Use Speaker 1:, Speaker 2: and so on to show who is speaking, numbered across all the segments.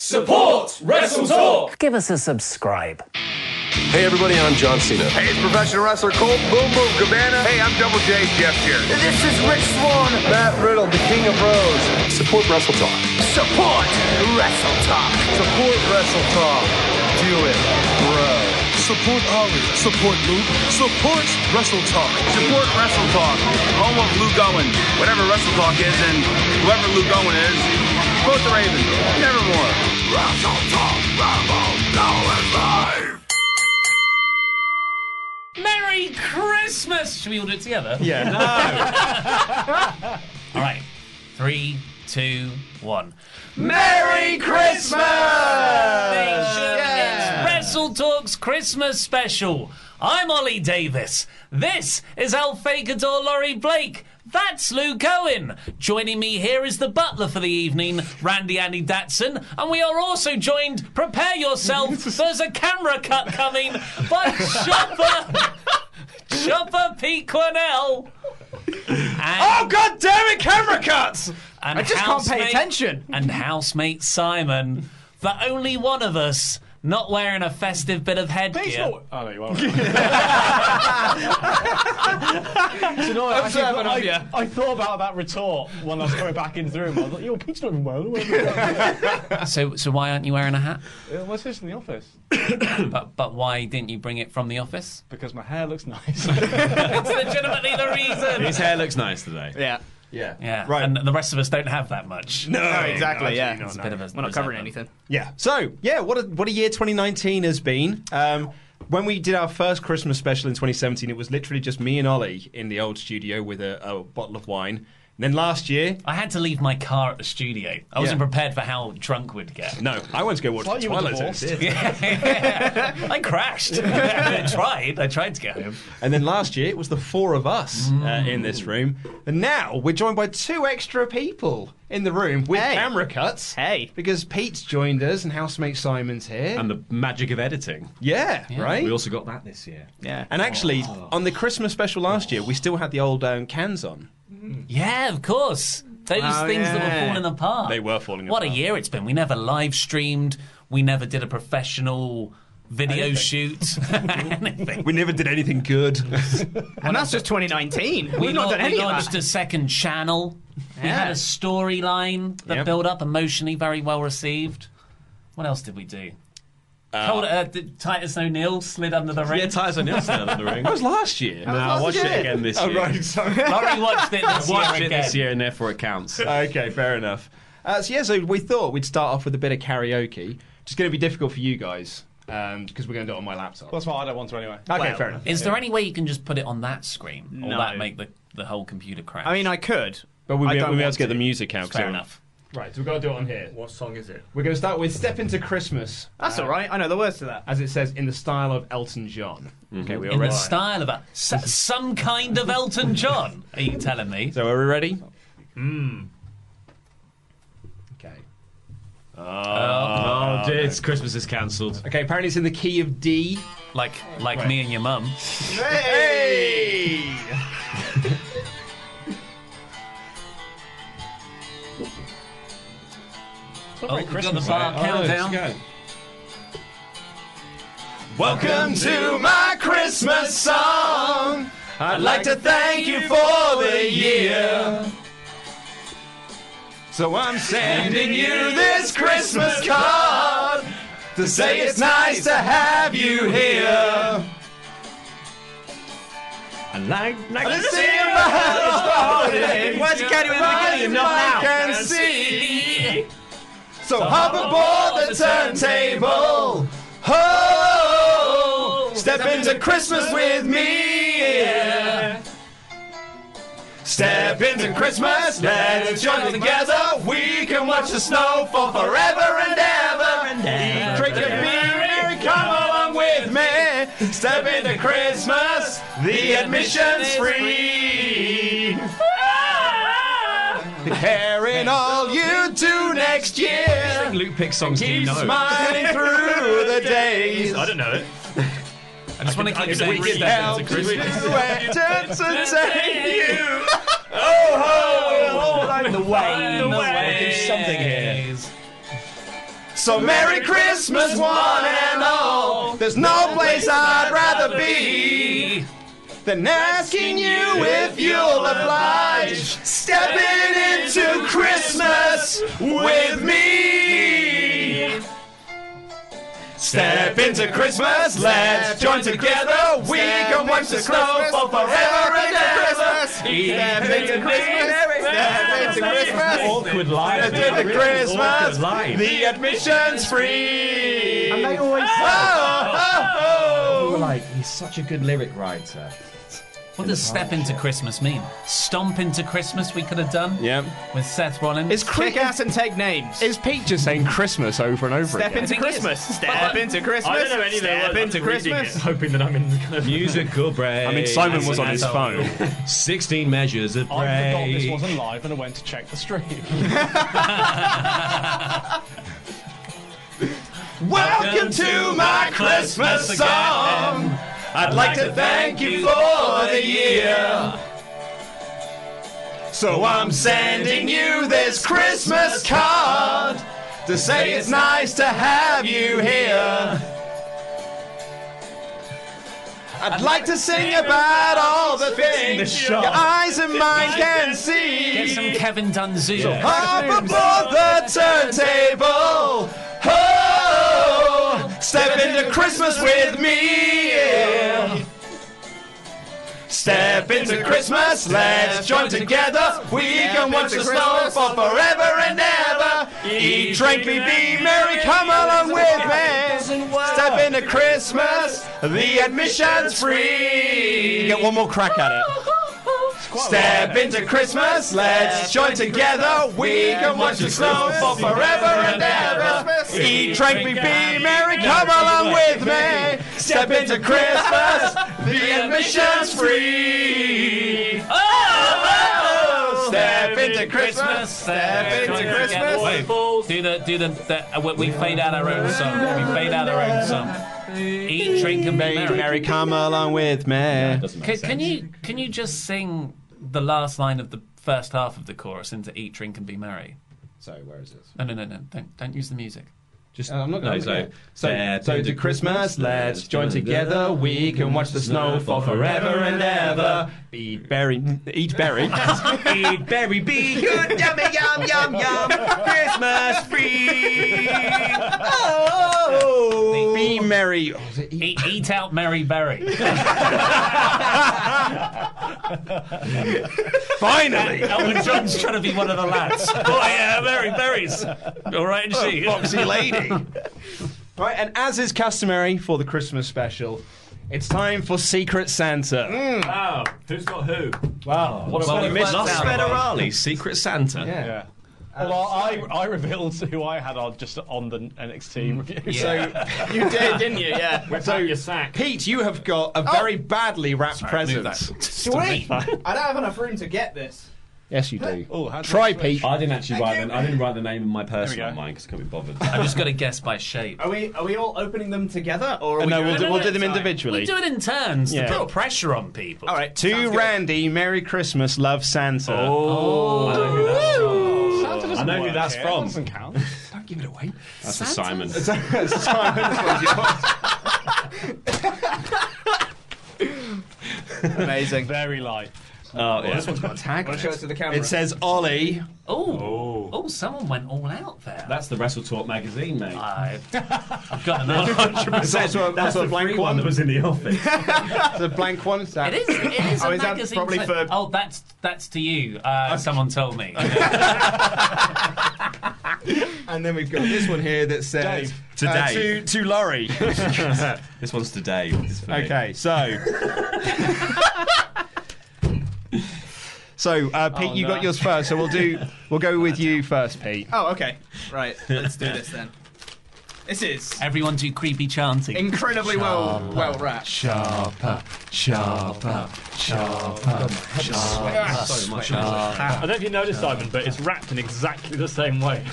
Speaker 1: Support Wrestle Talk.
Speaker 2: Give us a subscribe.
Speaker 3: Hey everybody, I'm John Cena.
Speaker 4: Hey, it's professional wrestler Colt Boom Boom Cabana. Hey, I'm Double J Jeff here.
Speaker 5: This is Rich Swan.
Speaker 6: Matt Riddle, the King of Rose.
Speaker 3: Support Wrestle Talk.
Speaker 5: Support Wrestle Talk.
Speaker 6: Support Wrestle Talk. Do it, bro.
Speaker 7: Support Ollie. Support Luke. Support Wrestle Talk.
Speaker 8: Support Wrestle Talk. Home of Luke Owen. Whatever Wrestle Talk is and whoever Luke Owen is, quote the Raven. Nevermore.
Speaker 9: Wrestle Talk Rebel. Now is live.
Speaker 1: Merry Christmas! Should we all do it together?
Speaker 10: Yeah.
Speaker 1: No. all right. Three, two, one.
Speaker 11: Merry Christmas!
Speaker 1: Nation, it's Wrestle Talks Christmas special. I'm Ollie Davis. This is El Fakador Laurie Blake. That's Lou Cohen. Joining me here is the butler for the evening, Randy Andy Datson, and we are also joined. Prepare yourself. There's a camera cut coming by Chopper. Chopper Pete Cornell.
Speaker 10: oh god damn it, camera cuts!
Speaker 1: And
Speaker 10: I just can't pay
Speaker 1: housemate-
Speaker 10: attention.
Speaker 1: And housemate Simon, the only one of us not wearing a festive bit of headgear.
Speaker 10: Baseball-
Speaker 1: Oh no, you are.
Speaker 12: Do you know what?
Speaker 10: I'm
Speaker 12: I,
Speaker 10: sorry,
Speaker 12: keep-
Speaker 10: but I'm-
Speaker 12: I, I thought about that retort when I was going back into the room. I was like, "Yo, Pete's not even well."
Speaker 1: So, so why aren't you wearing a hat?
Speaker 12: Uh, What's this in the office?
Speaker 1: But, but why didn't you bring it from the office?
Speaker 12: Because my hair looks nice.
Speaker 1: That's legitimately the reason.
Speaker 11: His hair looks nice today.
Speaker 10: Yeah.
Speaker 11: Yeah.
Speaker 1: Yeah, right. And the rest of us don't have that much.
Speaker 11: No, No, exactly, yeah.
Speaker 1: It's a
Speaker 11: no.
Speaker 1: bit of a
Speaker 11: We're not covering
Speaker 1: resentment.
Speaker 10: Yeah.
Speaker 11: So, yeah, what a what a year 2019 has been. Um, when we did our first Christmas special in 2017, it was literally just me and Ollie in the old studio with a, a bottle of wine. And then last year,
Speaker 1: I had to leave my car at the studio. I wasn't prepared for how drunk we'd get.
Speaker 11: No, I went to go watch
Speaker 1: It's like
Speaker 11: the
Speaker 1: you were
Speaker 11: Twilight Zone.
Speaker 1: divorced. I crashed. I tried. I tried to get home. Mm.
Speaker 11: And then last year, it was the four of us uh, in this room. And now we're joined by two extra people in the room with camera cuts. Hey. Because Pete's joined us and housemate Simon's here.
Speaker 13: And the magic of editing.
Speaker 11: Yeah, right?
Speaker 13: We also got that this year.
Speaker 11: Yeah. And actually,
Speaker 13: Oh.
Speaker 11: on the Christmas special last year, we still had the old um, cans on.
Speaker 1: Yeah, of course. Those
Speaker 11: Oh,
Speaker 1: things that
Speaker 11: yeah.
Speaker 1: were falling apart.
Speaker 11: They were falling
Speaker 1: What
Speaker 11: apart.
Speaker 1: a year it's been. We never live streamed. We never did a professional video shoot.
Speaker 11: we never did anything good.
Speaker 14: And that's just 2019. We've
Speaker 1: we
Speaker 14: not
Speaker 1: lau-
Speaker 14: done any
Speaker 1: we
Speaker 14: of
Speaker 1: launched
Speaker 14: that.
Speaker 1: a second channel. We
Speaker 14: Yeah.
Speaker 1: had a storyline that
Speaker 14: Yep.
Speaker 1: built up emotionally, very well received. What else did we do? Told, uh, did Titus O'Neill slid under the ring.
Speaker 13: Yeah, Titus O'Neill slid under the ring.
Speaker 11: That was last year. Oh,
Speaker 13: No, I watched it again this year.
Speaker 1: Laurie watched it
Speaker 13: I
Speaker 1: this year
Speaker 13: watched it
Speaker 1: again.
Speaker 13: this year and therefore it counts.
Speaker 11: okay, fair enough. Uh, so yeah, so we thought we'd start off with a bit of karaoke, which is going to be difficult for you guys because we're going to do it on my laptop.
Speaker 12: That's why I don't want to anyway.
Speaker 11: Okay, fair enough.
Speaker 1: Is there any way you can just put it on that screen? Or
Speaker 11: No.
Speaker 1: that make the, the whole computer crash?
Speaker 14: I mean, I could.
Speaker 11: But we'll
Speaker 14: I
Speaker 11: be,
Speaker 14: don't
Speaker 11: we'll be able
Speaker 14: want
Speaker 11: to get
Speaker 14: to.
Speaker 11: the music out. 'cause
Speaker 14: Fair
Speaker 11: I'm-
Speaker 14: enough.
Speaker 11: Right, so we've got to do it on here.
Speaker 14: What song is it?
Speaker 11: We're going to start with "Step Into Christmas." uh,
Speaker 14: That's all right. I know the words to that.
Speaker 11: As it says, in the style of Elton John.
Speaker 13: Mm-hmm.
Speaker 11: Okay, we
Speaker 1: in the style of a, s- some kind of Elton John. Are you telling me?
Speaker 11: So are we ready?
Speaker 13: Hmm.
Speaker 11: Okay. Oh,
Speaker 13: Oh, dear, it's Christmas is cancelled.
Speaker 11: Okay, apparently it's in the key of D.
Speaker 1: Like like me and your mum.
Speaker 11: Hey!
Speaker 1: Oh, we've got the bar countdown.
Speaker 9: Welcome to my Christmas song. I'd like to thank you for the year.
Speaker 11: So I'm
Speaker 9: Sending you this Christmas card to say it's nice to have you here.
Speaker 13: I like,
Speaker 9: I can see him behind the holidays.
Speaker 14: Why is he carrying
Speaker 9: Right
Speaker 14: the game?
Speaker 9: if
Speaker 14: Not
Speaker 9: I
Speaker 14: now.
Speaker 9: can see. So hop aboard the turntable. Oh, step into Christmas with me. yeah. Step into Christmas, let's join together. We can watch the snow fall forever and ever. Eat, drink a beer and come along with me. Step into Christmas, the admission's free. Preparing all you do next year.
Speaker 13: Luke picks songs do you
Speaker 9: Keep
Speaker 13: know?
Speaker 9: smiling through the days.
Speaker 13: I don't know it. I just want to keep saying
Speaker 9: read
Speaker 13: Step
Speaker 9: out
Speaker 13: into
Speaker 9: to you
Speaker 13: Christmas.
Speaker 9: and dance and save you. Oh, ho! Find the way. The way. something here. So Merry Christmas, one and all. There's no place I'd rather be than asking you if you'll oblige. Stepping into Christmas with me. Step into Christmas, let's join together. We can watch the snow fall forever and ever. Step into Christmas, step into Christmas.
Speaker 13: Awkward life.
Speaker 9: Step into Christmas,
Speaker 13: Awkward life.
Speaker 9: the admission's free.
Speaker 2: And they always say-
Speaker 9: Oh, oh,
Speaker 2: People
Speaker 9: oh.
Speaker 2: were like, he's such a good lyric writer.
Speaker 1: What does step into Christmas mean? Stomp into Christmas we could have done?
Speaker 11: Yep.
Speaker 1: With Seth Rollins.
Speaker 11: It's cri-
Speaker 14: Kick ass and take names.
Speaker 11: Is Pete just saying Christmas over and over
Speaker 14: Step
Speaker 11: again?
Speaker 14: into Christmas. Step into Christmas.
Speaker 13: I don't know any of their
Speaker 14: Step
Speaker 13: words.
Speaker 14: into
Speaker 13: I'm reading
Speaker 14: Christmas.
Speaker 13: it, hoping that I'm in kind of musical break.
Speaker 11: I mean, Simon was on his phone.
Speaker 13: Sixteen measures of break.
Speaker 12: I forgot this wasn't live and I went to check the stream.
Speaker 9: Welcome to my Christmas song. I'd like to thank you for the year. So I'm sending you this Christmas card to say it's nice to have you here. I'd like to sing about all the things your eyes and mine can see.
Speaker 1: Get some Kevin Dunzu.
Speaker 9: Up aboard the turntable. Oh, step into Christmas with me. yeah. Step into Christmas, let's join together. We can watch the snow fall forever and ever. Eat, drink, be, be merry, come along with me. Step into Christmas, the admission's free.
Speaker 11: Get one more crack at it.
Speaker 9: Step into Christmas, let's join together. We can watch the snow fall forever and ever. Eat, drink, be, be merry, come along with me. Step into Christmas, the admission's free. Oh, step into Christmas, step into Christmas.
Speaker 1: Do the do the, the uh, we, we fade out our own song. We fade out our own song. Eat, drink, and be merry.
Speaker 11: Mary, come along with me.
Speaker 1: Can, can you can you just sing the last line of the first half of the chorus into "Eat, Drink, and Be Merry"?
Speaker 2: Sorry, where is it?
Speaker 1: No, no, no, no. Don't don't use the music.
Speaker 11: Just, Oh, I'm not
Speaker 13: No,
Speaker 11: going
Speaker 13: so-
Speaker 11: to. So,
Speaker 13: Step
Speaker 11: so
Speaker 13: into
Speaker 11: to Christmas,
Speaker 13: Christmas,
Speaker 11: let's
Speaker 13: let's join
Speaker 11: join together. We can watch the snow fall forever and ever. Be berry, eat berry.
Speaker 9: Eat, berry, be good, yummy, yum, yum, yum. Christmas free. Oh,
Speaker 11: Be merry.
Speaker 1: Eat, eat out, Mary Berry.
Speaker 11: Finally.
Speaker 1: Elton John's trying to be one of the lads. Oh yeah, Mary Berries. All right, and she.
Speaker 11: Foxy Oh, lady. Right, and as is customary for the Christmas special, it's time for Secret Santa.
Speaker 13: Wow, who's got who?
Speaker 11: Wow.
Speaker 13: What
Speaker 12: Well,
Speaker 13: about
Speaker 12: we
Speaker 13: Miss
Speaker 12: worked
Speaker 13: Los
Speaker 12: out.
Speaker 13: Federale's Secret Santa?
Speaker 12: yeah. Well, I, I revealed who I had on just on the NXT review.
Speaker 11: So
Speaker 14: You did, didn't you? Yeah.
Speaker 11: So your sack. Pete, you have got
Speaker 13: Oh.
Speaker 11: a very badly wrapped present.
Speaker 14: Sweet. I don't have enough room to get this.
Speaker 11: Yes, you do.
Speaker 12: Oh, how
Speaker 11: Try Pete.
Speaker 13: I didn't actually write. The, I didn't write the name of my
Speaker 12: There
Speaker 13: personal
Speaker 12: we go.
Speaker 13: mine because I can't be bothered.
Speaker 1: I've just got to guess by shape.
Speaker 14: Are we are we all opening them together or are
Speaker 13: Uh,
Speaker 14: we
Speaker 11: no,
Speaker 14: doing
Speaker 11: we'll do,
Speaker 14: it
Speaker 11: we'll
Speaker 14: at
Speaker 11: do
Speaker 14: a
Speaker 11: them
Speaker 14: time?
Speaker 11: individually.
Speaker 1: We do it in turns
Speaker 11: Yeah.
Speaker 1: to put pressure on people.
Speaker 14: All right.
Speaker 11: to Randy, Merry Christmas, love Santa.
Speaker 13: I know who that's from.
Speaker 1: Oh.
Speaker 12: Santa doesn't
Speaker 13: Oh. I know who
Speaker 12: work
Speaker 13: that's
Speaker 12: here.
Speaker 13: from.
Speaker 12: That doesn't count.
Speaker 11: Don't give it away.
Speaker 13: That's a Simon.
Speaker 14: Amazing.
Speaker 12: Very light.
Speaker 13: Oh, yeah.
Speaker 11: this one's got a tag.
Speaker 13: Wanna
Speaker 11: on
Speaker 13: show
Speaker 11: it.
Speaker 13: us to the camera?
Speaker 11: It says Ollie.
Speaker 1: Oh. Oh, someone went all out there.
Speaker 13: That's the Wrestle Talk magazine, mate.
Speaker 1: I've, I've got another
Speaker 13: 100%. That's,
Speaker 11: That's what- that's
Speaker 13: the
Speaker 11: what blank
Speaker 13: free one that was in the office.
Speaker 11: It's a blank one. Is that?
Speaker 1: It is. It is
Speaker 11: Oh,
Speaker 1: a
Speaker 11: is that
Speaker 1: magazine.
Speaker 11: probably
Speaker 1: clip.
Speaker 11: for-
Speaker 1: Oh, that's that's to you. Uh, Someone told me.
Speaker 11: And then we've got this one here that
Speaker 13: Dave.
Speaker 11: says uh,
Speaker 13: Today.
Speaker 11: to to Laurie.
Speaker 13: this one's today. This is for me.
Speaker 11: okay, so. So, uh, Pete,
Speaker 14: Oh,
Speaker 11: you
Speaker 14: no.
Speaker 11: got yours first. So we'll do. We'll go with you first, Pete.
Speaker 14: Oh, okay. Right, let's do this then. This is
Speaker 1: Everyone do creepy chanting.
Speaker 14: incredibly well well wrapped.
Speaker 11: Sharper, sharper, sharper,
Speaker 9: sweating so much.
Speaker 15: I don't know if you noticed, Simon, but it's wrapped in exactly the same way.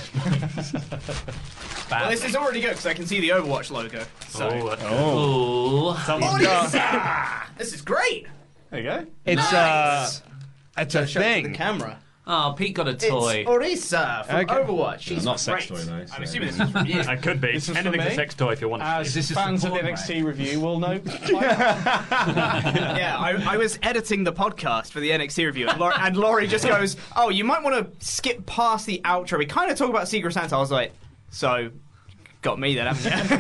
Speaker 14: Well, this is already good because I can see the Overwatch logo. So
Speaker 1: Oh.
Speaker 14: this is great.
Speaker 11: There you go. It's
Speaker 14: Nice.
Speaker 11: uh, it's a thing.
Speaker 14: The camera.
Speaker 1: Oh, Pete got a toy.
Speaker 14: It's Orisa from
Speaker 11: Okay.
Speaker 14: Overwatch. She's
Speaker 13: not sex
Speaker 14: great.
Speaker 13: toy, though, so-
Speaker 14: I'm assuming this is from you.
Speaker 15: It could be.
Speaker 12: This is for
Speaker 15: Anything's a
Speaker 12: me?
Speaker 15: sex toy if you want it.
Speaker 12: As
Speaker 15: to be.
Speaker 12: fans of NXT review will know.
Speaker 14: yeah, I, I was editing the podcast for the NXT review, and, Lau- and Laurie just goes, "Oh, you might want to skip past the outro. We kind of talk about Secret Santa." I was like, "So, got me then, haven't you?"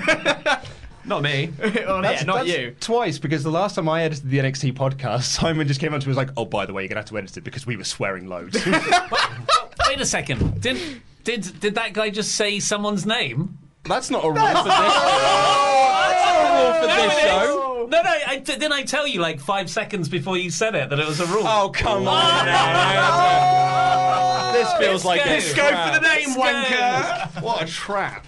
Speaker 11: Not me.
Speaker 14: Well, Oh, yeah, not you.
Speaker 11: Twice, because the last time I edited the NXT podcast, Simon just came up to me and was like, oh, by the way, you're going to have to edit it because we were swearing loads.
Speaker 1: Oh, Wait a second. Did did did that guy just say someone's name?
Speaker 11: That's not a rule for this. That's not a rule for
Speaker 1: No,
Speaker 11: this
Speaker 1: it is.
Speaker 11: show.
Speaker 1: No, no. I, d- didn't I tell you like five seconds before you said it that it was a rule? Oh
Speaker 11: come on! This feels like a
Speaker 14: Let's go for the
Speaker 11: trap.
Speaker 14: name, wanker.
Speaker 11: What a trap.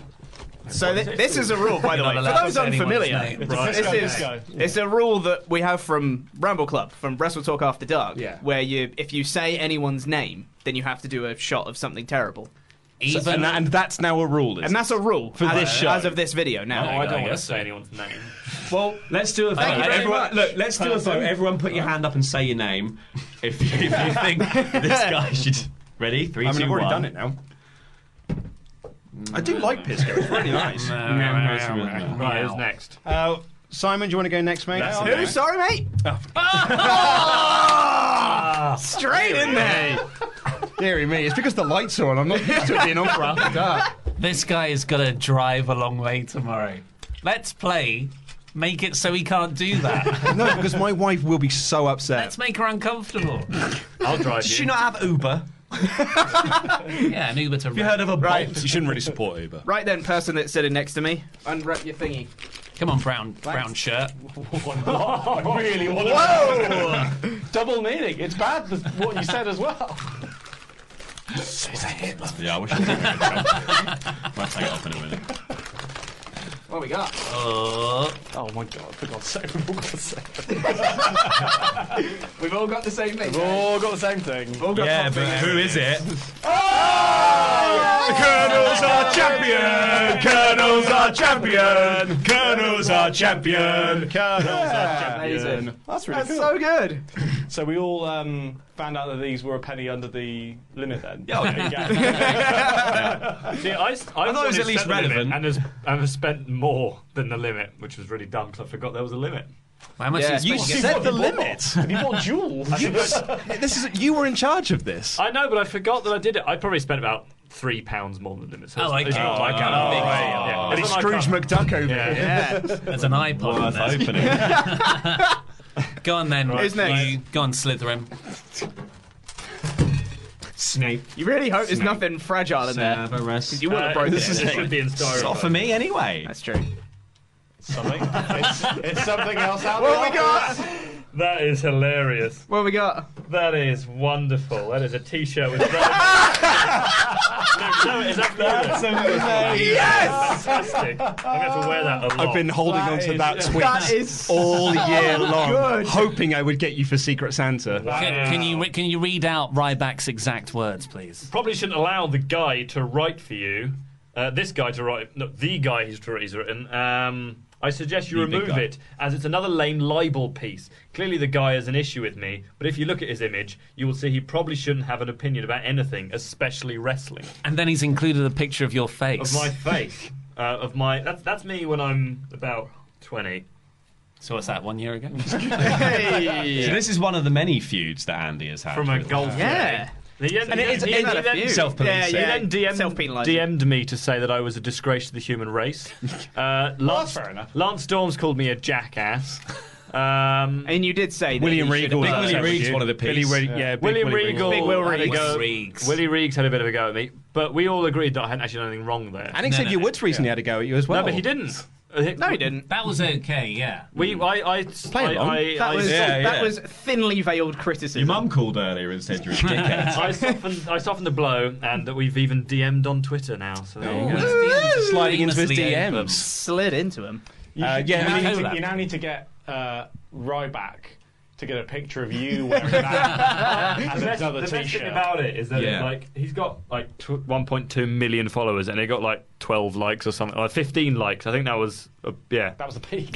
Speaker 14: So thi- this is a rule, by the
Speaker 1: You're
Speaker 14: way,
Speaker 1: not
Speaker 14: for
Speaker 1: allowed to
Speaker 14: those
Speaker 1: say anyone's
Speaker 14: unfamiliar.
Speaker 1: name. Right.
Speaker 14: This is
Speaker 1: Disco.
Speaker 14: it's a rule that we have from Ramble Club, from Wrestle Talk After Dark,
Speaker 11: Yeah.
Speaker 14: where you if you say anyone's name, then you have to do a shot of something terrible,
Speaker 11: So- and, that- and that's now a rule.
Speaker 14: and that's a rule
Speaker 11: For
Speaker 14: as,
Speaker 11: this show.
Speaker 14: as of this video. Now,
Speaker 15: No, I don't want to say anyone's name.
Speaker 14: Well,
Speaker 13: Let's do a vote.
Speaker 14: Thank you very
Speaker 13: everyone,
Speaker 14: much.
Speaker 13: Look, let's do a vote. Everyone put your hand up and say your name if you, if you think this guy should. Ready? Three,
Speaker 11: I mean,
Speaker 13: two,
Speaker 11: I've already
Speaker 13: one.
Speaker 11: done it now. I do like Pisco. It's really nice.
Speaker 15: Right, who's next?
Speaker 11: Uh, Simon, do you want to go next, mate?
Speaker 15: That's
Speaker 11: Oh,
Speaker 14: who?
Speaker 11: okay.
Speaker 14: Sorry, mate. Ah! Straight in there.
Speaker 11: Deary me. It's because the lights are on. I'm not used to it being on for after dark.
Speaker 1: This guy is gonna drive a long way tomorrow. Let's play. Make it so he can't do that.
Speaker 11: No, because my wife will be so upset.
Speaker 1: Let's make her uncomfortable.
Speaker 15: I'll drive
Speaker 13: Did
Speaker 15: you.
Speaker 13: you not have Uber?
Speaker 1: Yeah, an Uber to
Speaker 13: Have you
Speaker 1: rent.
Speaker 13: heard of a
Speaker 14: Right.
Speaker 13: Bolt? You shouldn't really support Uber.
Speaker 14: Right then, person that's sitting next to me, unwrap your thingy.
Speaker 1: Come on, brown brown shirt.
Speaker 15: I really want to.
Speaker 14: Whoa!
Speaker 12: Double meaning. It's bad th- what you said as well.
Speaker 13: Yeah, I wish I did. I'll take it off in a minute.
Speaker 14: what we got?
Speaker 1: Oh,
Speaker 15: Oh my god, for God's sake, we've all got the same,
Speaker 14: We've all got the same thing.
Speaker 15: we've all got the same thing.
Speaker 14: All got
Speaker 13: Yeah,
Speaker 14: top
Speaker 13: but
Speaker 14: thing.
Speaker 13: who is it?
Speaker 15: The Colonel's our champion! Colonel's our champion!
Speaker 13: Colonel's our champion.
Speaker 15: Colonel's our
Speaker 14: Amazing.
Speaker 15: champion!
Speaker 12: That's really
Speaker 14: That's
Speaker 12: cool.
Speaker 14: so good.
Speaker 12: So we all um, found out that these were a penny under the limit then.
Speaker 13: Yeah, okay.
Speaker 15: See, I, s- I,
Speaker 13: thought it was at least
Speaker 15: set the limit
Speaker 13: relevant.
Speaker 15: And has, and has spent more than the limit, which was really dumb because I forgot there was a limit.
Speaker 1: how much
Speaker 14: Yeah,
Speaker 1: is
Speaker 11: You
Speaker 1: you
Speaker 11: set the limit.
Speaker 12: Have you bought jewels?
Speaker 15: I, forgot-
Speaker 11: This is you were in charge of this.
Speaker 15: I know, but I forgot that I did it. I probably spent about three pounds more than the limit. So
Speaker 1: Oh,
Speaker 15: it's, it's
Speaker 1: okay.
Speaker 15: not like
Speaker 1: Oh,
Speaker 15: kind
Speaker 1: big
Speaker 15: of
Speaker 1: deal.
Speaker 13: Oh.
Speaker 15: yeah,
Speaker 11: But oh, it's
Speaker 15: it's not
Speaker 11: Scrooge
Speaker 15: like
Speaker 11: McDuck over
Speaker 15: Yeah.
Speaker 11: here.
Speaker 14: Yeah.
Speaker 1: There's an iPod.
Speaker 13: Worth
Speaker 1: In there.
Speaker 13: opening.
Speaker 1: Go on then.
Speaker 14: Who's next?
Speaker 1: You, go on, Slytherin.
Speaker 13: Snape.
Speaker 14: You really hope there's nothing fragile in there.
Speaker 13: Cerberus.
Speaker 14: You would
Speaker 15: Uh,
Speaker 14: have broken
Speaker 15: this
Speaker 14: it.
Speaker 15: is it should be in
Speaker 13: It's
Speaker 15: Styrofoam.
Speaker 13: not for me anyway.
Speaker 14: That's true.
Speaker 12: something. It's, it's something else out there.
Speaker 14: What we got?
Speaker 15: That is hilarious.
Speaker 14: What we got?
Speaker 15: That is wonderful. That is a T-shirt with. no, no, is that That's
Speaker 14: Yes!
Speaker 15: fantastic. I'm
Speaker 13: Uh,
Speaker 15: gonna have to wear that a lot.
Speaker 11: I've been holding
Speaker 12: That
Speaker 11: on to
Speaker 12: is-
Speaker 11: that tweet
Speaker 14: That is.
Speaker 11: all year long,
Speaker 14: Good.
Speaker 11: hoping I would get you for Secret Santa.
Speaker 1: Can, can you re- can you read out Ryback's exact words, please?
Speaker 15: Probably shouldn't allow the guy to write for you. Uh, this guy to write, no, the guy who's to- he's written. Um, I suggest you
Speaker 13: The big
Speaker 15: remove
Speaker 13: guy.
Speaker 15: it, as it's another lame libel piece. Clearly, the guy has an issue with me, but if you look at his image, you will see he probably shouldn't have an opinion about anything, especially wrestling.
Speaker 1: And then he's included a picture of your face.
Speaker 15: Of my face, uh, of my that's that's me when I'm about twenty.
Speaker 1: So what's that? One year ago.
Speaker 9: So this is one of the many feuds that Andy has had
Speaker 13: From a
Speaker 9: with-
Speaker 13: golf
Speaker 14: Yeah.
Speaker 13: and it is
Speaker 14: He's had a few.
Speaker 13: self-penalized.
Speaker 14: Yeah, yeah.
Speaker 13: you then DM,
Speaker 14: Self-penalising.
Speaker 13: DM'd me to say that I was a disgrace to the human race. Uh, Lance,
Speaker 14: fair enough.
Speaker 13: Lance Storms called me a jackass. Um,
Speaker 14: and you did say that
Speaker 13: William
Speaker 14: you should
Speaker 13: Regal.
Speaker 14: have
Speaker 13: was
Speaker 14: done
Speaker 13: upset
Speaker 14: that.
Speaker 13: with you. Billy Re- yeah, big
Speaker 14: William
Speaker 13: Willie Regal.
Speaker 14: Regal. Big Will
Speaker 13: had a
Speaker 14: Regal.
Speaker 13: go-
Speaker 1: Reegs.
Speaker 13: Willie Reegs had a bit of a go at me, but we all agreed that I hadn't actually done anything wrong there.
Speaker 11: And he said your Woods recently had a go at you as well.
Speaker 13: No, but he didn't. No,
Speaker 14: he didn't.
Speaker 1: That was okay. Yeah.
Speaker 13: We, I, I,
Speaker 11: Play along.
Speaker 13: I, I,
Speaker 14: That was,
Speaker 13: I,
Speaker 14: that was thinly veiled criticism.
Speaker 9: Your mum called earlier and said you're a dickhead.
Speaker 13: I softened, I softened the blow, and that we've even DM'd on Twitter now. So there you go.
Speaker 11: sliding into his
Speaker 13: Famously
Speaker 11: DMs.
Speaker 14: Slid into him.
Speaker 11: Uh,
Speaker 12: you,
Speaker 11: yeah, we
Speaker 12: now
Speaker 11: need
Speaker 12: need to,
Speaker 11: to-
Speaker 12: you now need to get uh, Ryback to get a picture of you wearing that as
Speaker 13: the best,
Speaker 12: another
Speaker 13: the best
Speaker 12: t-shirt.
Speaker 13: thing about it is that
Speaker 9: Yeah.
Speaker 13: like he's got like tw- 1.2 million followers and he got like 12 likes or something, like 15 likes. I think that was uh, yeah.
Speaker 12: that was the peak.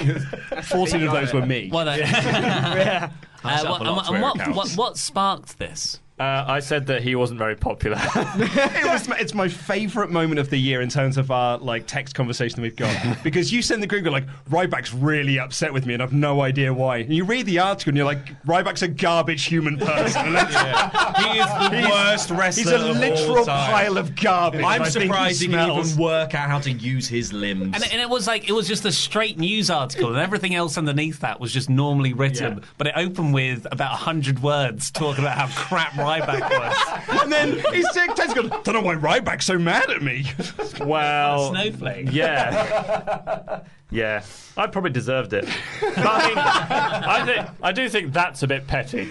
Speaker 13: 14 of those were me.
Speaker 1: Well, that- Uh,
Speaker 13: Up
Speaker 1: what,
Speaker 13: a
Speaker 1: and
Speaker 13: lot
Speaker 1: what-
Speaker 13: to
Speaker 1: and
Speaker 13: her
Speaker 1: what,
Speaker 13: accounts.
Speaker 1: what, what sparked this?
Speaker 13: Uh, I said that he wasn't very popular.
Speaker 11: it was my, it's my favourite moment of the year in terms of our like text conversation we've got because you send the group you're like Ryback's really upset with me and I've no idea why. And you read the article and you're like Ryback's a garbage human person. And that's-
Speaker 9: He is the
Speaker 11: He's-
Speaker 9: worst wrestler.
Speaker 11: He's a
Speaker 9: of all
Speaker 11: literal
Speaker 9: time.
Speaker 11: pile of garbage.
Speaker 9: I'm
Speaker 11: I think
Speaker 9: surprised he can
Speaker 11: smells.
Speaker 9: even work out how to use his limbs.
Speaker 1: And it, and it was like it was just a straight news article, and everything else underneath that was just normally written.
Speaker 13: Yeah.
Speaker 1: But it opened with about hundred words talking about how crap Ryback was.
Speaker 11: And then he's has gone. Don't know why Ryback's so mad at me.
Speaker 13: well,
Speaker 1: Snowflake.
Speaker 13: yeah, yeah. I probably deserved it. But I mean, I think I do think that's a bit petty.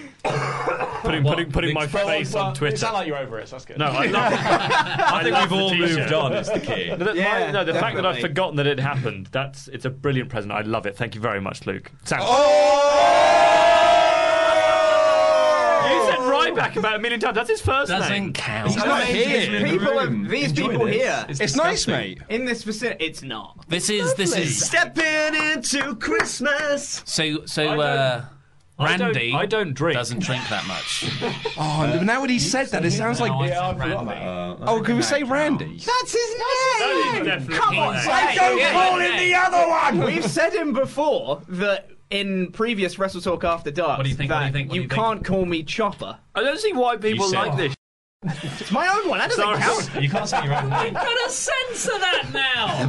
Speaker 13: Putting putting, putting my
Speaker 12: Well,
Speaker 13: face
Speaker 12: well,
Speaker 13: on Twitter.
Speaker 12: You sound like you're over it, so that's good.
Speaker 13: No, I love. I,
Speaker 9: think
Speaker 13: love
Speaker 9: we've
Speaker 13: the
Speaker 9: all
Speaker 13: t-shirt.
Speaker 9: moved on. Is the key.
Speaker 13: No, that- my-
Speaker 14: Yeah,
Speaker 13: no, the fact that I've
Speaker 14: definitely.
Speaker 13: forgotten that it happened, that's it's a brilliant present. I love it. Thank you very much, Luke. Sam.
Speaker 9: Oh,
Speaker 13: You said Ryback about a million times. That's his first name.
Speaker 1: Doesn't count.
Speaker 9: He's not here. in the
Speaker 14: People are-
Speaker 9: room.
Speaker 14: these
Speaker 9: Enjoy
Speaker 14: people
Speaker 9: this.
Speaker 14: here.
Speaker 9: It's
Speaker 11: It's nice, mate.
Speaker 14: in this vicinity, it's not.
Speaker 1: This is this is
Speaker 9: Stepping into Christmas.
Speaker 1: so so.
Speaker 13: I don't-
Speaker 1: Uh,
Speaker 13: I don't-
Speaker 1: Randy
Speaker 13: I don't drink.
Speaker 1: doesn't drink that much.
Speaker 11: Oh, now that he said that, it sounds like.
Speaker 1: No, I think
Speaker 12: forgot
Speaker 1: Randy.
Speaker 11: Oh, can we say Randy?
Speaker 14: That's his name.
Speaker 13: definitely
Speaker 14: Come
Speaker 13: his
Speaker 14: on,
Speaker 13: name.
Speaker 14: say
Speaker 11: I don't
Speaker 1: yeah,
Speaker 11: fall
Speaker 1: yeah.
Speaker 11: in the other one.
Speaker 14: We've said him before that in previous Wrestle Talk After Dark.
Speaker 1: What do you think, what
Speaker 14: That
Speaker 1: do you think, what do you think?
Speaker 14: can't call me Chopper.
Speaker 13: I don't see why people
Speaker 9: You said-
Speaker 13: like this.
Speaker 14: It's my own one. That doesn't
Speaker 13: Sorry.
Speaker 14: count.
Speaker 9: You can't say your own name.
Speaker 1: Gotta censor that now.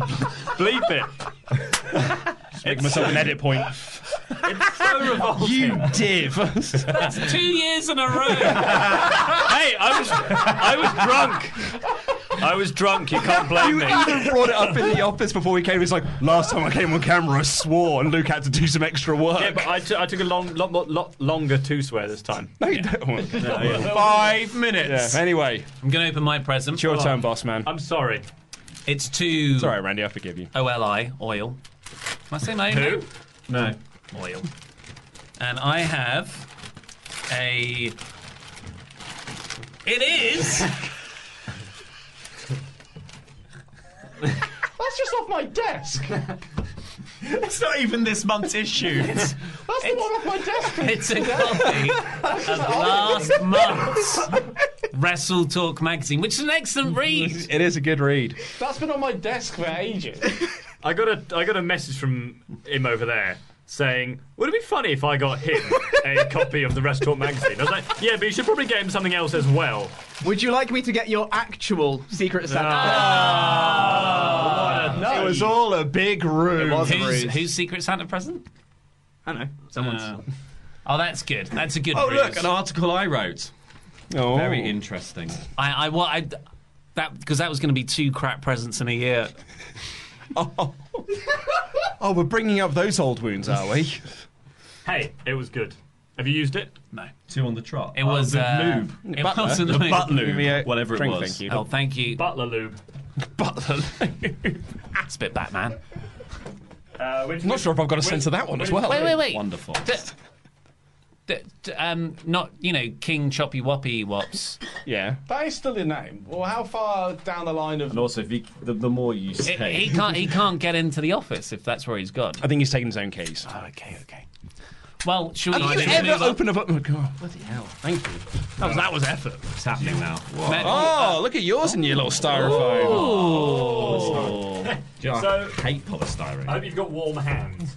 Speaker 13: Bleep it.
Speaker 11: Make myself an edit point.
Speaker 13: So revolting.
Speaker 11: You div.
Speaker 1: That's two years in a row.
Speaker 13: Hey, I was I was drunk. I was drunk. You can't blame
Speaker 11: You
Speaker 13: me.
Speaker 11: even brought it up in the office before we came. It's like last time I came on camera, I swore, and Luke had to do some extra work.
Speaker 13: Yeah, but I took- I took a long, lot, more- lot longer to swear this time.
Speaker 11: No, you don't want-
Speaker 9: Five minutes.
Speaker 11: Yeah, Anyway,
Speaker 1: I'm gonna open my present.
Speaker 11: it's your turn, boss man.
Speaker 13: I'm sorry.
Speaker 1: It's to
Speaker 11: It's all right, Randy. I forgive you.
Speaker 1: OLI oil. Am I saying my own name?
Speaker 9: No.
Speaker 1: Oil. And I have a. It is.
Speaker 12: That's just off my desk. That's
Speaker 9: It's not even this month's issue.
Speaker 12: the one off my desk.
Speaker 1: It's a copy of last month's Wrestle Talk magazine, which is an excellent read.
Speaker 11: It is a good read.
Speaker 12: That's been on my desk for ages.
Speaker 13: I got a I got a message from him over there saying, "Would it be funny if I got him a copy of the Restaurant magazine?" I was like, "Yeah, but you should probably get him something else as well."
Speaker 14: Would you like me to get your actual Secret Santa?
Speaker 11: It was all a big room.
Speaker 1: Who's, who's Secret Santa present?
Speaker 14: I know.
Speaker 1: Someone's.
Speaker 11: Uh.
Speaker 1: oh, that's good. That's a good.
Speaker 9: Oh,
Speaker 1: ruse.
Speaker 9: look, an article I wrote.
Speaker 11: Oh.
Speaker 9: Very interesting.
Speaker 1: I, I, well, I, that because that was going to be two crap presents in a year.
Speaker 11: Oh, we're bringing up those old wounds, are we?
Speaker 13: Hey, it was good. Have you used it?
Speaker 1: No,
Speaker 9: Two on the trot. Oh,
Speaker 1: it was
Speaker 9: the
Speaker 1: uh,
Speaker 9: lube.
Speaker 1: It wasn't
Speaker 9: The
Speaker 1: lube.
Speaker 9: butt
Speaker 11: Give me a
Speaker 9: lube. Whatever it
Speaker 11: drink,
Speaker 9: was.
Speaker 11: thank you.
Speaker 1: Oh, thank you.
Speaker 13: Butler lube.
Speaker 11: Butler.
Speaker 1: That's a bit Batman.
Speaker 13: Uh, which,
Speaker 11: Not sure if I've got a sense of that one as well.
Speaker 1: Wait, wait, wait.
Speaker 9: Wonderful.
Speaker 1: D- d- d- um, not you know King Choppy Woppy Wops.
Speaker 11: Yeah.
Speaker 12: That is still your name. Well, how far down the line of
Speaker 9: And also, if you, the, the more you
Speaker 1: He-
Speaker 9: say,
Speaker 1: he can't. He can't get into the office if that's where he's gone.
Speaker 11: I think he's taking his own keys.
Speaker 1: Oh, okay, okay. Well, should we?
Speaker 11: Have you
Speaker 1: should we move
Speaker 11: ever
Speaker 1: on?
Speaker 11: open a book? Oh, God.
Speaker 1: Thank you.
Speaker 11: That, was effort.
Speaker 9: it's happening now.
Speaker 1: Matt,
Speaker 11: Oh, look at yours in your little styrofoam.
Speaker 9: Oh. Do you know, I
Speaker 13: So-
Speaker 9: hate polystyrene.
Speaker 13: I hope you've got warm hands.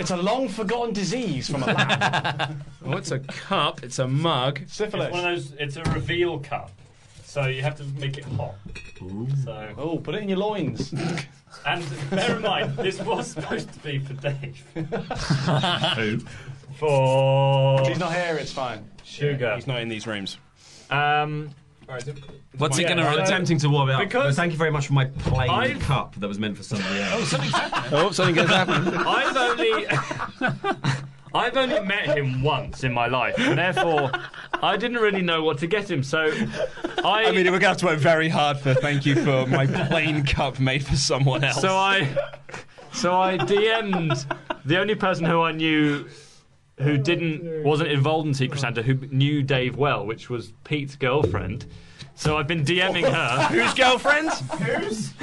Speaker 12: It's a long forgotten disease from a lab.
Speaker 16: Oh, it's a cup. It's a mug.
Speaker 12: Syphilis.
Speaker 13: It's one of those. It's a reveal cup, so you have to make it hot. So.
Speaker 12: Oh, put it in your loins.
Speaker 13: And bear in mind, this was supposed to be for Dave.
Speaker 12: For he's not here, it's fine.
Speaker 13: Sugar.
Speaker 11: He's not in these rooms.
Speaker 13: Um.
Speaker 9: What's it
Speaker 13: Yeah,
Speaker 9: going to?
Speaker 13: so-
Speaker 9: attempting to warm it up.
Speaker 13: Because-
Speaker 9: thank you very much for my plain
Speaker 13: I've-
Speaker 9: cup that was meant for somebody else.
Speaker 11: Oh, something goes happening.
Speaker 13: I've only I've only met him once in my life, and therefore I didn't really know what to get him. So I,
Speaker 11: I mean, we're going to have to work very hard for thank you for my plain cup made for someone else.
Speaker 13: so I so I DM'd the only person who I knew who didn't wasn't involved in Secret Santa who knew Dave well, which was Pete's girlfriend. So I've been DMing her.
Speaker 11: Whose girlfriend?
Speaker 13: Whose?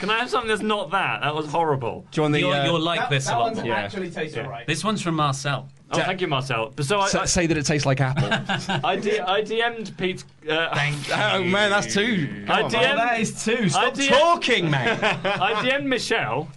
Speaker 13: Can I have something that's not that? That was horrible.
Speaker 11: Do you want the, You'll- uh, you'll like
Speaker 14: That- this a that lot one's more. actually tastes alright.
Speaker 13: This one's from Marcel. Oh, thank you, Marcel. So I,
Speaker 11: Sa- say that it tastes like apple.
Speaker 13: I, D- I DM'd Pete. Uh,
Speaker 11: oh man, that's two.
Speaker 13: I
Speaker 11: Come on.
Speaker 13: DM'd,
Speaker 9: two.
Speaker 13: I DM I DM'd Michelle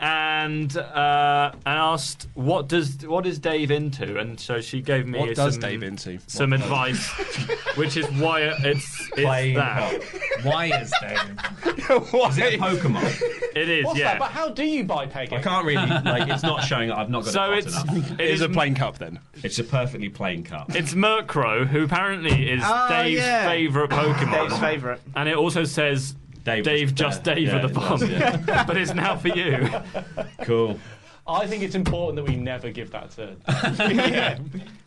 Speaker 13: and uh, and asked what does what is Dave into, and so she gave me
Speaker 11: What does
Speaker 13: some,
Speaker 11: Dave into?
Speaker 13: some
Speaker 11: What does-
Speaker 13: advice, which is why it's it's that.
Speaker 9: Why is Dave?
Speaker 11: What?
Speaker 9: Is it a Pokemon?
Speaker 13: It is,
Speaker 12: What's
Speaker 13: yeah.
Speaker 12: that? But how do you buy Peggy?
Speaker 9: I can't really like. It's not showing that I've not got
Speaker 13: So
Speaker 9: it
Speaker 13: it's-
Speaker 9: hot enough.
Speaker 13: it It is is- a
Speaker 11: plain cup then.
Speaker 9: It's a perfectly plain cup.
Speaker 13: It's Murkrow, who apparently is
Speaker 14: Oh,
Speaker 13: Dave's
Speaker 14: yeah.
Speaker 13: favourite Pokemon.
Speaker 14: Dave's favourite.
Speaker 13: And it also says Dave, just
Speaker 9: yeah,
Speaker 13: Dave
Speaker 9: yeah,
Speaker 13: at the
Speaker 9: it does,
Speaker 13: bottom.
Speaker 9: yeah.
Speaker 13: but it's now for you.
Speaker 9: Cool.
Speaker 12: I think it's important that we never give that to.
Speaker 11: I,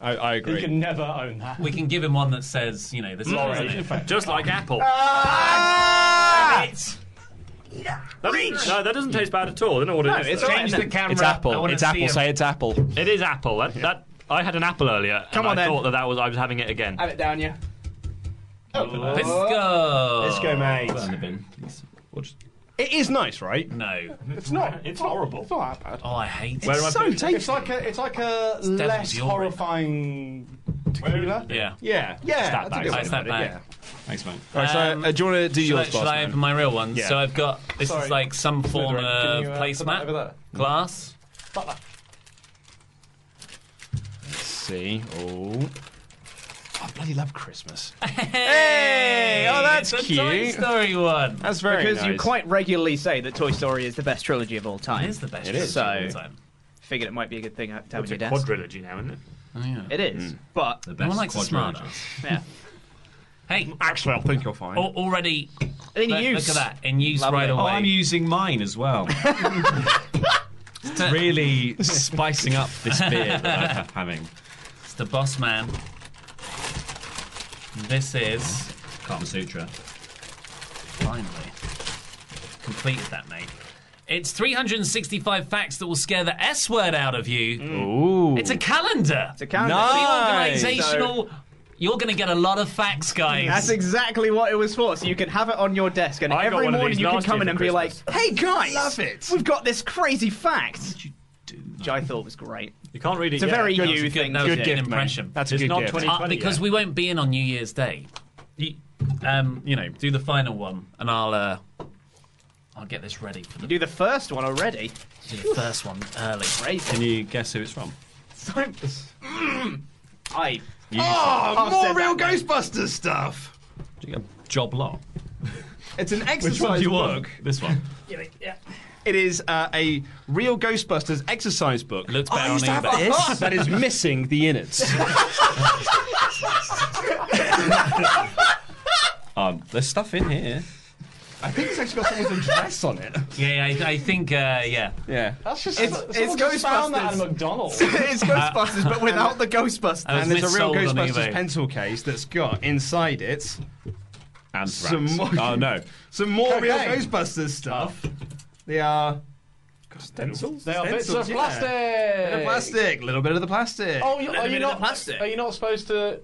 Speaker 11: I
Speaker 12: He
Speaker 11: agree.
Speaker 12: can never own that. Mm.
Speaker 1: We can give him one that says, you know, this is
Speaker 12: Laurie.
Speaker 13: Just like apple.
Speaker 9: Oh. uh,
Speaker 13: That doesn't- No, that doesn't taste bad at all. I don't know what
Speaker 12: No,
Speaker 13: it is.
Speaker 12: it's
Speaker 13: though.
Speaker 12: all right, Change the isn't it? camera.
Speaker 11: It's
Speaker 12: I
Speaker 11: apple.
Speaker 12: wanna
Speaker 11: It's
Speaker 12: see
Speaker 11: apple.
Speaker 12: him.
Speaker 11: Say it's apple.
Speaker 13: It is apple. That, that I had an apple earlier.
Speaker 14: Come
Speaker 13: and
Speaker 14: on
Speaker 13: I
Speaker 14: then.
Speaker 13: thought that, that was I was having it again.
Speaker 14: Have it down, yeah. Oh.
Speaker 13: Let's go.
Speaker 12: Oh. Let's go, mate.
Speaker 9: Burn the bin, please. Or just-
Speaker 11: It is nice, right?
Speaker 1: No.
Speaker 12: It's not. It's horrible. It's not that bad.
Speaker 1: Oh, I hate
Speaker 11: Where
Speaker 1: it.
Speaker 11: am I
Speaker 12: It's so
Speaker 11: putting-
Speaker 12: tasty. It's like a, it's like a
Speaker 1: devil's
Speaker 12: less
Speaker 1: urine.
Speaker 12: horrifying tequila.
Speaker 1: Yeah.
Speaker 11: Yeah,
Speaker 12: yeah.
Speaker 1: Stat
Speaker 12: that's a
Speaker 1: bag.
Speaker 12: good
Speaker 1: Oh,
Speaker 12: way
Speaker 1: it's
Speaker 12: to
Speaker 1: that
Speaker 12: put it,
Speaker 1: bag.
Speaker 9: Thanks, mate.
Speaker 11: All right, so,
Speaker 1: Um,
Speaker 11: uh, do you want to do
Speaker 1: Should, I,
Speaker 11: yours
Speaker 1: should
Speaker 11: boss,
Speaker 1: I
Speaker 11: man?
Speaker 1: open my real one?
Speaker 11: Yeah.
Speaker 1: So I've got this
Speaker 12: Sorry.
Speaker 1: is like some form
Speaker 12: Slytherin, can
Speaker 1: of
Speaker 12: you, uh, put that over
Speaker 1: placemat
Speaker 12: there?
Speaker 1: glass.
Speaker 11: see. Oh. I bloody love Christmas.
Speaker 1: Hey!
Speaker 11: oh, that's
Speaker 1: it's a Toy
Speaker 11: cute.
Speaker 1: Story one.
Speaker 11: That's very
Speaker 14: because you
Speaker 11: nice.
Speaker 14: quite regularly say that Toy Story is the best trilogy of all time.
Speaker 1: It is the best
Speaker 14: It
Speaker 1: trilogy
Speaker 14: is.
Speaker 1: of
Speaker 14: So,
Speaker 1: all time.
Speaker 14: figured it might be a good thing to have on
Speaker 13: It's a
Speaker 14: your desk.
Speaker 13: quadrilogy now, isn't it?
Speaker 1: Oh, yeah.
Speaker 14: It
Speaker 11: Mm.
Speaker 14: is, but
Speaker 1: no one likes a smart
Speaker 14: yeah.
Speaker 1: Hey,
Speaker 11: Actually, I think you're
Speaker 12: Oh,
Speaker 11: fine.
Speaker 1: al- already.
Speaker 14: In
Speaker 1: look,
Speaker 14: use.
Speaker 1: Look at that. In use
Speaker 14: Lovely.
Speaker 1: right
Speaker 14: Oh,
Speaker 1: away.
Speaker 9: Oh, I'm using mine as well. It's really spicing up this beer that I'm having.
Speaker 1: It's the boss man. This is.
Speaker 9: Kama Sutra.
Speaker 1: Finally. Completed that, mate. It's 365 facts that will scare the S word out of you.
Speaker 11: Ooh.
Speaker 1: It's a calendar.
Speaker 14: Mm. It's a calendar.
Speaker 11: Nice.
Speaker 1: Organizational. You're going to get a lot of facts, guys.
Speaker 14: That's exactly what it was for. So you can have it on your desk, and
Speaker 13: I got
Speaker 14: every
Speaker 13: one of
Speaker 14: morning
Speaker 13: these
Speaker 14: you can
Speaker 13: last
Speaker 14: come
Speaker 13: year
Speaker 14: in
Speaker 13: for
Speaker 14: and be like,
Speaker 13: Christmas.
Speaker 14: "Hey guys,
Speaker 11: Love it.
Speaker 14: We've got this crazy fact." Which I thought was great.
Speaker 13: You can't read it.
Speaker 14: It's a
Speaker 13: yet.
Speaker 14: very
Speaker 1: That was a
Speaker 14: you
Speaker 1: good-
Speaker 14: thing.
Speaker 1: that
Speaker 14: to
Speaker 1: was
Speaker 14: do.
Speaker 1: a good impression.
Speaker 11: That's a
Speaker 13: It's
Speaker 11: good
Speaker 13: not
Speaker 11: gift.
Speaker 13: 20
Speaker 1: Uh,
Speaker 13: 20,
Speaker 1: because
Speaker 13: yeah.
Speaker 1: we won't be in on New Year's Day. You, um, you know, do the final one, and I'll uh, I'll get this ready for
Speaker 14: You
Speaker 1: the,
Speaker 14: do the first one already.
Speaker 1: do the first one early.
Speaker 14: Crazy.
Speaker 9: Can you guess who it's from?
Speaker 14: I.
Speaker 9: You
Speaker 11: Oh,
Speaker 14: I've
Speaker 11: more
Speaker 14: said
Speaker 11: real
Speaker 14: that now.
Speaker 11: Ghostbusters stuff.
Speaker 9: Do you get Job Lot.
Speaker 11: It's an exercise
Speaker 9: Which one do you
Speaker 11: book.
Speaker 9: want? This one.
Speaker 11: It is uh, a real Ghostbusters exercise book.
Speaker 1: Looks
Speaker 11: Oh, I
Speaker 1: better
Speaker 11: used
Speaker 1: on
Speaker 11: to have
Speaker 1: eBay.
Speaker 11: this. that is missing the innards.
Speaker 9: Um, there's stuff in here.
Speaker 11: I think it's actually got someone's address on it.
Speaker 1: Yeah, yeah, I, I think uh, yeah.
Speaker 11: Yeah.
Speaker 12: That's just.
Speaker 14: It's-
Speaker 12: someone
Speaker 14: it's
Speaker 12: just found that at
Speaker 14: Ghostbusters.
Speaker 12: a McDonald's.
Speaker 14: it's Ghostbusters, but without the Ghostbusters.
Speaker 1: I was
Speaker 11: And there's a real
Speaker 1: missold on
Speaker 11: Ghostbusters
Speaker 1: eBay.
Speaker 11: pencil case that's got inside it
Speaker 9: Anthrax.
Speaker 11: some more,
Speaker 9: Oh no.
Speaker 11: some more real
Speaker 12: Cocaine.
Speaker 11: Ghostbusters stuff. They are
Speaker 12: Pencils. They are bits
Speaker 11: Stencils,
Speaker 12: of
Speaker 11: yeah.
Speaker 12: plastic.
Speaker 11: bit of plastic, little bit of the plastic.
Speaker 12: Oh, you,
Speaker 14: Little
Speaker 12: are you
Speaker 14: bit of
Speaker 12: not?
Speaker 14: the plastic.
Speaker 12: Are you not supposed to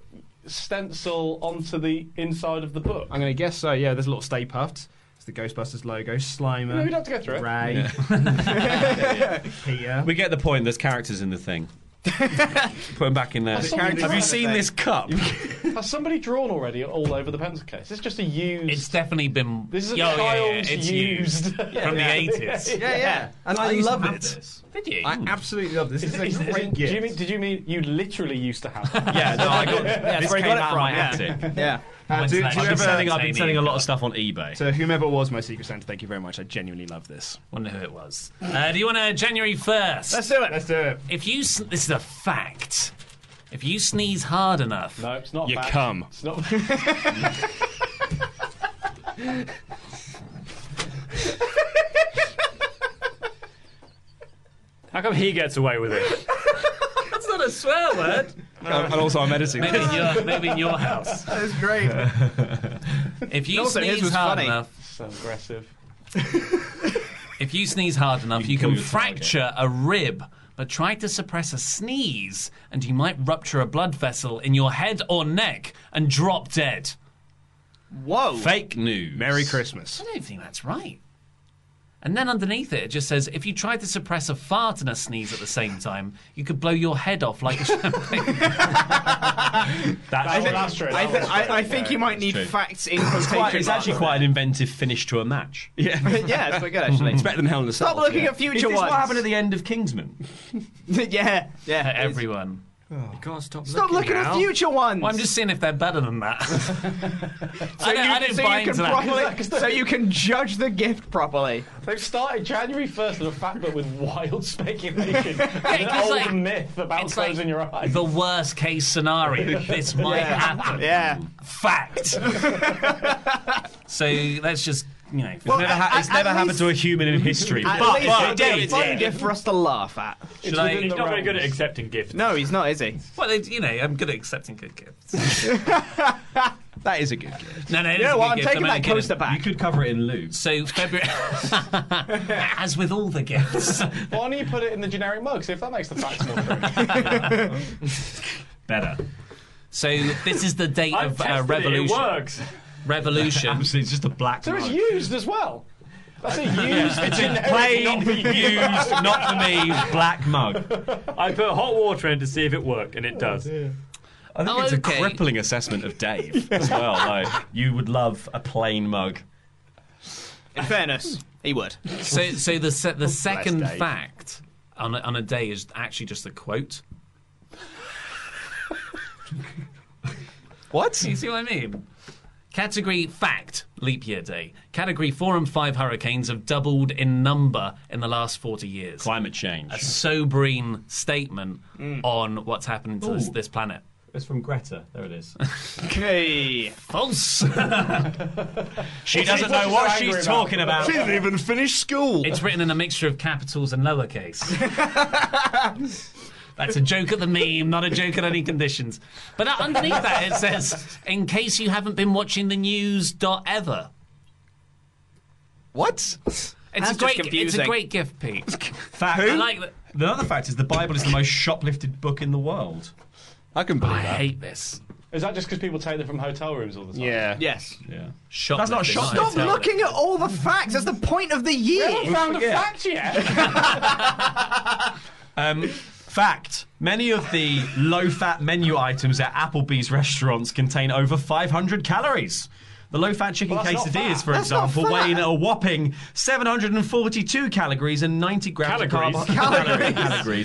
Speaker 12: stencil onto the inside of the book?
Speaker 11: I'm gonna guess so. Yeah, there's a little Stay Puffed. It's the Ghostbusters logo. Slimer.
Speaker 12: No, we don't have to go through it.
Speaker 11: Ray. Peter.
Speaker 9: We get the point. There's characters in the thing. Put them back in there.
Speaker 12: That's something
Speaker 9: Have you
Speaker 12: different.
Speaker 9: seen this cup?
Speaker 12: Has somebody drawn already all over the pencil case? It's just a used.
Speaker 1: It's definitely been.
Speaker 12: This is a
Speaker 1: Yeah, oh, yeah, yeah,
Speaker 12: child's
Speaker 1: it's
Speaker 12: used,
Speaker 1: used. From the 80s.
Speaker 12: Yeah, yeah.
Speaker 1: Yeah.
Speaker 17: And I,
Speaker 12: I used to
Speaker 17: love
Speaker 12: have
Speaker 17: it.
Speaker 12: this.
Speaker 1: Did you?
Speaker 17: I absolutely love this. This is,
Speaker 12: Is-
Speaker 17: a
Speaker 12: is-
Speaker 17: great
Speaker 12: do
Speaker 17: gift.
Speaker 12: you mean? Did you mean you literally used to have? That?
Speaker 13: Yeah, no, I got this
Speaker 17: where I
Speaker 13: came
Speaker 17: got it
Speaker 13: out of
Speaker 17: from,
Speaker 13: my
Speaker 17: yeah.
Speaker 13: attic.
Speaker 17: Yeah.
Speaker 11: Uh,
Speaker 13: I've
Speaker 11: do-
Speaker 13: been
Speaker 11: do you ever-
Speaker 13: selling, I've been
Speaker 11: Same
Speaker 13: selling a
Speaker 11: email.
Speaker 13: lot of stuff on eBay.
Speaker 11: So whoever was my Secret Santa, thank you very much. I genuinely love this.
Speaker 1: Wonder who it was. Uh, do you want to January 1st?
Speaker 17: Let's do it.
Speaker 11: Let's do it.
Speaker 1: If you, sn- this is a fact. If you sneeze hard enough,
Speaker 12: no, it's not.
Speaker 11: You come.
Speaker 12: It's not.
Speaker 9: How come he gets away with it?
Speaker 1: That's not a swear word.
Speaker 11: and also, I'm editing.
Speaker 1: Maybe in your, maybe in your house.
Speaker 14: That's great.
Speaker 1: If you
Speaker 14: Also, his
Speaker 1: sneeze
Speaker 14: was
Speaker 1: hard
Speaker 14: funny.
Speaker 1: enough,
Speaker 12: so aggressive.
Speaker 1: if you sneeze hard enough, you,
Speaker 13: kill
Speaker 1: can
Speaker 13: your target.
Speaker 1: fracture a rib. But try to suppress a sneeze, and you might rupture a blood vessel in your head or neck and drop dead.
Speaker 14: Whoa.
Speaker 13: Fake news.
Speaker 11: Merry Christmas.
Speaker 1: I don't think that's right. And then underneath it, it just says if you try to suppress a fart and a sneeze at the same time, you could blow your head off like a champagne.
Speaker 12: That's, I that's true.
Speaker 14: I, th-
Speaker 12: That was-
Speaker 14: I, I think you might need
Speaker 13: true.
Speaker 14: facts in
Speaker 13: It's,
Speaker 14: quotation
Speaker 13: quite, it's actually
Speaker 14: marks.
Speaker 13: quite an inventive finish to a match. Yeah.
Speaker 14: yeah, it's quite good actually.
Speaker 11: It's better than Hell in a Cell.
Speaker 14: Stop looking at
Speaker 13: Is
Speaker 14: future
Speaker 13: this what
Speaker 14: ones.
Speaker 13: happened at the end of Kingsman?
Speaker 14: yeah, yeah.
Speaker 1: Everyone.
Speaker 13: Oh, You can't stop,
Speaker 14: Stop looking, at
Speaker 13: now.
Speaker 14: future ones.
Speaker 1: Well, I'm just seeing if they're better than that.
Speaker 14: so
Speaker 1: I don't,
Speaker 14: you,
Speaker 1: I don't
Speaker 14: so
Speaker 1: buy
Speaker 14: you
Speaker 1: into
Speaker 14: can
Speaker 1: that.
Speaker 14: properly, so you can judge the gift properly.
Speaker 12: They've started January 1st with a fact, but with wild speculation. and an
Speaker 1: 'cause,
Speaker 12: old
Speaker 1: like,
Speaker 12: myth about
Speaker 1: it's like-
Speaker 12: closing your eyes.
Speaker 1: The worst case scenario. This might happen.
Speaker 14: Yeah.
Speaker 1: Fact. so let's just, you know.
Speaker 13: It's never, ha- it's
Speaker 14: at-
Speaker 13: never
Speaker 14: at
Speaker 13: happened
Speaker 14: least-
Speaker 13: to a human in history.
Speaker 14: At
Speaker 13: but-
Speaker 14: least
Speaker 13: but
Speaker 14: they
Speaker 13: it
Speaker 14: gave
Speaker 13: did.
Speaker 14: a fun gift for us to laugh at.
Speaker 12: It's
Speaker 1: I-
Speaker 12: within the
Speaker 1: he's
Speaker 9: He's not very good at
Speaker 12: realms.
Speaker 9: accepting gifts.
Speaker 14: No, he's not, is he?
Speaker 1: well, it- you know, I'm good at accepting good gifts.
Speaker 11: That is a good gift.
Speaker 1: No, no, it is
Speaker 14: You
Speaker 1: a
Speaker 14: know
Speaker 1: good
Speaker 14: what? I'm
Speaker 1: gift.
Speaker 14: taking
Speaker 1: only
Speaker 14: that
Speaker 1: kidding.
Speaker 14: coaster
Speaker 13: You
Speaker 14: back.
Speaker 13: could cover it in lube.
Speaker 1: So February, as with all the gifts,
Speaker 12: Why don't you put it in the generic mug? See if that makes the facts more true.
Speaker 13: Better.
Speaker 1: So this is the date
Speaker 9: I've
Speaker 1: of uh,
Speaker 9: tested it. It
Speaker 1: revolution.
Speaker 9: works.
Speaker 1: Revolution.
Speaker 13: Absolutely, it's just a black.
Speaker 12: so it's
Speaker 13: mug.
Speaker 12: used as well. That's a used
Speaker 13: It's a
Speaker 12: generic
Speaker 13: plain,
Speaker 12: not a
Speaker 13: used, not for me, black mug.
Speaker 9: I put hot water in to see if it worked, and it does.
Speaker 13: I think
Speaker 1: Oh,
Speaker 13: it's
Speaker 1: okay.
Speaker 13: a crippling assessment of Dave as well. Like, you would love a plain mug.
Speaker 14: In fairness, he would.
Speaker 1: So, so the se- the second
Speaker 11: day.
Speaker 1: fact on a, on a day is actually just a quote.
Speaker 13: What?
Speaker 1: You see what I mean? Category fact: leap year day. Category four and five hurricanes have doubled in number in the last forty years.
Speaker 13: Climate change.
Speaker 1: A sobering statement on what's happening to this,
Speaker 13: Ooh.
Speaker 1: this planet.
Speaker 13: It's from Greta. There it is.
Speaker 14: Okay.
Speaker 1: False.
Speaker 13: She doesn't know
Speaker 12: what
Speaker 13: what
Speaker 12: she's
Speaker 13: she's
Speaker 12: so angry
Speaker 13: talking about.
Speaker 11: didn't even finish school.
Speaker 1: It's written in a mixture of capitals and lowercase. That's a joke at the meme, not a joke at any conditions. But that- underneath that, it says, in case you haven't been watching the news, dot ever.
Speaker 11: What?
Speaker 1: It's
Speaker 14: That's
Speaker 1: a
Speaker 14: just
Speaker 1: great, it's
Speaker 14: confusing.
Speaker 1: a great gift, Pete.
Speaker 13: Fact.
Speaker 1: I like that.
Speaker 13: Another fact is the Bible is the most shoplifted book in the world.
Speaker 11: I can believe
Speaker 1: I
Speaker 11: that.
Speaker 1: hate this.
Speaker 12: Is that just because people take them from hotel rooms all the time?
Speaker 11: Yeah.
Speaker 14: Yes.
Speaker 13: Yeah.
Speaker 1: Shop
Speaker 13: That's not shop-
Speaker 14: Stop looking at all the facts. That's the point of the year.
Speaker 12: Found a fact yet?
Speaker 13: Um, fact. Many of the low-fat menu items at Applebee's restaurants contain over 500 calories. The low-fat chicken
Speaker 12: Well, that's not
Speaker 13: quesadillas,
Speaker 12: fat.
Speaker 13: for
Speaker 14: That's not
Speaker 13: example,
Speaker 14: fat.
Speaker 13: weigh in at a whopping 742 calories and 90 grams
Speaker 9: Calories?
Speaker 13: of carbohydrates. Calories.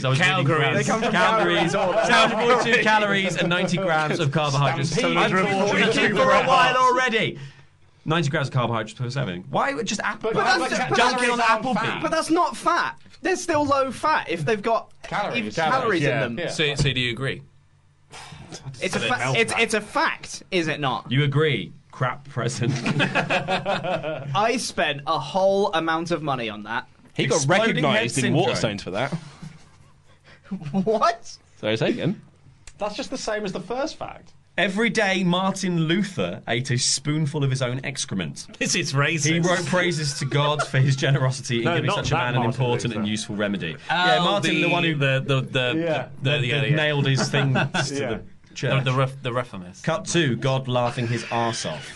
Speaker 13: I was reading
Speaker 1: Calgaries.
Speaker 13: grams.
Speaker 1: They come
Speaker 14: from
Speaker 13: Calories.
Speaker 14: Calgaries
Speaker 12: Oh,
Speaker 14: all the time.
Speaker 13: 742 calories and 90 grams of carbohydrates.
Speaker 12: Stampede.
Speaker 13: I've been
Speaker 12: 742
Speaker 13: talking for a while already. 90 grams of carbohydrates per seven. Why would just Apple?
Speaker 12: But that's-
Speaker 13: just
Speaker 14: but
Speaker 13: dunking on
Speaker 12: that's-
Speaker 13: Applebee's.
Speaker 14: But that's not fat. They're still low fat if they've got
Speaker 12: Calories.
Speaker 14: even
Speaker 12: Calories,
Speaker 14: calories
Speaker 11: yeah.
Speaker 14: in them.
Speaker 12: Yeah.
Speaker 1: So, so do you agree?
Speaker 14: It's a
Speaker 1: But
Speaker 14: fa-
Speaker 1: it's
Speaker 14: it's, it's a fact, is it not?
Speaker 13: You agree? Crap present.
Speaker 14: I spent a whole amount of money on that.
Speaker 11: He got
Speaker 13: Exploding
Speaker 11: recognised
Speaker 13: head
Speaker 11: in
Speaker 13: syndrome.
Speaker 11: Waterstones for that.
Speaker 14: What?
Speaker 11: So say again.
Speaker 12: That's just the same as the first fact.
Speaker 13: Every day, Martin Luther ate a spoonful of his own excrement.
Speaker 1: This is racist.
Speaker 13: He wrote praises to God for his generosity in
Speaker 9: No,
Speaker 13: giving
Speaker 9: not
Speaker 13: such a
Speaker 9: that
Speaker 13: man an
Speaker 9: Martin
Speaker 13: important and
Speaker 9: Luther.
Speaker 13: useful remedy.
Speaker 1: Oh,
Speaker 13: yeah, Martin, the, one who
Speaker 1: the the the,
Speaker 12: Yeah.
Speaker 1: the, the,
Speaker 13: that-
Speaker 1: yeah,
Speaker 13: that
Speaker 1: yeah.
Speaker 13: nailed his thing to the
Speaker 1: the,
Speaker 13: church.
Speaker 1: the, ref, the reformist.
Speaker 13: Cut to God laughing his arse off.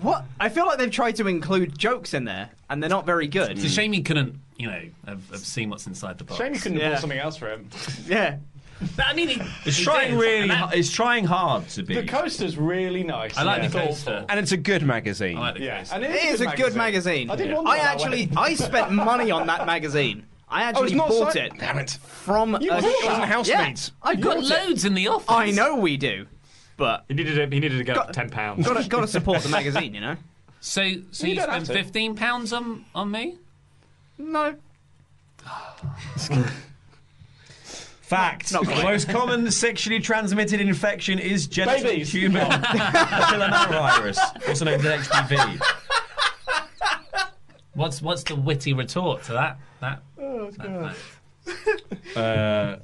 Speaker 14: What? I feel like they've tried to include jokes in there, and they're not very good.
Speaker 1: It's a shame he couldn't, you know, have, have seen what's inside the box.
Speaker 12: Shame you couldn't have
Speaker 14: Yeah.
Speaker 12: bought something else for him.
Speaker 14: Yeah.
Speaker 1: But I mean, he,
Speaker 13: It's
Speaker 1: he
Speaker 13: trying
Speaker 1: did,
Speaker 13: really.
Speaker 1: and that-
Speaker 13: ha- it's trying hard to be.
Speaker 12: The coaster's really nice.
Speaker 13: I like
Speaker 12: yeah.
Speaker 13: the coaster.
Speaker 11: And it's a good magazine.
Speaker 12: Yeah, and
Speaker 14: It is a good magazine.
Speaker 12: I did wonder
Speaker 14: I
Speaker 12: about
Speaker 14: actually,
Speaker 12: that one.
Speaker 14: I spent money on that magazine. I
Speaker 12: Oh,
Speaker 14: actually
Speaker 12: it's not
Speaker 14: bought
Speaker 12: si-
Speaker 14: it.
Speaker 11: Damn it.
Speaker 14: From
Speaker 12: You
Speaker 14: a
Speaker 12: bought it? It
Speaker 14: shop.
Speaker 12: was in Housemates.
Speaker 14: Yeah, I
Speaker 12: You
Speaker 14: bought
Speaker 12: bought
Speaker 14: it.
Speaker 12: loads in the office.
Speaker 14: I know we do, but
Speaker 15: he needed it. He needed to get up to ten pounds.
Speaker 14: Uh, Got to, got to support the magazine, you know.
Speaker 1: So, so
Speaker 14: You
Speaker 1: you,
Speaker 14: don't have
Speaker 1: spent
Speaker 14: to.
Speaker 1: fifteen pounds on on me?
Speaker 14: No.
Speaker 13: Fact.
Speaker 14: Not
Speaker 13: the
Speaker 14: quite.
Speaker 13: most common sexually transmitted infection is genital
Speaker 12: Babies.
Speaker 13: human papillomavirus, also known as XBV.
Speaker 1: What's what's the witty retort to that? That.
Speaker 6: Oh,
Speaker 1: that fact?
Speaker 13: Uh,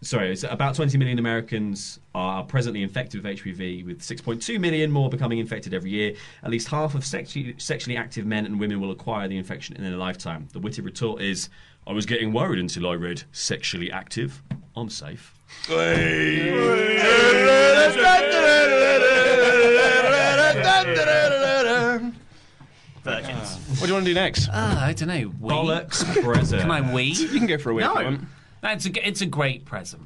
Speaker 13: sorry, it's about 20 million Americans are presently infected with HPV, with 6.2 million more becoming infected every year. At least half of sexually, sexually active men and women will acquire the infection in their lifetime. The witty retort is, "I was getting worried until I read sexually active. I'm safe."
Speaker 14: Virgins.
Speaker 11: What do you want to do next?
Speaker 1: Ah, I don't know. Wee?
Speaker 13: Bollocks present.
Speaker 1: Can I wee?
Speaker 11: You can go for a wee if you
Speaker 1: No.
Speaker 11: want.
Speaker 1: That's a g- it's a great present.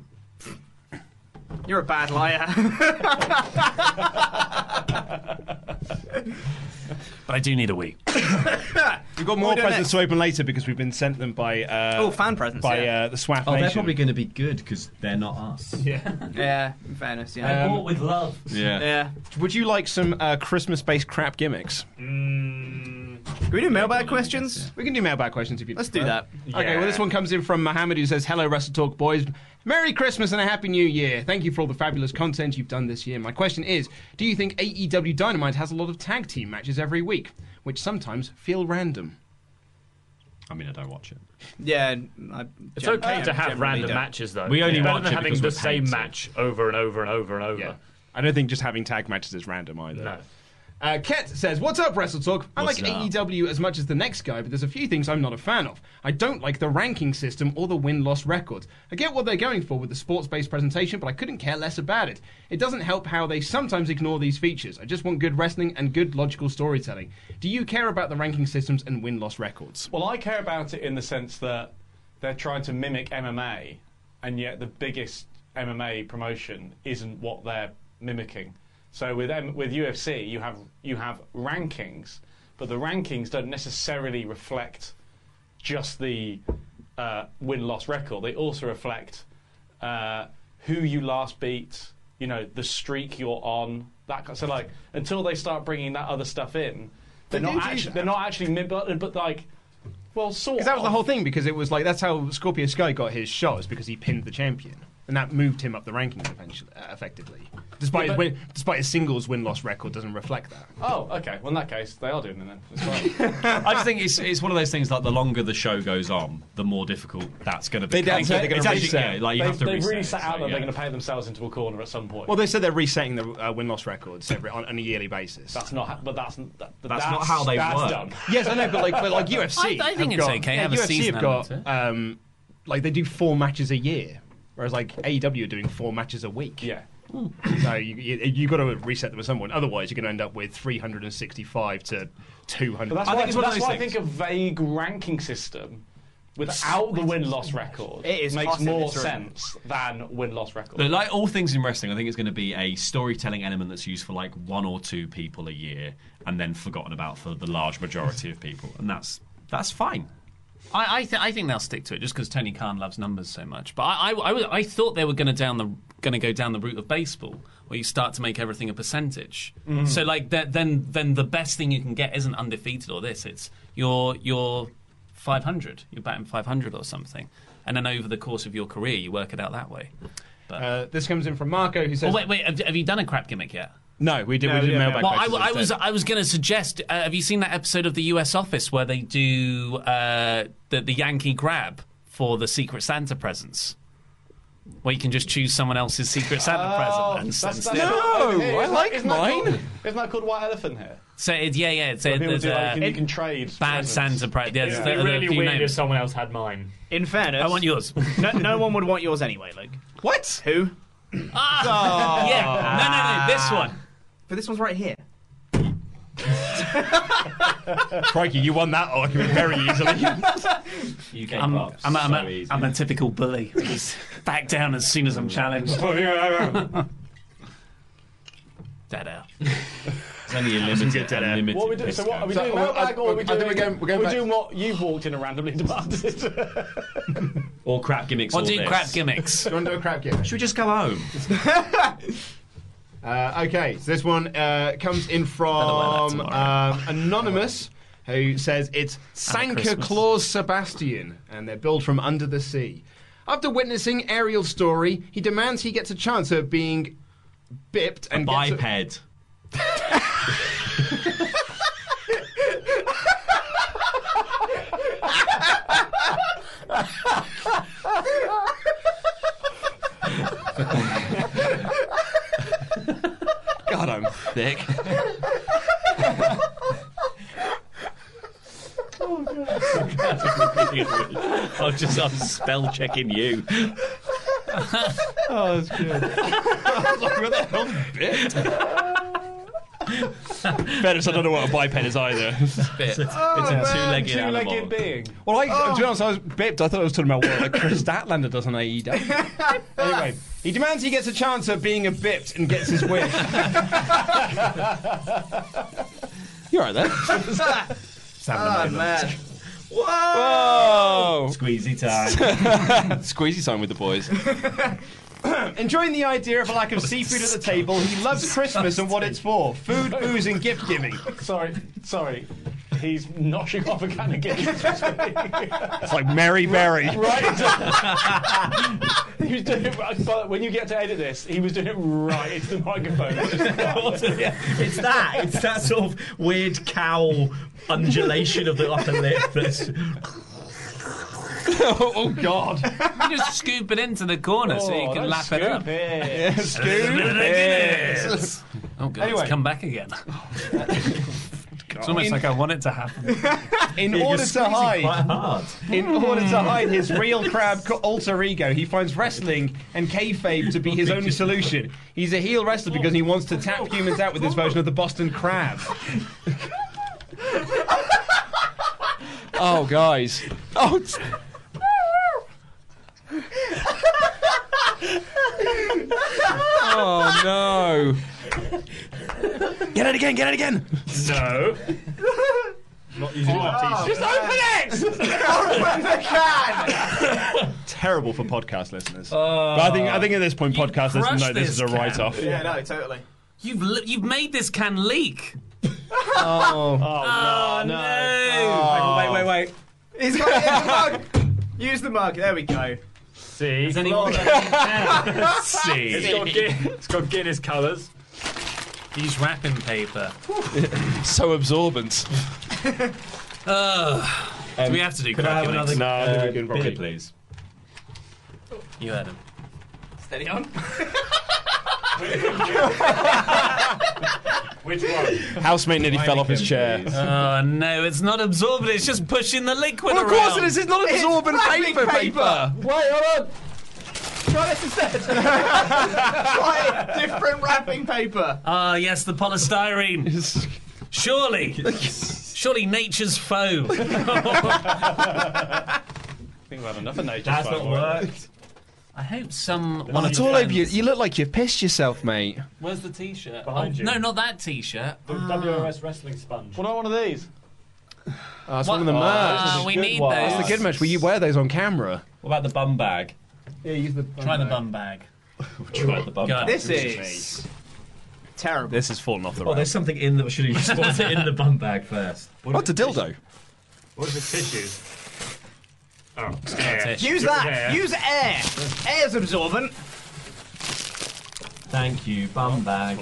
Speaker 14: You're a bad liar.
Speaker 1: But I do need a wee.
Speaker 11: We've
Speaker 14: What
Speaker 11: got more
Speaker 14: Oh, we doing
Speaker 11: presents to open later because we've been sent them by uh,
Speaker 14: Oh, fan presents,
Speaker 11: by
Speaker 14: yeah.
Speaker 11: uh, the SWAT
Speaker 13: Oh, they're
Speaker 11: Nation.
Speaker 13: probably going to be good because they're not us.
Speaker 14: Yeah. yeah. In fairness, yeah.
Speaker 11: Um, Bought
Speaker 1: with love.
Speaker 13: Yeah.
Speaker 14: Yeah.
Speaker 11: Would you like some uh, Christmas-based crap gimmicks?
Speaker 14: Can we do mailbag questions?
Speaker 11: We can do mailbag questions if you.
Speaker 14: Let's do
Speaker 11: prefer.
Speaker 14: that.
Speaker 11: Okay.
Speaker 14: Yeah.
Speaker 11: Well, this one comes in from Mohammed who says, "Hello, Wrestle Talk boys. Merry Christmas and a Happy New Year. Thank you for all the fabulous content you've done this year. My question is, do you think AEW Dynamite has a lot of tag team matches every week, which sometimes feel random?
Speaker 13: I mean, I don't watch it.
Speaker 14: Yeah. I
Speaker 15: It's
Speaker 14: gen-
Speaker 15: okay
Speaker 14: I
Speaker 15: to have
Speaker 14: generally
Speaker 15: random
Speaker 14: don't.
Speaker 15: matches, though.
Speaker 13: We only
Speaker 15: It's better
Speaker 13: watch
Speaker 15: than
Speaker 13: it
Speaker 15: having
Speaker 13: because
Speaker 15: the
Speaker 13: we're
Speaker 15: same
Speaker 13: paid to.
Speaker 15: match over and over and over and over.
Speaker 11: I don't think just having tag matches is random either.
Speaker 15: No.
Speaker 11: Uh, Ket says, What's up, Wrestle Talk? I
Speaker 13: What's
Speaker 11: like
Speaker 13: up?
Speaker 11: AEW as much as the next guy, but there's a few things I'm not a fan of. I don't like the ranking system or the win loss record. I get what they're going for with the sports based presentation, but I couldn't care less about it. It doesn't help how they sometimes ignore these features. I just want good wrestling and good logical storytelling. Do you care about the ranking systems and win loss records?
Speaker 12: Well, I care about it in the sense that they're trying to mimic MMA, and yet the biggest MMA promotion isn't what they're mimicking. So with M- with UFC, you have you have rankings, but the rankings don't necessarily reflect just the uh, win loss record. They also reflect uh, who you last beat, you know, the streak you're on. That kind so like until they start bringing that other stuff in, they're
Speaker 11: They do
Speaker 12: not
Speaker 11: do
Speaker 12: actually
Speaker 11: that.
Speaker 12: they're not actually mid- but, but like well sort
Speaker 11: Because that was the
Speaker 12: of.
Speaker 11: whole thing, because it was like that's how Scorpio Sky got his shot, is because he pinned the champion. And that moved him up the rankings eventually, uh, effectively. Despite,
Speaker 12: Yeah, but-
Speaker 11: his win, despite his singles win loss record doesn't reflect that.
Speaker 12: Oh, okay. Well, in that case, they are doing it then. It's fine.
Speaker 13: I just think it's it's one of those things like the longer the show goes on, the more difficult that's going to be.
Speaker 11: They- that's it, they're gonna
Speaker 13: it's actually,
Speaker 11: reset.
Speaker 13: yeah, like you
Speaker 12: they've
Speaker 13: have to
Speaker 12: they've
Speaker 13: reset
Speaker 12: really
Speaker 13: it,
Speaker 12: set
Speaker 13: so,
Speaker 12: out that
Speaker 13: yeah.
Speaker 12: they're going to paint themselves into a corner at some point.
Speaker 11: Well, they said they're resetting the uh, win loss records every, on, on a yearly basis.
Speaker 12: that's not. How, but that's that, that's,
Speaker 13: That's not how they
Speaker 12: that's
Speaker 13: work.
Speaker 12: Done.
Speaker 11: yes, I know, but like, but like UFC,
Speaker 1: I- I think
Speaker 11: have
Speaker 1: it's
Speaker 11: got,
Speaker 1: okay,
Speaker 11: Yeah,
Speaker 1: have a
Speaker 11: UFC
Speaker 1: season
Speaker 11: have
Speaker 1: element
Speaker 11: got um, like they do four matches a year, whereas like AEW are doing four matches a week.
Speaker 12: Yeah.
Speaker 11: So you you, you got to reset them at some point. Otherwise, you're going to end up with 365 to 200.
Speaker 12: But that's
Speaker 11: I
Speaker 12: why,
Speaker 11: think it's one of
Speaker 12: that's
Speaker 11: those
Speaker 12: why I
Speaker 11: things.
Speaker 12: think a vague ranking system without the win loss record
Speaker 14: It is
Speaker 12: makes
Speaker 14: awesome,
Speaker 12: more
Speaker 14: it's written.
Speaker 12: sense than win loss record.
Speaker 13: Look, like all things in wrestling, I think it's going to be a storytelling element that's used for like one or two people a year, and then forgotten about for the large majority of people, and that's that's fine.
Speaker 1: I I, th- I think they'll stick to it just because Tony Khan loves numbers so much. But I I, I, was- I thought they were going to down the going to go down the route of baseball where you start to make everything a percentage.
Speaker 11: Mm-hmm.
Speaker 1: So like that then then the best thing you can get isn't undefeated or this. It's your your 500. You're batting 500 or something, and then over the course of your career you work it out that way.
Speaker 11: Uh, this comes in from Marco, who
Speaker 1: Oh
Speaker 11: says,
Speaker 1: wait wait have, have you done a crap gimmick yet?
Speaker 11: "No, we did.
Speaker 14: No,
Speaker 11: we did
Speaker 14: yeah,
Speaker 11: mailbag
Speaker 14: yeah.
Speaker 1: Well, I, I
Speaker 11: questions
Speaker 1: was
Speaker 11: instead.
Speaker 1: I was going to suggest. Uh, have you seen that episode of the U.S. Office where they do uh, the the Yankee grab for the Secret Santa presents, where you can just choose someone else's Secret Santa
Speaker 12: Oh,
Speaker 1: present and
Speaker 12: that's-
Speaker 1: send
Speaker 12: that's
Speaker 1: it?
Speaker 12: not
Speaker 11: No,
Speaker 12: over here.
Speaker 11: I
Speaker 12: Isn't that-
Speaker 11: like
Speaker 12: isn't that
Speaker 11: mine.
Speaker 12: called- Isn't that called White Elephant here?
Speaker 1: So it, yeah, yeah, it's,
Speaker 12: Where
Speaker 1: it,
Speaker 12: people
Speaker 1: there's
Speaker 12: do like,
Speaker 1: a
Speaker 12: you can trade
Speaker 1: bad
Speaker 12: presents.
Speaker 1: Santa present. There's
Speaker 15: It'd
Speaker 1: there-
Speaker 15: be
Speaker 1: there are a
Speaker 15: really
Speaker 1: few
Speaker 15: weird if
Speaker 1: names.
Speaker 15: someone else had mine.
Speaker 14: In fairness,
Speaker 1: I want yours.
Speaker 14: no, no one would want yours anyway, Luke.
Speaker 11: what?
Speaker 14: Who?
Speaker 1: Ah, yeah, no, no, no, this one.
Speaker 14: But this one's right here.
Speaker 9: Crikey, you won that argument very easily.
Speaker 14: Oh,
Speaker 13: You gave
Speaker 18: I'm,
Speaker 13: up
Speaker 18: I'm, a- I'm,
Speaker 13: so
Speaker 18: a,
Speaker 13: easy.
Speaker 18: I'm a typical bully. Just back down as soon as I'm challenged.
Speaker 11: Oh,
Speaker 18: Dead air.
Speaker 13: There's only a limited,
Speaker 9: dead air.
Speaker 13: unlimited
Speaker 12: What we do, so what are we
Speaker 13: discount.
Speaker 12: doing?
Speaker 13: So-
Speaker 12: mailbag, or are we
Speaker 13: I think
Speaker 12: doing,
Speaker 13: we're going- we're going
Speaker 12: we're
Speaker 13: back-
Speaker 12: doing what you've walked in and randomly demanded.
Speaker 13: Or crap gimmicks.
Speaker 12: We'll
Speaker 13: or
Speaker 12: do
Speaker 13: this.
Speaker 12: crap
Speaker 18: gimmicks.
Speaker 11: Do you want to do a crap gimmick?
Speaker 13: Should we just go home?
Speaker 11: Uh, okay, so this one uh, comes in from um, Anonymous, who says it's Sanka
Speaker 9: Christmas.
Speaker 11: Claus Sebastian, and they're billed from Under the Sea. After witnessing Ariel's story, he demands he gets a chance of being bipped and gets a-
Speaker 13: Biped.
Speaker 9: God, I'm thick.
Speaker 13: I'm just I'm spell checking you.
Speaker 9: oh, that's good. I was like, where the hell's bit? Better, I don't know what a biped is either.
Speaker 13: It's a, it's a Oh,
Speaker 9: Oh,
Speaker 13: two-legged, animal.
Speaker 12: being.
Speaker 9: Well, I, to
Speaker 11: Oh.
Speaker 9: be honest, I was bipped. I thought I was talking about what like Chris Statlander does on AEW. anyway, he demands he gets a chance of being a bipped and gets his wish. You're right there.
Speaker 19: Oh, man.
Speaker 9: Ah! Whoa!
Speaker 13: Squeezy time.
Speaker 9: Squeezy time with the boys.
Speaker 11: Enjoying the idea of a lack of seafood at the table, he loves Christmas and what it's for food, booze, and gift giving.
Speaker 12: sorry, sorry. He's notching off a can of games.
Speaker 9: It's like Mary Berry.
Speaker 12: right. he was doing it, right- but when you get to edit this, he was doing it right into the microphone.
Speaker 13: it's that. It's that sort of weird cowl undulation of the upper lip. That's
Speaker 9: oh God!
Speaker 1: You just scoop it into the corner so you
Speaker 12: Oh,
Speaker 1: can
Speaker 12: don't
Speaker 1: lap it up.
Speaker 12: scoop it.
Speaker 9: Yeah, scoop it.
Speaker 1: Oh god,
Speaker 9: Anyway.
Speaker 1: it's come back again. it's almost
Speaker 9: In-
Speaker 1: like I want it to happen.
Speaker 9: In
Speaker 1: Yeah, you're
Speaker 9: order to
Speaker 1: squeezing quite
Speaker 9: hide,
Speaker 1: hard.
Speaker 9: in order to hide his real crab co- alter ego, he finds wrestling and kayfabe to be his only solution. He's a heel wrestler because he wants to tap humans out with his version of the Boston Crab. oh, guys! Oh, it's- oh no! Get it again! Get it again! No.
Speaker 13: Not using my
Speaker 19: Just
Speaker 9: open terrible for podcast listeners. but I think I think at this point, podcast listeners know
Speaker 1: crushed
Speaker 9: this,
Speaker 1: this
Speaker 9: is a
Speaker 1: can.
Speaker 9: write off.
Speaker 1: Yeah,
Speaker 14: no, totally.
Speaker 1: You've li- you've made this can leak.
Speaker 9: Oh,
Speaker 1: Oh, no.
Speaker 9: Wait, wait, wait.
Speaker 14: He's got it in the mug. Use the mug. There we go.
Speaker 20: See,
Speaker 14: See.
Speaker 20: It's got, Guin- it's got Guinness colours.
Speaker 1: He's wrapping paper.
Speaker 9: so absorbent.
Speaker 1: Ugh. do we have to do
Speaker 13: Could I have
Speaker 1: cracking
Speaker 13: another
Speaker 1: eggs?
Speaker 13: uh,
Speaker 9: we can probably-
Speaker 13: beer, please?
Speaker 1: You heard him.
Speaker 14: Steady on.
Speaker 12: Which one?
Speaker 9: Housemate nearly fell off his chair.
Speaker 1: Oh no, it's not absorbent. It's just pushing the liquid
Speaker 9: Well, of
Speaker 1: around.
Speaker 9: course it is. It's not absorbent
Speaker 1: wrapping
Speaker 9: paper, paper.
Speaker 1: paper.
Speaker 9: Wait, hold on.
Speaker 14: Try this instead. Try a different wrapping paper.
Speaker 1: Ah yes, the polystyrene. Surely, surely nature's foe.
Speaker 12: I think we've had enough of nature.
Speaker 1: That's not worked. I hope some.
Speaker 9: Well,
Speaker 1: one of
Speaker 9: it's
Speaker 1: your
Speaker 9: all over
Speaker 1: friends-
Speaker 9: you. You look like you've pissed yourself, mate.
Speaker 1: Where's the T-shirt?
Speaker 12: Behind
Speaker 1: Oh,
Speaker 12: you.
Speaker 1: No, not that T-shirt. Ah.
Speaker 12: The WRS wrestling sponge. Well, not one of these.
Speaker 9: Oh, it's
Speaker 1: What?
Speaker 9: one of the
Speaker 1: Oh,
Speaker 9: merch.
Speaker 1: this is a We good need
Speaker 9: those.
Speaker 1: one.
Speaker 9: That's the good merch. Will you wear those on camera?
Speaker 13: What about the bum bag?
Speaker 11: Yeah, use the
Speaker 1: Try the bum bag.
Speaker 13: Try the bum
Speaker 1: God.
Speaker 13: bag.
Speaker 14: This is terrible.
Speaker 9: This has fallen off the
Speaker 13: Oh, there's something in the. Should have spotted it in the bum bag first.
Speaker 9: What's a dildo?
Speaker 12: What's the tissue?
Speaker 20: Oh,
Speaker 14: Use that. Use air. Air's absorbent.
Speaker 13: Thank you, bum bag.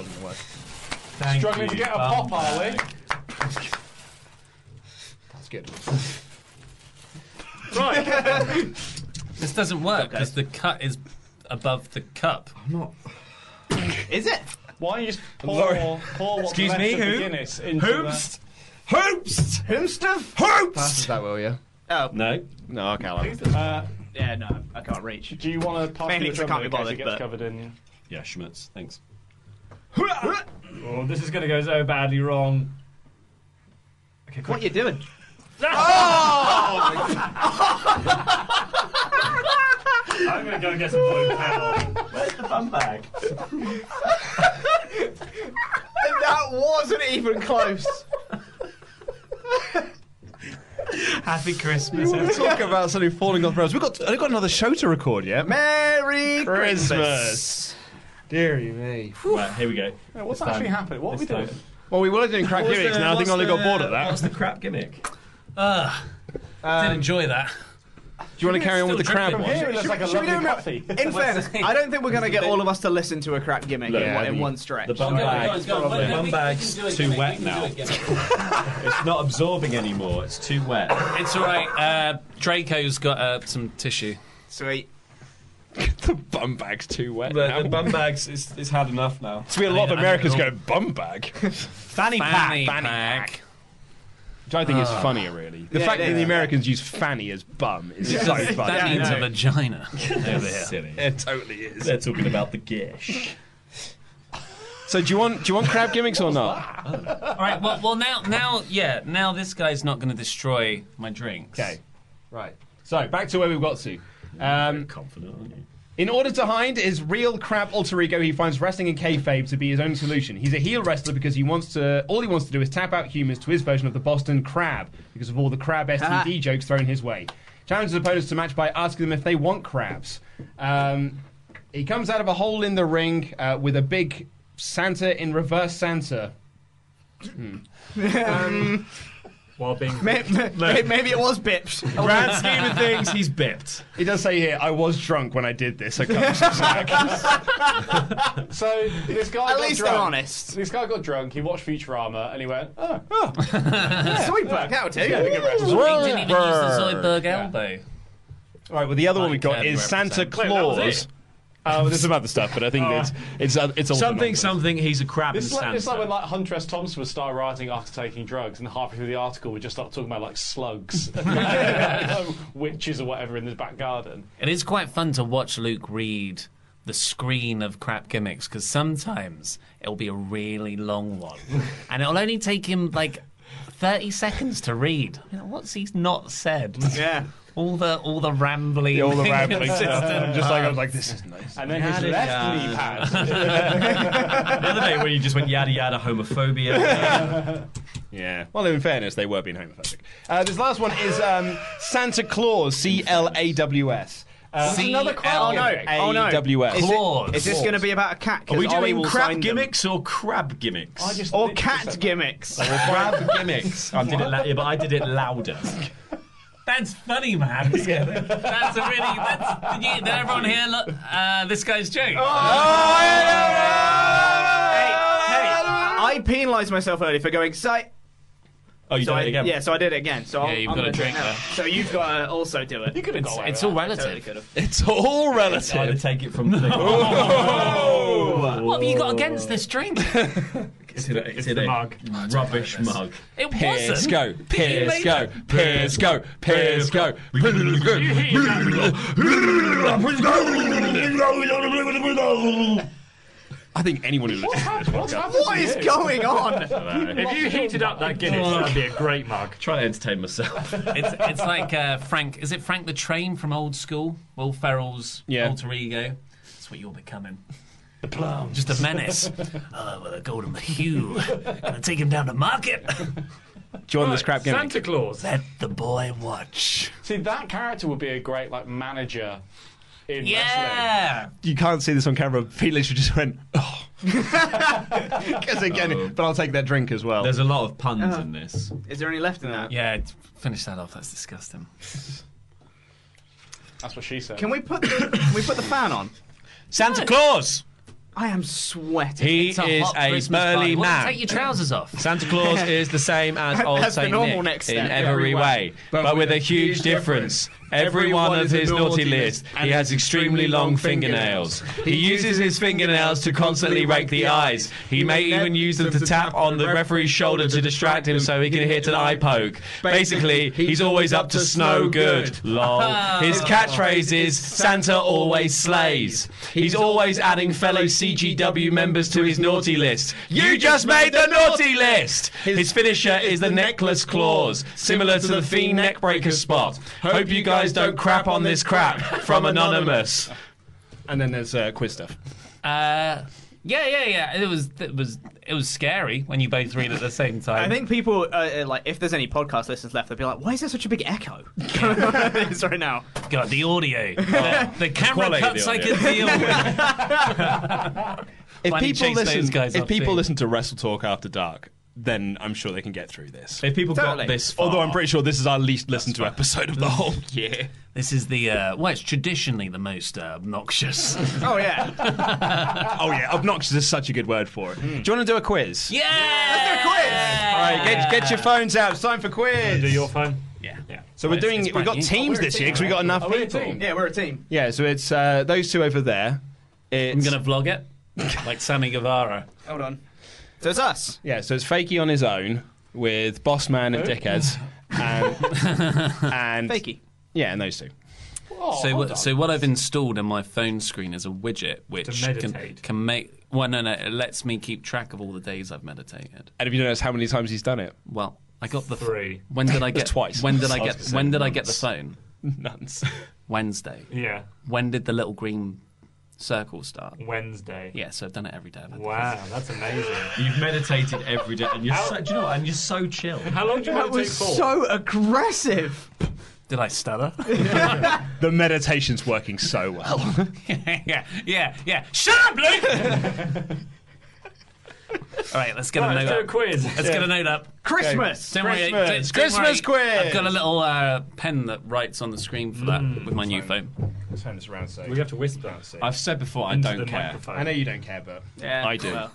Speaker 13: Thank
Speaker 12: Struggling to
Speaker 13: you,
Speaker 12: get a
Speaker 13: bum
Speaker 12: pop, are we?
Speaker 13: bag.
Speaker 11: That's good.
Speaker 12: Right.
Speaker 1: This doesn't work because the cut is above the cup.
Speaker 13: I'm not.
Speaker 14: Is it?
Speaker 12: Why don't you just pour,
Speaker 1: Sorry.
Speaker 12: pour what's
Speaker 1: Excuse
Speaker 12: left
Speaker 1: me,
Speaker 12: of the
Speaker 1: who?
Speaker 12: Guinness into
Speaker 1: Who's?
Speaker 9: Hoops!
Speaker 14: Hoomstuff?
Speaker 11: Passes
Speaker 9: Hoops!
Speaker 11: that, will you?
Speaker 14: Oh.
Speaker 13: No.
Speaker 9: No, I can't.
Speaker 12: the... Uh,
Speaker 14: Yeah, no, I can't reach.
Speaker 12: do you want to pass
Speaker 14: Mainly
Speaker 12: me the
Speaker 14: 'cause I
Speaker 12: drum
Speaker 14: can't be
Speaker 12: in case
Speaker 14: bothered,
Speaker 12: it gets
Speaker 14: but-
Speaker 12: covered in?
Speaker 13: Yeah, Schmutz. Thanks.
Speaker 20: Oh, this is going to go so badly wrong.
Speaker 14: what you doing?
Speaker 9: Oh! I'm gonna go get some blue panel. Where's the bum bag?
Speaker 14: that wasn't even close.
Speaker 1: Happy Christmas.
Speaker 11: You want to talk about something falling off rails? We've got, I've got another show to record yet.
Speaker 14: Merry
Speaker 11: Christmas.
Speaker 21: Deary me.
Speaker 13: Right, here we go.
Speaker 12: Yeah, what's
Speaker 13: This
Speaker 12: actually
Speaker 13: time-
Speaker 12: happening? What are
Speaker 13: this
Speaker 12: we doing?
Speaker 13: time.
Speaker 21: Well, we were doing crap
Speaker 13: What was
Speaker 21: gimmicks
Speaker 13: the-
Speaker 21: now. I think
Speaker 13: what's
Speaker 21: Ollie got
Speaker 12: Uh,
Speaker 13: the-
Speaker 21: bored of that.
Speaker 13: What's the crap gimmick?
Speaker 1: Ugh. Did enjoy that.
Speaker 21: Do you want to carry on with the
Speaker 1: Still
Speaker 21: crap
Speaker 1: drinking.
Speaker 21: one?
Speaker 1: Here it looks like a
Speaker 14: Should we do
Speaker 1: lovely
Speaker 14: a-
Speaker 1: coffee.
Speaker 14: In fairness, I don't think we're going to get all of us to listen to a crap gimmick in,
Speaker 13: Yeah,
Speaker 14: one- in
Speaker 13: the-
Speaker 14: one stretch.
Speaker 13: The bum bag. The bum bag's too wet now. It's not absorbing anymore. It's too wet.
Speaker 1: It's all right. Uh, Draco's got uh, some tissue.
Speaker 14: Sweet.
Speaker 11: the bum bag's too wet.
Speaker 12: The,
Speaker 11: now.
Speaker 12: the bum bags is, is had enough now.
Speaker 11: So we had a lot of Americans
Speaker 12: go
Speaker 11: go bum bag.
Speaker 12: fanny
Speaker 11: Fanny
Speaker 12: pack.
Speaker 1: pack.
Speaker 11: Which I think is
Speaker 1: Ah.
Speaker 11: funnier, really. The
Speaker 1: Yeah,
Speaker 11: fact
Speaker 1: it
Speaker 11: that
Speaker 1: is.
Speaker 11: the Americans use fanny as bum is
Speaker 1: Yeah.
Speaker 11: so
Speaker 1: That
Speaker 11: funny.
Speaker 1: means a vagina over here.
Speaker 13: Silly.
Speaker 11: It totally is.
Speaker 13: They're talking about the gish.
Speaker 11: So do you want do you want crab gimmicks or not?
Speaker 1: All right. oh. Well, well, now, now, yeah, now this guy's not going to destroy my drinks. Okay.
Speaker 21: Right. So back to where we've got to. Um,
Speaker 13: confident, aren't you?
Speaker 21: In order to hide his real crap alter ego, he finds wrestling and kayfabe to be his own solution. He's a heel wrestler because he wants to. All he wants to do is tap out humans to his version of the Boston Crab because of all the crab STD jokes thrown his way. Challenges opponents to match by asking them if they want crabs. Um, he comes out of a hole in the ring uh, with a big Santa in reverse Santa. Hmm.
Speaker 14: Um,
Speaker 22: While being
Speaker 14: may- may- may- maybe it was bipped.
Speaker 21: Grand scheme of things,
Speaker 22: he's bipped.
Speaker 21: He does say here, I was drunk when I did this. I can't
Speaker 12: So this guy
Speaker 14: At
Speaker 12: got
Speaker 14: least
Speaker 12: drunk.
Speaker 14: they're honest.
Speaker 12: This guy got drunk. He watched Futurama and he went, "Oh,
Speaker 14: Sweet bug, that'll do.
Speaker 1: He didn't even use the Zoidberg
Speaker 12: Yeah.
Speaker 1: elbow.
Speaker 11: All right. Well, the other one we
Speaker 1: Like,
Speaker 11: got is
Speaker 1: um,
Speaker 11: Santa
Speaker 1: represent- Wait, that was
Speaker 11: Claus.
Speaker 1: it?
Speaker 11: Oh, there's some other stuff, but I think it's it's uh, it's all
Speaker 13: Oh. Something, something. He's a crab
Speaker 12: This
Speaker 13: and
Speaker 12: is, like,
Speaker 13: stands.
Speaker 12: this is like when like Hunter S. Thompson would start writing after taking drugs, and halfway through the article would just start talking about like slugs, Oh, witches or whatever in the back garden.
Speaker 1: It is quite fun to watch Luke read the screen of crap gimmicks because sometimes it'll be a really long one, and it'll only take him like thirty seconds to read. You know, what's he's not said?
Speaker 14: Yeah.
Speaker 1: All the all the rambling,
Speaker 11: Yeah, all the rambling stuff.
Speaker 1: inconsistent-
Speaker 11: I'm just like- I was like, this is nice.
Speaker 12: And then his
Speaker 13: Yada,
Speaker 12: left
Speaker 13: yada.
Speaker 12: knee pad.
Speaker 13: the other day when you just went yada yada homophobia.
Speaker 11: Yeah. Well, in fairness, they were being homophobic. Uh, this last one is um, Santa Claus, C L A W S. Uh,
Speaker 14: C- another crap
Speaker 11: L-
Speaker 14: Oh, no. Oh, no.
Speaker 11: AWS.
Speaker 14: Is, it, is this going to be about a cat? 'Cause
Speaker 13: Are we
Speaker 14: Ollie
Speaker 13: doing
Speaker 14: will
Speaker 13: crab
Speaker 14: sign them.
Speaker 13: gimmicks or crab gimmicks?
Speaker 12: I just
Speaker 14: Or cat gimmicks.
Speaker 13: Or crab gimmicks. I did it, la- yeah, but I did it louder.
Speaker 1: That's funny, man. That's a really. That's, did, you, did everyone here look? Uh, this guy's joke.
Speaker 11: Oh,
Speaker 14: Hey, I penalised myself earlier for going sight.
Speaker 13: Oh, you
Speaker 14: so
Speaker 13: did
Speaker 14: I,
Speaker 13: it again.
Speaker 14: Yeah, so I did it again. So I'll,
Speaker 1: you've
Speaker 14: I'm
Speaker 1: got a
Speaker 14: gonna do it
Speaker 1: drink
Speaker 14: now.
Speaker 1: there.
Speaker 14: So you've got to also do it. You could have
Speaker 1: It's, it's all relative.
Speaker 14: Totally could have.
Speaker 11: It's all
Speaker 13: So I had to
Speaker 11: relative.
Speaker 13: take it from the.
Speaker 1: What have you got against this drink?
Speaker 13: It's, in a- it's in a Rubbish mug.
Speaker 1: It
Speaker 11: Piers
Speaker 1: wasn't.
Speaker 11: go, Piers go, Piers go, Piers go. I think anyone who listens to this podcast.
Speaker 14: What is going on?
Speaker 22: If you heated up that Guinness, that'd be a great mug.
Speaker 13: Trying to entertain myself.
Speaker 1: It's, it's like uh, Frank. Is it Frank the Train from Old School? Will Ferrell's
Speaker 11: Yeah.
Speaker 1: alter ego. That's what you're becoming. The plum. Just a menace. uh, with a golden hue. Gonna take him down to market.
Speaker 11: Do you want this crap gimmick?
Speaker 22: Santa Claus.
Speaker 1: Let the boy watch.
Speaker 12: See, that character would be a great like manager in
Speaker 1: Yeah.
Speaker 11: You can't see this on camera. Pete literally just went, oh. Because again, but I'll take that drink as well.
Speaker 13: There's a lot of
Speaker 11: Uh-huh.
Speaker 13: puns in this.
Speaker 14: Is there any left in that?
Speaker 1: Yeah. t- Finish that off. That's disgusting.
Speaker 12: wrestling. That's what she said.
Speaker 14: Can we put the can we put the fan on?
Speaker 11: Santa Claus!
Speaker 14: I am sweating.
Speaker 13: He
Speaker 1: It's a hot Christmas party. Well, Take your trousers off.
Speaker 13: Santa Claus is the same as old
Speaker 14: That's the
Speaker 13: Saint
Speaker 14: normal
Speaker 13: Nick
Speaker 14: next
Speaker 13: in
Speaker 14: step.
Speaker 13: every way, but, with a huge difference. Every one of his naughty list, he has extremely long fingernails. He uses his fingernails to constantly rake the eyes. He may even use them to tap on the referee's shoulder to distract him so he can hit an eye poke. Basically, he's always up to snow good. Lol.
Speaker 1: Ah.
Speaker 13: His catchphrase is Santa always slays. He's always adding fellow CGW members to his naughty list. You just made the naughty list! His finisher is the necklace claws, similar to the fiend neckbreaker spot. Hope you guys don't crap on this crap from Anonymous.
Speaker 23: And then there's uh, quiz stuff.
Speaker 1: Uh, yeah, yeah, yeah. It was it was it was scary when you both read at the same time.
Speaker 14: I think people uh, uh, like if there's any podcast listeners left, they'll be like, "Why is there such a big echo?" it's right now.
Speaker 1: God, the audio, the, the camera
Speaker 14: quality of
Speaker 1: cuts
Speaker 14: the
Speaker 1: I
Speaker 14: audio.
Speaker 1: can deal with.
Speaker 11: If
Speaker 1: Why don't you
Speaker 11: people
Speaker 1: chase those
Speaker 11: listen,
Speaker 1: guys
Speaker 11: if
Speaker 1: up too?
Speaker 11: people listen to Wrestle Talk after dark, then I'm sure they can get through this. Mm.
Speaker 9: If people
Speaker 1: got Totally. this far-
Speaker 11: although I'm pretty sure this is our least listened to episode of the whole year.
Speaker 1: This is the uh, well, it's traditionally the most uh, obnoxious.
Speaker 14: Oh yeah.
Speaker 11: oh yeah, obnoxious is such a good word for it. Do you want to do a quiz?
Speaker 1: Hmm. Yeah.
Speaker 11: All right, get, get your phones out. It's time for quiz. Do your
Speaker 12: phone.
Speaker 1: Yeah. yeah.
Speaker 11: So we're doing. We've got teams this year because we got enough people.
Speaker 14: Yeah, we're a team.
Speaker 11: Yeah, so it's uh, those two over there. It's, I'm
Speaker 1: gonna vlog it, like Sammy Guevara.
Speaker 14: Hold on. So it's us.
Speaker 11: Yeah, so it's Fakey on his own with Boss Man and
Speaker 14: Who?
Speaker 11: Dickheads, and, and
Speaker 14: Fakey. Oh,
Speaker 11: Yeah, and those two.
Speaker 12: Oh,
Speaker 1: so, what, so what I've installed on my phone screen is a widget which can,
Speaker 11: meditate.
Speaker 1: can make. Well, no, no, it lets me keep track of all the days I've meditated.
Speaker 11: And have you noticed how many times he's done it?
Speaker 1: Well, I got the three. When did I get
Speaker 11: twice?
Speaker 1: When did I
Speaker 11: I was
Speaker 1: get?
Speaker 11: gonna say
Speaker 1: When did I get the
Speaker 11: once.
Speaker 1: phone?
Speaker 11: Nuns.
Speaker 1: Wednesday.
Speaker 12: Yeah.
Speaker 1: When did the little green circle start?
Speaker 12: Wednesday.
Speaker 1: Yeah, so I've done it every day. I've had the
Speaker 12: Wow,
Speaker 1: phone.
Speaker 12: that's amazing.
Speaker 9: You've meditated every day, and you're so, do you know what? And you're so chill.
Speaker 12: How long do you
Speaker 14: That
Speaker 12: meditate
Speaker 14: was
Speaker 12: for?
Speaker 14: so aggressive.
Speaker 1: Did I stutter?
Speaker 11: The meditation's working so well.
Speaker 1: yeah, yeah, yeah. Shut up, Luke! All right, let's get a note
Speaker 12: Right, let's do
Speaker 1: up.
Speaker 12: a quiz.
Speaker 1: Let's get a note up.
Speaker 14: Christmas!
Speaker 1: Don't worry.
Speaker 14: Christmas!
Speaker 1: don't- don't
Speaker 14: Christmas
Speaker 1: worry.
Speaker 14: quiz!
Speaker 1: I've got a little uh, pen that writes on the screen for that with my new phone.
Speaker 11: Let's turn this around so
Speaker 12: we have to whisper.
Speaker 9: I've said before, I
Speaker 1: Into
Speaker 9: don't
Speaker 1: the
Speaker 9: care.
Speaker 1: microphone.
Speaker 11: I know you don't care, but
Speaker 14: Yeah,
Speaker 11: I do.
Speaker 14: well.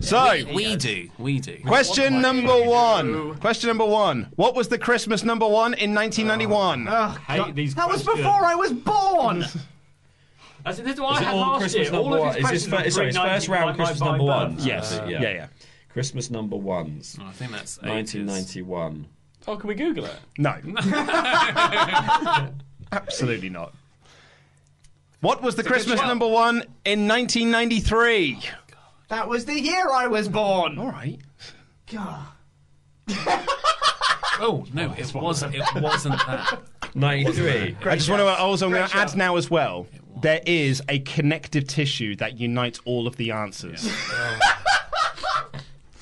Speaker 11: So
Speaker 1: we, we do, we do.
Speaker 11: Question number one. Question number one. What was the Christmas number one in 1991?
Speaker 12: hate these
Speaker 14: Oh, That was before I was born.
Speaker 12: That's, this is what I
Speaker 9: it
Speaker 12: had
Speaker 9: all
Speaker 12: last
Speaker 9: Christmas
Speaker 12: year.
Speaker 9: number
Speaker 12: All of
Speaker 9: one?
Speaker 12: his
Speaker 9: Is this
Speaker 12: questions
Speaker 9: fir-
Speaker 12: were
Speaker 9: sorry, it's
Speaker 12: pre-
Speaker 9: first round
Speaker 12: by-
Speaker 9: Christmas
Speaker 12: by
Speaker 9: number
Speaker 12: birth.
Speaker 9: one?
Speaker 11: Yes.
Speaker 9: Uh,
Speaker 11: Yeah, yeah.
Speaker 9: Christmas number ones.
Speaker 1: I think that's
Speaker 9: 1991.
Speaker 12: Oh, can we Google it?
Speaker 11: No. Absolutely not. What was the Christmas number one in 1993?
Speaker 14: That was the year I was born. All
Speaker 11: right.
Speaker 14: God.
Speaker 1: Oh no, it wasn't. It wasn't that.
Speaker 9: 93.
Speaker 11: I just want to also I'm going to add now as well. There is a connective tissue that unites all of the answers.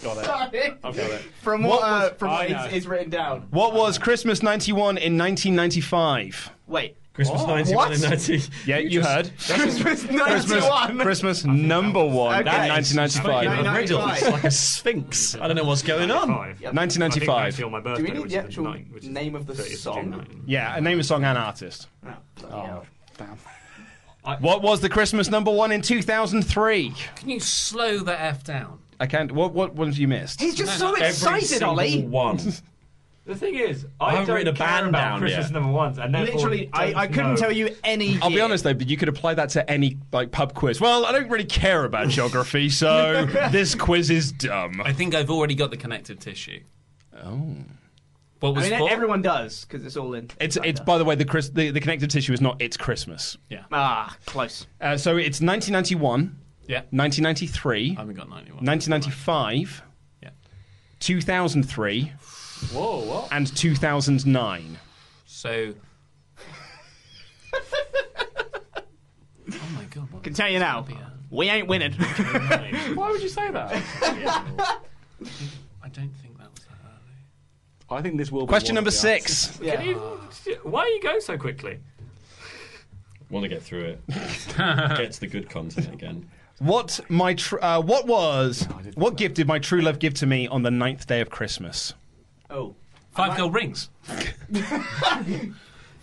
Speaker 14: Got it.
Speaker 12: I've got it.
Speaker 14: From what,
Speaker 11: What
Speaker 14: uh,
Speaker 11: was-
Speaker 14: from
Speaker 11: I
Speaker 14: what
Speaker 11: know.
Speaker 14: is, is written down.
Speaker 11: What was Christmas 91 in 1995?
Speaker 14: Wait.
Speaker 9: Christmas
Speaker 14: What?
Speaker 9: 91 and
Speaker 14: What?
Speaker 9: 90.
Speaker 11: Yeah, you, heard.
Speaker 14: Christmas
Speaker 11: Christmas,
Speaker 14: 91.
Speaker 11: Christmas number one
Speaker 14: Okay.
Speaker 11: in
Speaker 9: Fucking
Speaker 11: 1995.
Speaker 9: riddle. It's like a sphinx. I don't know what's going on.
Speaker 11: 1995.
Speaker 12: my
Speaker 14: Do we need the actual name of the song?
Speaker 11: Yeah, a name of song and artist.
Speaker 14: Oh,
Speaker 11: What was the Christmas number one in 2003?
Speaker 1: Can you slow the f down?
Speaker 11: I can't. What what ones you missed?
Speaker 14: He's just so
Speaker 9: Every
Speaker 14: excited,
Speaker 9: single
Speaker 14: Ollie.
Speaker 9: One.
Speaker 12: The thing is,
Speaker 9: I
Speaker 12: I,
Speaker 9: haven't
Speaker 12: don't
Speaker 9: written a
Speaker 12: care
Speaker 9: band
Speaker 12: about
Speaker 9: down
Speaker 12: Christmas
Speaker 9: yet.
Speaker 12: number ones, and therefore
Speaker 14: Literally, I, I couldn't tell you any.
Speaker 11: I'll be
Speaker 14: year.
Speaker 11: honest though, but you could apply that to any like pub quiz. Well, I don't really care about geography, so this quiz is dumb.
Speaker 1: I think I've already got the connective tissue.
Speaker 11: Oh.
Speaker 1: What was
Speaker 14: I mean,
Speaker 1: for?
Speaker 14: everyone does because it's all in.
Speaker 11: It's it's by the way the Chris, the, the connective tissue is not it's Christmas.
Speaker 1: Yeah.
Speaker 14: Ah, close.
Speaker 11: Uh, so it's 1991,
Speaker 1: Yeah.
Speaker 11: 1993,
Speaker 1: I haven't got 91.
Speaker 11: 1995,
Speaker 1: Yeah.
Speaker 11: 2003,
Speaker 12: Whoa, what?
Speaker 11: and 2009.
Speaker 1: So. oh my god. What
Speaker 14: Can tell you now, we ain't winning.
Speaker 12: Why would you say that?
Speaker 1: I don't think that was that early.
Speaker 24: I think this will be
Speaker 11: Question
Speaker 24: one of
Speaker 11: number
Speaker 24: the
Speaker 11: six.
Speaker 12: Can you, why you go so quickly?
Speaker 9: Want to get through it. get to the good content again.
Speaker 11: What my tr- uh, what was what gift did my true love give to me on the ninth day of Christmas?
Speaker 14: Oh.
Speaker 1: Five gold rings.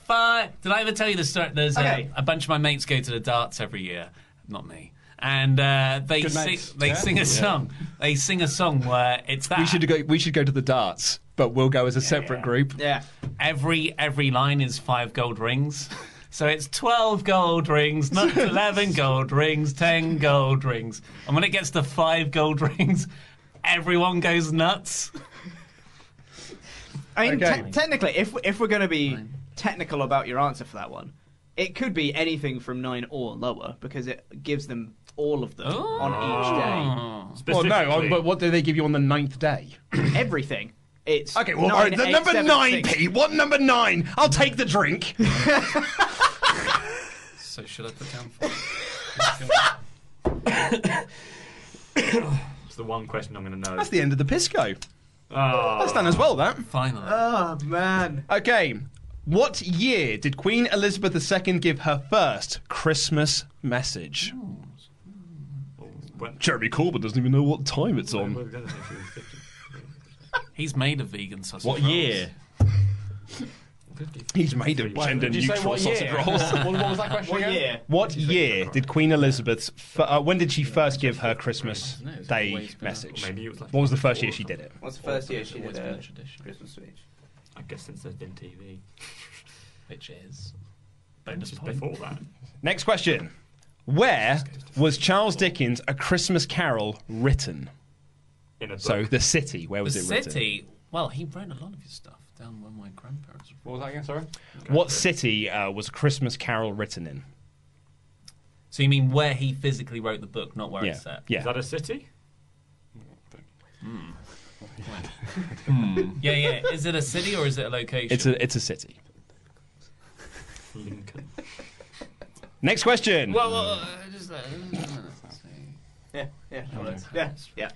Speaker 1: Five. Did I ever tell you the story? There's uh,
Speaker 14: Okay.
Speaker 1: a bunch of my mates go to the darts every year. Not me. and uh, they
Speaker 11: Good
Speaker 1: sing,
Speaker 11: mates.
Speaker 1: they
Speaker 11: Yeah.
Speaker 1: sing
Speaker 11: Yeah.
Speaker 1: a song. They sing a song where it's that
Speaker 11: We should go. We should go to the darts, but we'll go as a separate group.
Speaker 14: Yeah.
Speaker 1: Every every line is five gold rings. So it's twelve gold rings, not eleven gold rings, ten gold rings. And when it gets to five gold rings, everyone goes nuts.
Speaker 14: I mean,
Speaker 1: Okay.
Speaker 14: te- technically, if if we're going to be technical about your answer for that one, it could be anything from nine or lower because it gives them all of them Oh. on each day.
Speaker 11: Well, no. I- But what do they give you on the ninth day?
Speaker 14: everything. It's
Speaker 11: Okay. Well,
Speaker 14: nine,
Speaker 11: all right, the
Speaker 14: eight,
Speaker 11: number
Speaker 14: seven,
Speaker 11: nine,
Speaker 14: six.
Speaker 11: Pete. What number nine? I'll take the drink.
Speaker 25: So should I put down?
Speaker 15: It's the one question I'm going to know.
Speaker 11: That's the end of the Pisco.
Speaker 15: Oh.
Speaker 11: That's done as well, that.
Speaker 25: Finally.
Speaker 1: Ah,
Speaker 14: Oh, man.
Speaker 11: Okay. What year did Queen Elizabeth II give her first Christmas message? Jeremy Corbyn doesn't even know what time it's on.
Speaker 1: He's made a vegan sausage.
Speaker 11: What
Speaker 1: rolls.
Speaker 11: year? He's made of
Speaker 1: Wait,
Speaker 11: gender
Speaker 1: did you say
Speaker 11: neutral
Speaker 1: what
Speaker 11: sausage
Speaker 1: year?
Speaker 11: rolls.
Speaker 1: What- what was that question What again? year?
Speaker 11: What year did Queen Elizabeth's? F- uh, when did she first give her Christmas Day message? What was the first year she did it?
Speaker 14: What's the first year she
Speaker 25: Always
Speaker 14: did
Speaker 25: been
Speaker 14: a
Speaker 25: a tradition.
Speaker 14: Christmas speech?
Speaker 15: I guess since there's been TV,
Speaker 25: Which is bonus
Speaker 15: just
Speaker 25: point.
Speaker 15: before that.
Speaker 11: Next question. Where was Charles Dickens' A Christmas Carol written?
Speaker 15: In a
Speaker 11: So the city. Where was
Speaker 25: the
Speaker 11: it written?
Speaker 25: city. Well, he wrote a lot of his stuff down where my grandparents.
Speaker 12: What
Speaker 25: Were.
Speaker 12: was that again? Sorry.
Speaker 11: What city uh, was Christmas Carol written in?
Speaker 1: So you mean where he physically wrote the book, not where
Speaker 11: Yeah.
Speaker 1: it's set? Hmm.
Speaker 11: Yeah. Is
Speaker 15: that a city?
Speaker 1: yeah, yeah. Is it a city or is it a location?
Speaker 11: It's a it's a city.
Speaker 15: Lincoln.
Speaker 11: Next question.
Speaker 25: Well, well uh, just uh, let's see.
Speaker 14: Yeah, yeah,
Speaker 25: Well,
Speaker 14: yeah, yeah.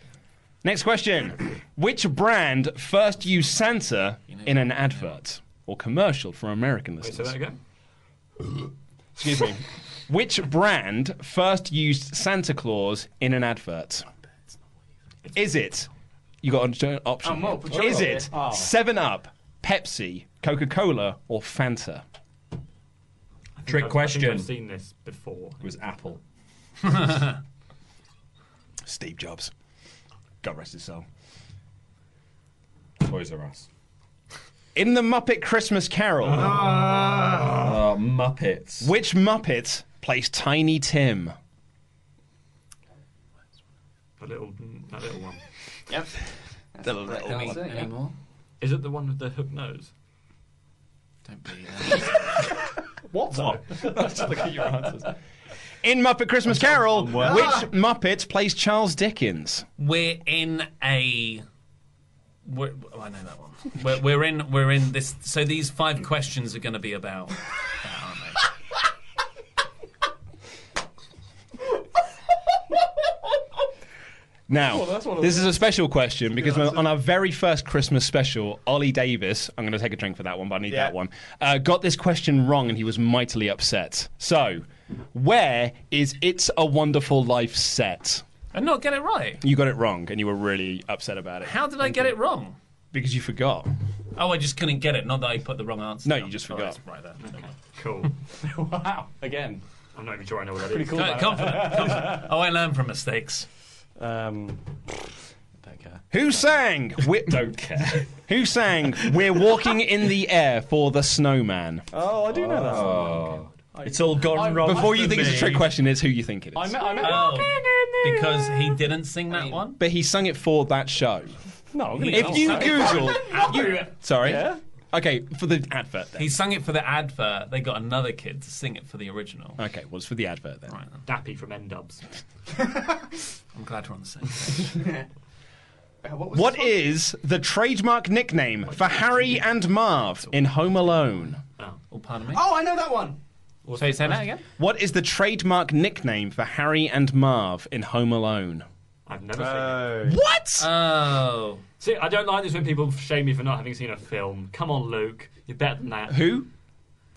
Speaker 11: Next question. Which brand first used Santa in an advert or commercial for American
Speaker 15: Wait,
Speaker 11: listeners?
Speaker 15: say that again.
Speaker 11: Excuse me. Which brand first used Santa Claus in an advert? Is it? You got an option- option.
Speaker 9: Oh,
Speaker 11: here.
Speaker 9: sure.
Speaker 11: Is it
Speaker 9: Oh.
Speaker 11: Seven Up, Pepsi, Coca Cola, or Fanta?
Speaker 15: I've-
Speaker 13: Trick
Speaker 15: I think
Speaker 13: question.
Speaker 15: I've seen this before.
Speaker 13: It was Apple.
Speaker 11: Steve Jobs. God rest his soul.
Speaker 13: Toys R Us.
Speaker 11: In the Muppet Christmas Carol.
Speaker 13: Oh, Muppets.
Speaker 11: Which Muppet plays Tiny Tim?
Speaker 15: The little, that little one.
Speaker 14: Yep.
Speaker 11: The little
Speaker 25: Don't say it
Speaker 15: Yeah.
Speaker 25: anymore.
Speaker 15: Is it the one with the hook nose?
Speaker 25: Don't be.
Speaker 11: What?
Speaker 15: Let's look at your answers.
Speaker 11: In Muppet Christmas Carol, which Muppet plays Charles Dickens?
Speaker 1: we're in a. We're, oh, I know that one. We're, we're in. We're in this. So these five questions are going to be about. That, aren't they?
Speaker 11: Now,
Speaker 9: Well, that's one of
Speaker 11: this
Speaker 9: the-
Speaker 11: is a special question because on our very first Christmas special, Ollie Davis, I'm going to take a drink for that one, but I need that one, uh, got this question wrong and he was mightily upset. So, where is It's a Wonderful Life set?
Speaker 1: And not get it right.
Speaker 11: You got it wrong and you were really upset about it.
Speaker 1: How did I get it wrong?
Speaker 11: Because you forgot.
Speaker 1: Oh, I just couldn't get it. Not that I put the wrong answer.
Speaker 11: No,
Speaker 1: down.
Speaker 11: you just
Speaker 1: Oh,
Speaker 11: forgot.
Speaker 1: it's right there.
Speaker 15: Cool.
Speaker 12: wow. Again.
Speaker 15: I'm not even sure I know what that is.
Speaker 12: Pretty cool.
Speaker 1: No, confident. confident. Oh, I learn from mistakes.
Speaker 12: Um,
Speaker 11: Who sang? we Don't care. Who sang We're Walking in the Air for the Snowman?
Speaker 12: Oh, I do know that.
Speaker 11: Oh.
Speaker 13: It's all gone wrong.
Speaker 11: Before you
Speaker 13: for
Speaker 11: think it's a
Speaker 13: me.
Speaker 11: trick question, it's who you think it is.
Speaker 12: I met. I met.
Speaker 1: Oh, because he didn't sing that one.
Speaker 11: But he sung it for that show.
Speaker 12: No. I'm gonna
Speaker 11: If
Speaker 12: get
Speaker 11: you
Speaker 12: upset.
Speaker 11: Google.
Speaker 12: you,
Speaker 11: Sorry?
Speaker 12: Yeah.
Speaker 11: Okay, for the advert then.
Speaker 1: He sung it for the advert. They got another kid to sing it for the original.
Speaker 11: Okay, well, it's for the advert then.
Speaker 1: Right. then.
Speaker 15: Dappy from N-Dubs.
Speaker 1: I'm glad we're on the same page.
Speaker 12: Uh,
Speaker 11: What is the trademark nickname for Harry and Marv in Home Alone?
Speaker 1: oh, pardon me.
Speaker 14: Oh, I know that one.
Speaker 1: so you say that again?
Speaker 11: What is the trademark nickname for Harry and Marv in Home Alone?
Speaker 15: I've never seen it.
Speaker 11: What?
Speaker 1: Oh.
Speaker 15: See, I don't like this when people shame me for not having seen a film. Come on, Luke. You're better than that.
Speaker 11: Who?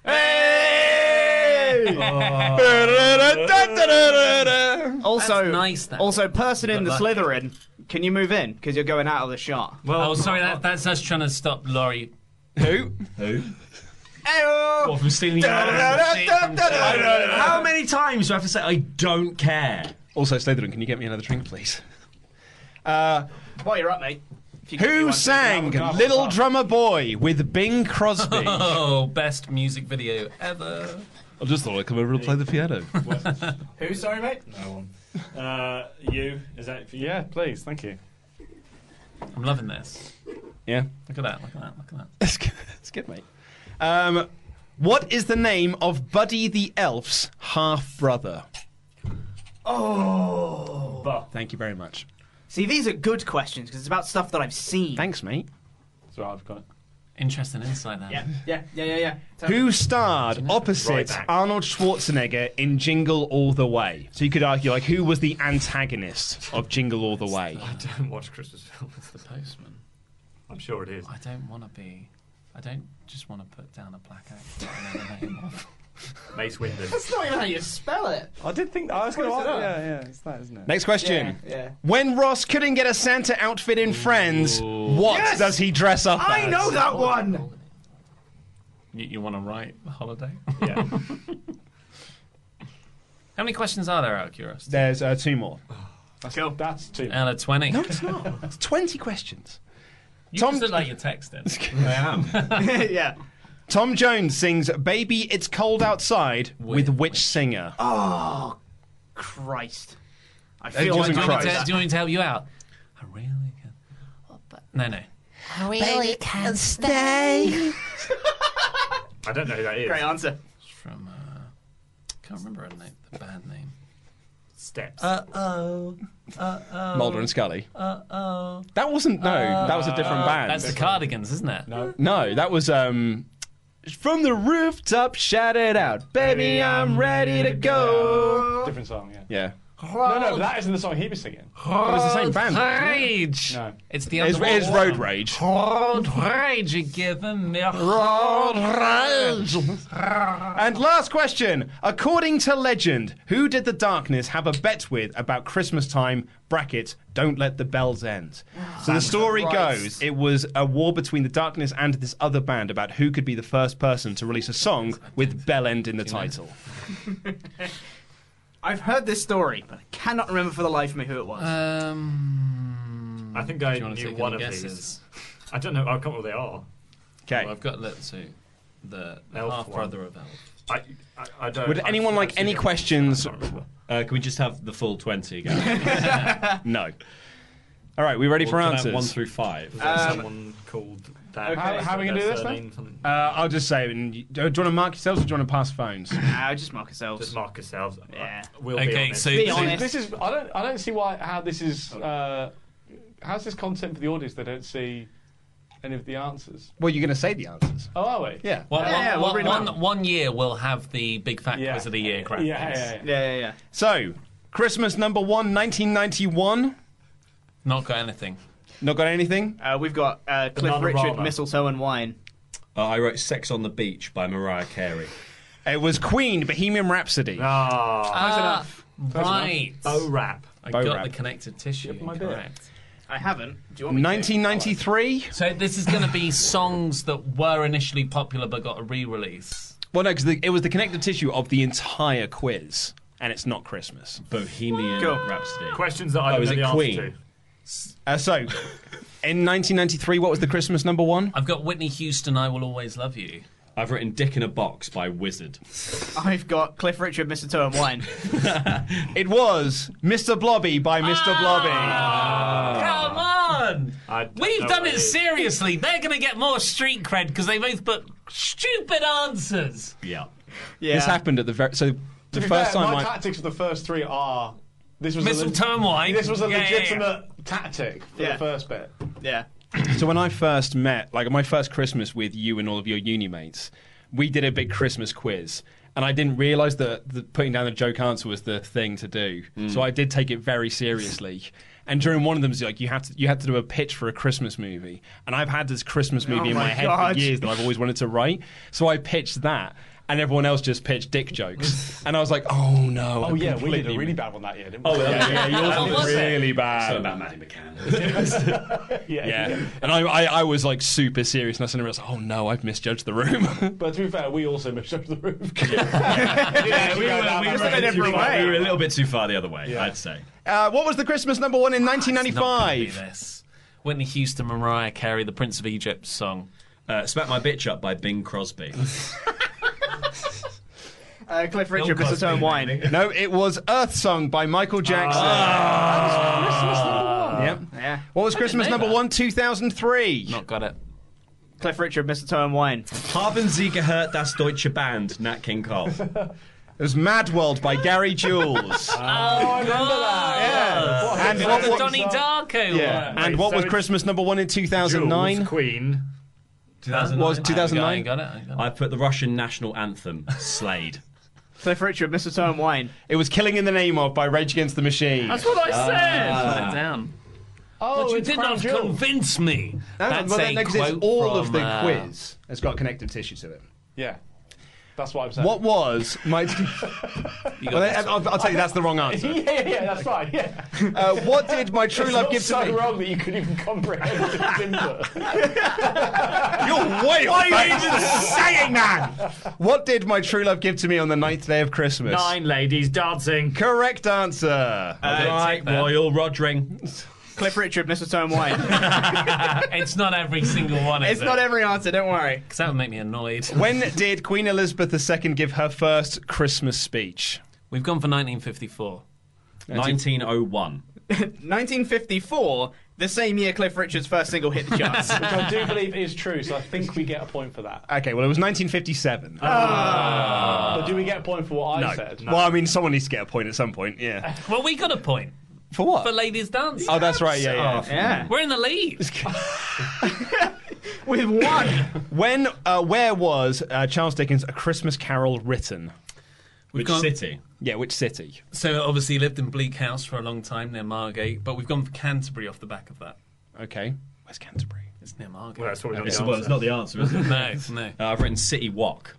Speaker 12: Oh.
Speaker 11: Uh,
Speaker 14: Also,
Speaker 1: nice, that.
Speaker 14: also, person in the
Speaker 1: lucky.
Speaker 14: Slytherin, can you move in? Because you're going out of the shot.
Speaker 1: Well, oh, sorry. That, that's us trying to stop Laurie.
Speaker 11: Who?
Speaker 13: Who?
Speaker 14: Ayo!
Speaker 13: What, from stealing your-
Speaker 14: Da-da-da-da-da-da-da.
Speaker 13: How many times do I have to say I don't care?
Speaker 11: Also, Slytherin, can you get me another drink, please?
Speaker 14: Uh, While you're up, mate. if you could do
Speaker 11: Who
Speaker 14: one,
Speaker 11: sang
Speaker 14: please, that would be
Speaker 11: Little
Speaker 14: awesome.
Speaker 11: Drummer Boy with Bing Crosby?
Speaker 1: Oh, best music video ever.
Speaker 11: I just thought I'd come over and play the piano.
Speaker 14: Who? Sorry, mate.
Speaker 12: No one. Uh, you? Is that for you? Yeah, please. Thank you.
Speaker 1: I'm loving this.
Speaker 11: yeah.
Speaker 1: Look at that, look at that, look at
Speaker 11: That's good, that's good mate. Um, what is the name of Buddy the Elf's half brother?
Speaker 14: Oh.
Speaker 11: Thank you very much.
Speaker 14: See, these are good questions because it's about stuff that I've seen.
Speaker 11: Thanks, mate.
Speaker 12: That's what I've got.
Speaker 1: that. Interesting insight there.
Speaker 14: Yeah, yeah, yeah, yeah, yeah. Tell
Speaker 11: Who
Speaker 14: me.
Speaker 11: starred
Speaker 14: Right
Speaker 11: opposite
Speaker 14: back.
Speaker 11: Arnold Schwarzenegger in Jingle All the Way? So you could argue, like, who was the antagonist of Jingle All the Way?
Speaker 26: I don't watch Christmas film. It's The Postman. I'm sure it is.
Speaker 1: I don't want to be. I don't just want to put down a black actor and then a name of.
Speaker 26: Mace
Speaker 14: That's not even how you spell it.
Speaker 12: I did think I was going to
Speaker 14: Close
Speaker 12: ask.
Speaker 14: it up.
Speaker 12: Yeah, yeah, it's that, isn't it?
Speaker 11: Next question.
Speaker 14: Yeah, yeah.
Speaker 11: When Ross couldn't get a Santa outfit in Friends, what
Speaker 14: Yes!
Speaker 11: does he dress up
Speaker 14: I
Speaker 11: as?
Speaker 14: know that one.
Speaker 1: You, you want to write the holiday?
Speaker 12: Yeah.
Speaker 1: How many questions are there out of curiosity?
Speaker 11: There's uh, two more.
Speaker 12: That's, that's two.
Speaker 1: Out of 20.
Speaker 11: No, it's not. It's 20 questions.
Speaker 1: You
Speaker 11: Tom-
Speaker 1: just look like you're texting.
Speaker 11: I am.
Speaker 14: yeah.
Speaker 11: Tom Jones sings Baby It's Cold Outside with which singer?
Speaker 14: Oh, Christ. I
Speaker 11: Hey,
Speaker 14: feel
Speaker 11: Jason
Speaker 1: do, you
Speaker 14: like I'm
Speaker 11: Christ.
Speaker 1: want me to,
Speaker 14: upset.
Speaker 1: do you want me to help you out? I really can. No, no.
Speaker 9: I really can stay.
Speaker 12: I don't know who that is.
Speaker 14: Great answer.
Speaker 1: It's from. Uh, can't remember her name, the band name.
Speaker 12: Steps.
Speaker 1: Uh oh. Uh oh.
Speaker 11: Mulder and Scully.
Speaker 1: Uh oh.
Speaker 11: That wasn't, no, that was a different band.
Speaker 1: Uh, That's the Cardigans, isn't it? No.
Speaker 11: No, that was um from the rooftop shout it out. Baby, I'm ready to go.
Speaker 12: Different song, yeah.
Speaker 11: Yeah.
Speaker 12: No, no, but that isn't the song he was singing.
Speaker 11: It was the same band.
Speaker 1: Rage.
Speaker 12: No.
Speaker 1: It's the
Speaker 11: It's,
Speaker 1: other
Speaker 11: it's Road Rage.
Speaker 1: Road rage, you giving me
Speaker 11: Road Rage. And last question. According to legend, who did the darkness have a bet with about Christmas time? Brackets, don't let the bells end. So the story
Speaker 14: Christ.
Speaker 11: goes it was a war between the darkness and this other band about who could be the first person to release a song with Bell End in the title.
Speaker 14: I've heard this story, but I cannot remember for the life of me who it was.
Speaker 1: Um,
Speaker 13: I think I
Speaker 1: do you wanna
Speaker 13: knew
Speaker 1: take
Speaker 13: one
Speaker 1: any
Speaker 13: of
Speaker 1: guesses?
Speaker 13: these. I don't know. I can't remember what they are.
Speaker 11: Okay.
Speaker 1: Well, I've got let's see, the
Speaker 13: Elf
Speaker 1: half brother
Speaker 13: one.
Speaker 1: of Elf.
Speaker 13: I, I, I don't.
Speaker 11: Would
Speaker 13: I-
Speaker 11: anyone like any questions?
Speaker 27: Uh, can we just have the full 20 again?
Speaker 11: No. All right, we ready
Speaker 27: Or
Speaker 11: for
Speaker 27: can I have
Speaker 11: answers?
Speaker 27: One through five.
Speaker 13: Was there
Speaker 14: Um,
Speaker 13: someone called that?
Speaker 14: okay. How-
Speaker 13: was
Speaker 14: how
Speaker 13: it
Speaker 14: are we
Speaker 13: their
Speaker 14: gonna do this,
Speaker 13: surname,
Speaker 14: mate?
Speaker 13: something?
Speaker 11: uh, I'll just say, it and you, do you want to mark yourselves or do you want to pass phones?
Speaker 14: Nah, just mark yourselves.
Speaker 13: Just mark yourselves.
Speaker 14: Yeah.
Speaker 13: We'll be
Speaker 1: Okay,
Speaker 13: honest.
Speaker 1: so-
Speaker 14: Be
Speaker 1: so-
Speaker 14: honest.
Speaker 12: This is. I don't. I don't see why. How this is. Uh, how's this content for the audience? They don't see any of the answers.
Speaker 11: Well, you're going to say the answers.
Speaker 12: Oh, are we?
Speaker 11: Yeah.
Speaker 1: Well,
Speaker 14: Yeah, yeah, we'll
Speaker 1: one,
Speaker 14: read 'em
Speaker 1: one-
Speaker 14: out.
Speaker 1: one year we'll have the big fact
Speaker 12: Yeah.
Speaker 1: quiz of the year.
Speaker 12: Yeah,
Speaker 1: Crap.
Speaker 12: yeah, yeah, yeah.
Speaker 14: Yeah, yeah, yeah.
Speaker 11: So, Christmas number one, 1991.
Speaker 1: Not got anything.
Speaker 11: Not got anything?
Speaker 14: Uh, we've got uh, Cliff
Speaker 13: Banana
Speaker 14: Richard,
Speaker 13: Rama.
Speaker 14: Mistletoe and Wine.
Speaker 27: Uh, I wrote Sex on the Beach by Mariah Carey.
Speaker 11: It was Queen, Bohemian Rhapsody.
Speaker 13: Ah,
Speaker 1: Ah, right.
Speaker 13: Bo Rap.
Speaker 1: I
Speaker 11: Bo
Speaker 1: got
Speaker 11: rap.
Speaker 1: the connective tissue.
Speaker 12: my bit.
Speaker 1: Correct.
Speaker 14: I haven't. Do you want me to?
Speaker 11: 1993?
Speaker 1: So this is going to be songs that were initially popular but got a re-release.
Speaker 11: Well, no, because it was the connective tissue of the entire quiz, and it's not Christmas.
Speaker 27: Bohemian
Speaker 14: Cool.
Speaker 27: Rhapsody.
Speaker 13: Questions that I
Speaker 27: Oh,
Speaker 13: don't
Speaker 27: is
Speaker 13: know
Speaker 27: it
Speaker 13: the
Speaker 27: Queen?
Speaker 13: answer to.
Speaker 11: Uh, so, in 1993, what was the Christmas number one?
Speaker 1: I've got Whitney Houston. I will always love you.
Speaker 27: I've written Dick in a Box by Wizard.
Speaker 14: I've got Cliff Richard, Mistletoe and Wine.
Speaker 11: It was Mr. Blobby by Mr.
Speaker 14: Ah.
Speaker 1: Come on!
Speaker 13: I don't
Speaker 1: We've
Speaker 13: know
Speaker 1: done
Speaker 13: what
Speaker 1: it
Speaker 13: is.
Speaker 1: seriously. They're going to get more street cred because they both put stupid answers.
Speaker 27: Yeah.
Speaker 14: Yeah.
Speaker 11: This happened at the very. So,
Speaker 12: To
Speaker 11: the
Speaker 12: be
Speaker 11: first
Speaker 12: fair,
Speaker 11: time
Speaker 12: my
Speaker 11: I.
Speaker 12: tactics for the first three are. This was a
Speaker 1: Mistletoe and wine.
Speaker 12: This was a
Speaker 1: Yeah, yeah, yeah.
Speaker 12: legitimate tactic for
Speaker 14: Yeah.
Speaker 12: the first bit.
Speaker 14: Yeah.
Speaker 11: So when I first met, like my first Christmas with you and all of your uni mates, we did a big Christmas quiz. And I didn't realise that the, putting down the joke answer was the thing to do.
Speaker 14: Mm.
Speaker 11: So I did take it very seriously. And during one of them, it's like you have to you had to do a pitch for a Christmas movie. And I've had this Christmas movie in
Speaker 14: Oh my
Speaker 11: my head
Speaker 14: God.
Speaker 11: for years that I've always wanted to write. So I pitched that. and everyone else just pitched dick jokes. and I was like, oh
Speaker 12: Oh,
Speaker 11: no. I
Speaker 12: yeah, we did a
Speaker 11: completely-
Speaker 12: really bad one that year, didn't we?
Speaker 11: Oh, yeah, yeah, yours was really bad.
Speaker 13: So about Maddie McCann.
Speaker 12: yeah,
Speaker 11: Yeah. And I, I, I was like super serious, and I suddenly realized, oh no, I've misjudged the room.
Speaker 12: But to be fair, we also missed up the roof.
Speaker 13: Yeah, we, were, we,
Speaker 12: Just
Speaker 13: were
Speaker 12: a bit
Speaker 13: too
Speaker 12: different
Speaker 13: far-
Speaker 12: way.
Speaker 13: we were a little bit too far the other way, I'd say.
Speaker 11: Uh, what was the Christmas number one in
Speaker 25: It's not
Speaker 11: 1995?
Speaker 25: gonna be this. Whitney Houston, Mariah Carey, the Prince of Egypt song.
Speaker 13: Uh, Smack My Bitch Up by Bing Crosby.
Speaker 14: Uh, Cliff Richard, Mistletoe and Wine.
Speaker 11: no, it was Earth Song by Michael Jackson. Ah. Yep.
Speaker 14: Yeah.
Speaker 11: What was Christmas
Speaker 14: know
Speaker 11: number
Speaker 14: that.
Speaker 11: one, 2003?
Speaker 25: Not got it.
Speaker 14: Cliff Richard, Mistletoe and Wine.
Speaker 13: Haben Sie gehört das deutsche Band, Nat King Cole?
Speaker 11: It was Mad World by Gary
Speaker 12: Oh,
Speaker 11: Jules.
Speaker 25: Yeah.
Speaker 11: And
Speaker 25: And
Speaker 11: what-
Speaker 25: the
Speaker 11: what-
Speaker 25: Donnie Darko
Speaker 11: yeah.
Speaker 25: one.
Speaker 11: And what was Christmas number one in 2009?
Speaker 28: Queen.
Speaker 13: 2009.
Speaker 11: Was 2009?
Speaker 25: I got it. I got it.
Speaker 13: I put the Russian national anthem, Slade.
Speaker 14: Cliff Richard, Mistletoe and Wine.
Speaker 11: It was Killing in the Name of by Rage Against the Machine.
Speaker 1: That's what I said.
Speaker 25: Put Ah. it down.
Speaker 1: Oh,
Speaker 25: but you did not convince me. That's
Speaker 11: well,
Speaker 25: a
Speaker 11: no, 'cause
Speaker 25: quote
Speaker 11: it's all
Speaker 25: from,
Speaker 11: of the
Speaker 25: uh,
Speaker 11: quiz has got connective tissue to it.
Speaker 12: Yeah. That's what I'm saying.
Speaker 11: What was my.
Speaker 25: You got
Speaker 11: Well,
Speaker 25: this
Speaker 11: I'll, I'll tell you, that's the wrong answer.
Speaker 12: Yeah, yeah, yeah, that's fine. Yeah.
Speaker 11: Uh, what did my true
Speaker 12: It's
Speaker 11: love
Speaker 12: not
Speaker 11: give
Speaker 12: so
Speaker 11: to me?
Speaker 12: wrong that you could even comprehend its input.
Speaker 11: You're way off
Speaker 9: Why are you
Speaker 11: base.
Speaker 9: even saying that?
Speaker 11: What did my true love give to me on the ninth day of Christmas?
Speaker 15: Nine ladies dancing.
Speaker 11: Correct answer.
Speaker 13: right, Royal Rodring.
Speaker 14: Cliff Richard, Mistletoe and Wine.
Speaker 25: It's not every single one.
Speaker 14: it's
Speaker 25: is
Speaker 14: not
Speaker 25: it?
Speaker 14: every answer, don't worry.
Speaker 25: 'Cause that would make me annoyed.
Speaker 11: when did Queen Elizabeth II give her first Christmas speech?
Speaker 25: We've gone for 1954.
Speaker 13: 1901.
Speaker 14: 1954, the same year Cliff Richard's first single hit the charts.
Speaker 12: Which I do believe is true, so I think we get a point for that.
Speaker 11: Okay, well, it was 1957.
Speaker 12: but
Speaker 1: Ah.
Speaker 12: do we get a point for what I
Speaker 11: no.
Speaker 12: said?
Speaker 11: Well, I mean, someone needs to get a point at some point, yeah.
Speaker 25: Well, we got a point
Speaker 11: For what?
Speaker 25: for ladies dance.
Speaker 11: oh, that's right, yeah, yeah.
Speaker 14: yeah.
Speaker 25: We're in the lead.
Speaker 14: With one.
Speaker 11: When, uh, where was uh, Charles Dickens' A Christmas Carol written?
Speaker 13: Which
Speaker 25: gone-
Speaker 13: city?
Speaker 11: Yeah, which city?
Speaker 25: So obviously he lived in Bleak House for a long time near Margate, but we've gone for Canterbury off the back of that.
Speaker 11: Okay. Where's Canterbury?
Speaker 25: It's near Margate.
Speaker 28: Well, that's probably not
Speaker 13: It's,
Speaker 28: the
Speaker 13: well,
Speaker 28: answer.
Speaker 13: it's not the answer, is it?
Speaker 25: no, no.
Speaker 13: Uh, I've written City Walk,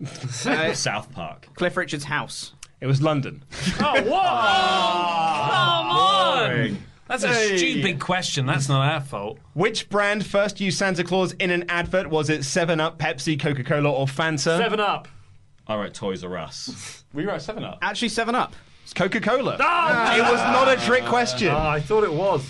Speaker 14: Uh,
Speaker 13: South Park.
Speaker 14: Cliff Richard's house.
Speaker 11: It was London.
Speaker 15: Oh, what?
Speaker 25: Oh, Come on! That's a stupid question. That's not our fault.
Speaker 11: Which brand first used Santa Claus in an advert? Was it 7 Up, Pepsi, Coca Cola, or Fanta?
Speaker 15: Seven up.
Speaker 13: I wrote Toys R Us.
Speaker 12: We wrote 7 up.
Speaker 14: Actually, 7 Up.
Speaker 11: It's Coca Cola.
Speaker 13: Ah!
Speaker 11: It was not a trick question.
Speaker 28: Ah, I thought it was.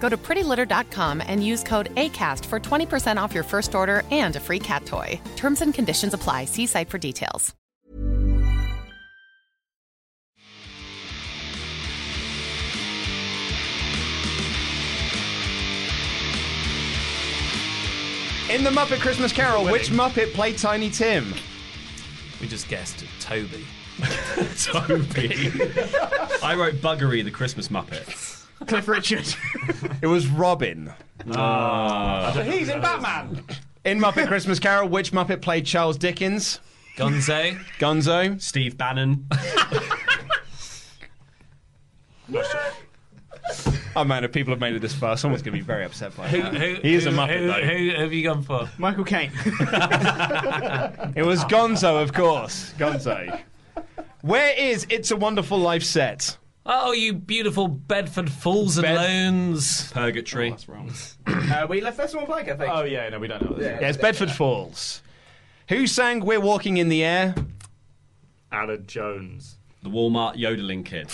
Speaker 29: Go to prettylitter.com and use code ACAST for 20% off your first order and a free cat toy. Terms and conditions apply. See site for details.
Speaker 11: In the Muppet Christmas Carol, which Muppet played Tiny Tim?
Speaker 1: We just guessed it. Toby.
Speaker 13: Toby. I wrote Buggery, the Christmas Muppet.
Speaker 14: Cliff Richard.
Speaker 11: It was Robin.
Speaker 13: Ah.
Speaker 14: So he's in Batman.
Speaker 11: In Muppet Christmas Carol, which Muppet played Charles Dickens?
Speaker 1: Gonzo.
Speaker 11: Gonzo.
Speaker 13: Steve Bannon.
Speaker 11: Oh man, if people have made it this far, someone's going to be very upset by
Speaker 1: Who,
Speaker 11: that.
Speaker 1: who,
Speaker 11: he is
Speaker 1: who,
Speaker 11: a Muppet,
Speaker 1: who,
Speaker 11: though.
Speaker 1: Who have you gone for?
Speaker 14: Michael Caine.
Speaker 11: It was Gonzo, of course. Gonzo. Where is It's a Wonderful Life set?
Speaker 1: Oh, you beautiful Bedford Falls and Loans.
Speaker 13: Purgatory.
Speaker 1: that's wrong.
Speaker 14: uh, we left this one blank, I think.
Speaker 12: Oh yeah, no, we don't know.
Speaker 11: Yeah, it's Bedford Falls. Who sang We're Walking in the Air?
Speaker 9: Alan Jones.
Speaker 13: The Walmart yodeling kid.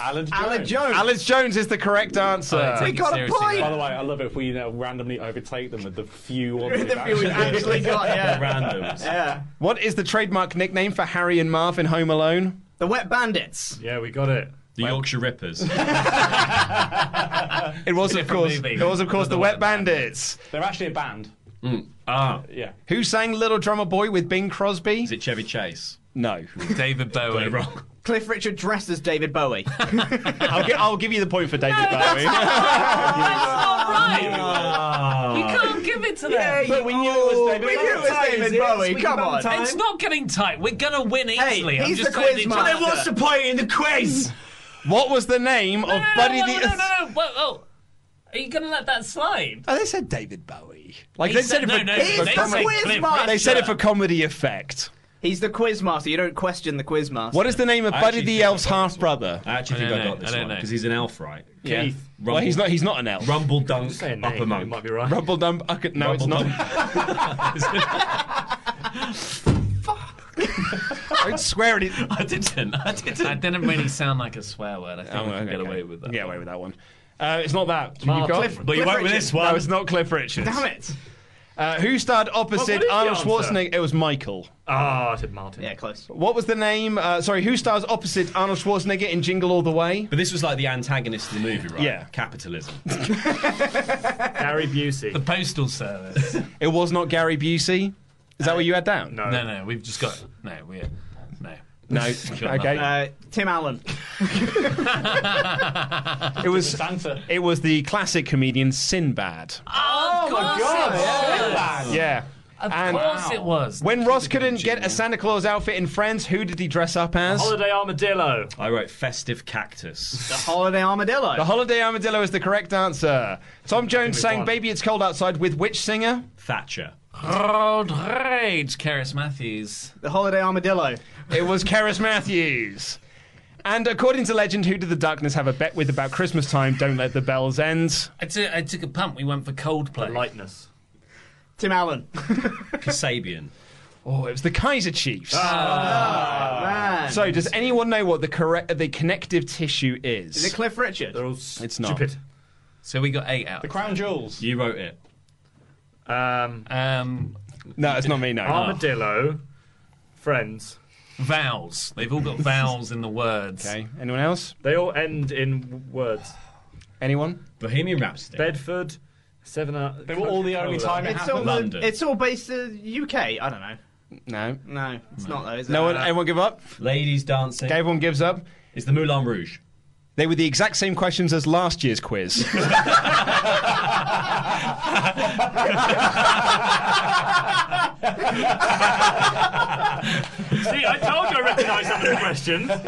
Speaker 12: Alan Jones.
Speaker 11: Alan Jones. Alan Jones is the correct answer.
Speaker 12: I Oh, take it seriously. By the way, I love it if we uh, randomly overtake them with the few ones
Speaker 11: The
Speaker 12: we've
Speaker 11: few we've actually got, yeah.
Speaker 13: Randoms.
Speaker 14: Yeah.
Speaker 11: What is the trademark nickname for Harry and Marv in Home Alone?
Speaker 14: The Wet Bandits.
Speaker 9: Yeah, we got it.
Speaker 13: The Yorkshire Rippers.
Speaker 11: It was, of course,
Speaker 12: movie.
Speaker 11: it was, of course, the, Wet Bandits.
Speaker 12: They're actually a band.
Speaker 13: Ah.
Speaker 12: Yeah.
Speaker 11: Who sang Little Drummer Boy with Bing Crosby? Is
Speaker 13: it Chevy Chase?
Speaker 11: No.
Speaker 1: David Bowie.
Speaker 13: wrong.
Speaker 14: Cliff Richard dressed as David Bowie.
Speaker 11: I'll, gi- I'll give you the point for David Bowie.
Speaker 1: You
Speaker 11: Ah.
Speaker 1: can't give it to them.
Speaker 14: Yeah,
Speaker 12: But we knew it was David
Speaker 14: we knew it was
Speaker 12: Bowie.
Speaker 14: David
Speaker 12: It's
Speaker 14: Bowie.
Speaker 12: Sweet
Speaker 14: Come on.
Speaker 12: Valentine.
Speaker 1: It's not getting tight. We're gonna win easily. I'm
Speaker 14: he's
Speaker 1: just
Speaker 14: the
Speaker 1: saying
Speaker 14: quiz
Speaker 1: it's-
Speaker 14: master. Then what's the
Speaker 11: point in the quiz? What was the name
Speaker 1: No,
Speaker 11: of
Speaker 1: no, no,
Speaker 11: Buddy
Speaker 1: no,
Speaker 11: the?
Speaker 1: no, no, no, no. Whoa, whoa. Are you gonna let that slide?
Speaker 11: Oh, they said David Bowie. Like
Speaker 1: He
Speaker 11: they
Speaker 1: said-
Speaker 11: said, it
Speaker 1: no,
Speaker 11: for,
Speaker 1: no,
Speaker 11: for
Speaker 1: they said
Speaker 11: comedy.
Speaker 1: Cliff
Speaker 11: They said it
Speaker 14: Richard.
Speaker 11: for comedy effect.
Speaker 14: He's the quiz master. You don't question the quiz master.
Speaker 11: What is the name of Buddy the Elf's half brother?
Speaker 13: I actually think I got this one because he's an elf, right?
Speaker 11: Yeah. Keith. Well, he's not- he's not an elf.
Speaker 13: Rumble dunk, upper monk.
Speaker 9: might be right.
Speaker 11: Rumble Dump. I could- no, it's not. Don't swear at it.
Speaker 1: I didn't. I didn't. That didn't really sound like a swear word. I think I can get away with that.
Speaker 11: Oh, Get away with that one. Uh, it's not that. You've
Speaker 1: Martin.
Speaker 11: got-
Speaker 1: Cliff- But you Cliff won't with Richard. this one.
Speaker 11: No, it's not Cliff Richards.
Speaker 14: Damn it.
Speaker 11: Uh, who starred opposite
Speaker 14: Well, what
Speaker 11: Arnold
Speaker 14: is the answer?
Speaker 11: Schwarzenegger? It was Michael.
Speaker 9: Ah, I said Martin.
Speaker 14: Yeah, close.
Speaker 11: What was the name? Uh, sorry, who stars opposite Arnold Schwarzenegger in Jingle All the Way?
Speaker 13: But this was like the antagonist of the movie, right?
Speaker 11: Yeah.
Speaker 13: Capitalism.
Speaker 9: Gary Busey. The
Speaker 1: Postal Service.
Speaker 11: It was not Gary Busey. Is that what you had down?
Speaker 9: No.
Speaker 1: Uh, No, no. We've just got no. We're no.
Speaker 11: No.
Speaker 1: We've got
Speaker 11: Okay.
Speaker 1: nothing.
Speaker 14: Uh, Tim Allen.
Speaker 11: It was It was the classic comedian Sinbad.
Speaker 1: Oh,
Speaker 30: my
Speaker 1: my
Speaker 30: God,
Speaker 1: god!
Speaker 30: Sinbad.
Speaker 11: Yeah.
Speaker 1: Of course it was.
Speaker 11: When Ross couldn't get a Santa Claus outfit in Friends, who did he dress up as?
Speaker 9: Holiday Armadillo.
Speaker 13: I wrote Festive Cactus.
Speaker 14: The Holiday Armadillo.
Speaker 11: The holiday armadillo is the correct answer. Tom Jones
Speaker 1: we
Speaker 11: sang
Speaker 1: won.
Speaker 11: "Baby It's Cold Outside" with which singer?
Speaker 13: Thatcher.
Speaker 1: Road rage, Karis Matthews.
Speaker 14: The Holiday Armadillo.
Speaker 11: It was Keris Matthews. And according to legend, who did the darkness have a bet with about Christmas time? Don't let the bells end.
Speaker 1: I took, I took a pump. We went for Coldplay.
Speaker 9: Lightness.
Speaker 14: Tim Allen.
Speaker 13: Kasabian.
Speaker 11: Oh, it was the Kaiser Chiefs.
Speaker 14: Ah,
Speaker 13: Ah,
Speaker 14: man.
Speaker 11: So, does anyone know what the correct the connective tissue is?
Speaker 14: Is it Cliff Richard?
Speaker 9: They're all
Speaker 11: It's not.
Speaker 1: So we got eight out.
Speaker 12: The Crown Jewels.
Speaker 13: You wrote it.
Speaker 1: um,
Speaker 9: Um,
Speaker 1: Ah.
Speaker 11: no, it's not me. No.
Speaker 9: Armadillo. Friends.
Speaker 1: Vowels. They've all got vowels in the words.
Speaker 11: Okay. Anyone else?
Speaker 9: They all end in w- words.
Speaker 11: Anyone?
Speaker 13: Bohemian Rhapsody.
Speaker 9: Bedford. Seven. Out,
Speaker 12: They were all the only time it
Speaker 14: It's all,
Speaker 12: happened.
Speaker 13: London.
Speaker 14: it's all based in the UK. I don't know.
Speaker 11: No.
Speaker 14: No, it's not though, is it?
Speaker 11: No one.
Speaker 14: Uh,
Speaker 11: Anyone give up?
Speaker 13: Ladies dancing.
Speaker 11: Okay, everyone gives up.
Speaker 13: It's the Moulin Rouge.
Speaker 11: They were the exact same questions as last year's quiz.
Speaker 9: See, I told you I recognised some of the questions.
Speaker 14: that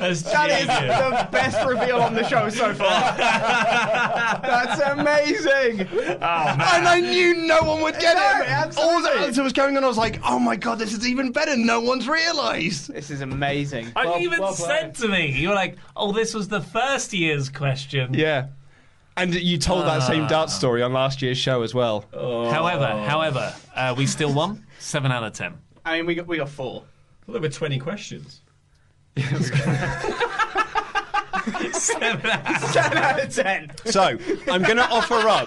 Speaker 14: is,
Speaker 13: That's
Speaker 14: that is the best reveal on the show so far. That's amazing.
Speaker 12: Oh,
Speaker 11: And I knew no one would get
Speaker 14: No,
Speaker 11: it.
Speaker 14: absolutely.
Speaker 11: All the answer was going on. I was like, oh my god, this is even better. No one's realised.
Speaker 14: This is amazing.
Speaker 1: I even said to me, you were like, oh, this was the first year's question.
Speaker 11: Yeah. And you told that same dart story on last year's show as well.
Speaker 1: Ah.
Speaker 13: Oh.
Speaker 1: However, however, uh, we still won. Seven out of ten.
Speaker 14: I mean, we got we got four.
Speaker 13: Well, there were 20 questions.
Speaker 14: Seven out of ten.
Speaker 11: So I'm going to offer up.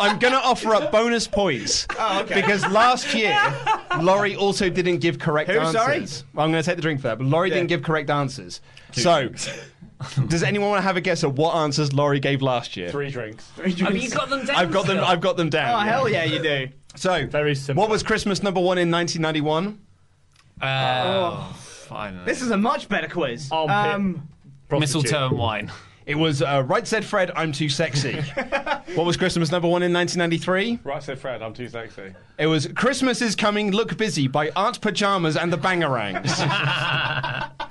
Speaker 11: I'm going to offer up bonus points
Speaker 14: Oh, okay.
Speaker 11: because last year Laurie also didn't give correct
Speaker 14: Who, sorry?
Speaker 11: answers. Well, I'm going to take the drink for that, but Laurie
Speaker 14: Yeah.
Speaker 11: didn't give correct answers. so Does anyone want to have a guess at what answers Laurie gave last year?
Speaker 12: Three drinks.
Speaker 11: Three
Speaker 12: drinks. Have you got them down
Speaker 11: I've got them.
Speaker 12: still?
Speaker 11: I've got them down.
Speaker 12: Oh, hell yeah, you
Speaker 14: do.
Speaker 11: So, very simple. What was Christmas number one in 1991?
Speaker 14: Oh.
Speaker 11: finally.
Speaker 14: This is a much better quiz. Um,
Speaker 11: Mistletoe and wine. It was uh, Right Said Fred, I'm Too Sexy. what was Christmas number one in 1993?
Speaker 12: Right, so Fred, I'm too sexy.
Speaker 11: It was Christmas is Coming, Look Busy by Art Pajamas and the Bangarangs.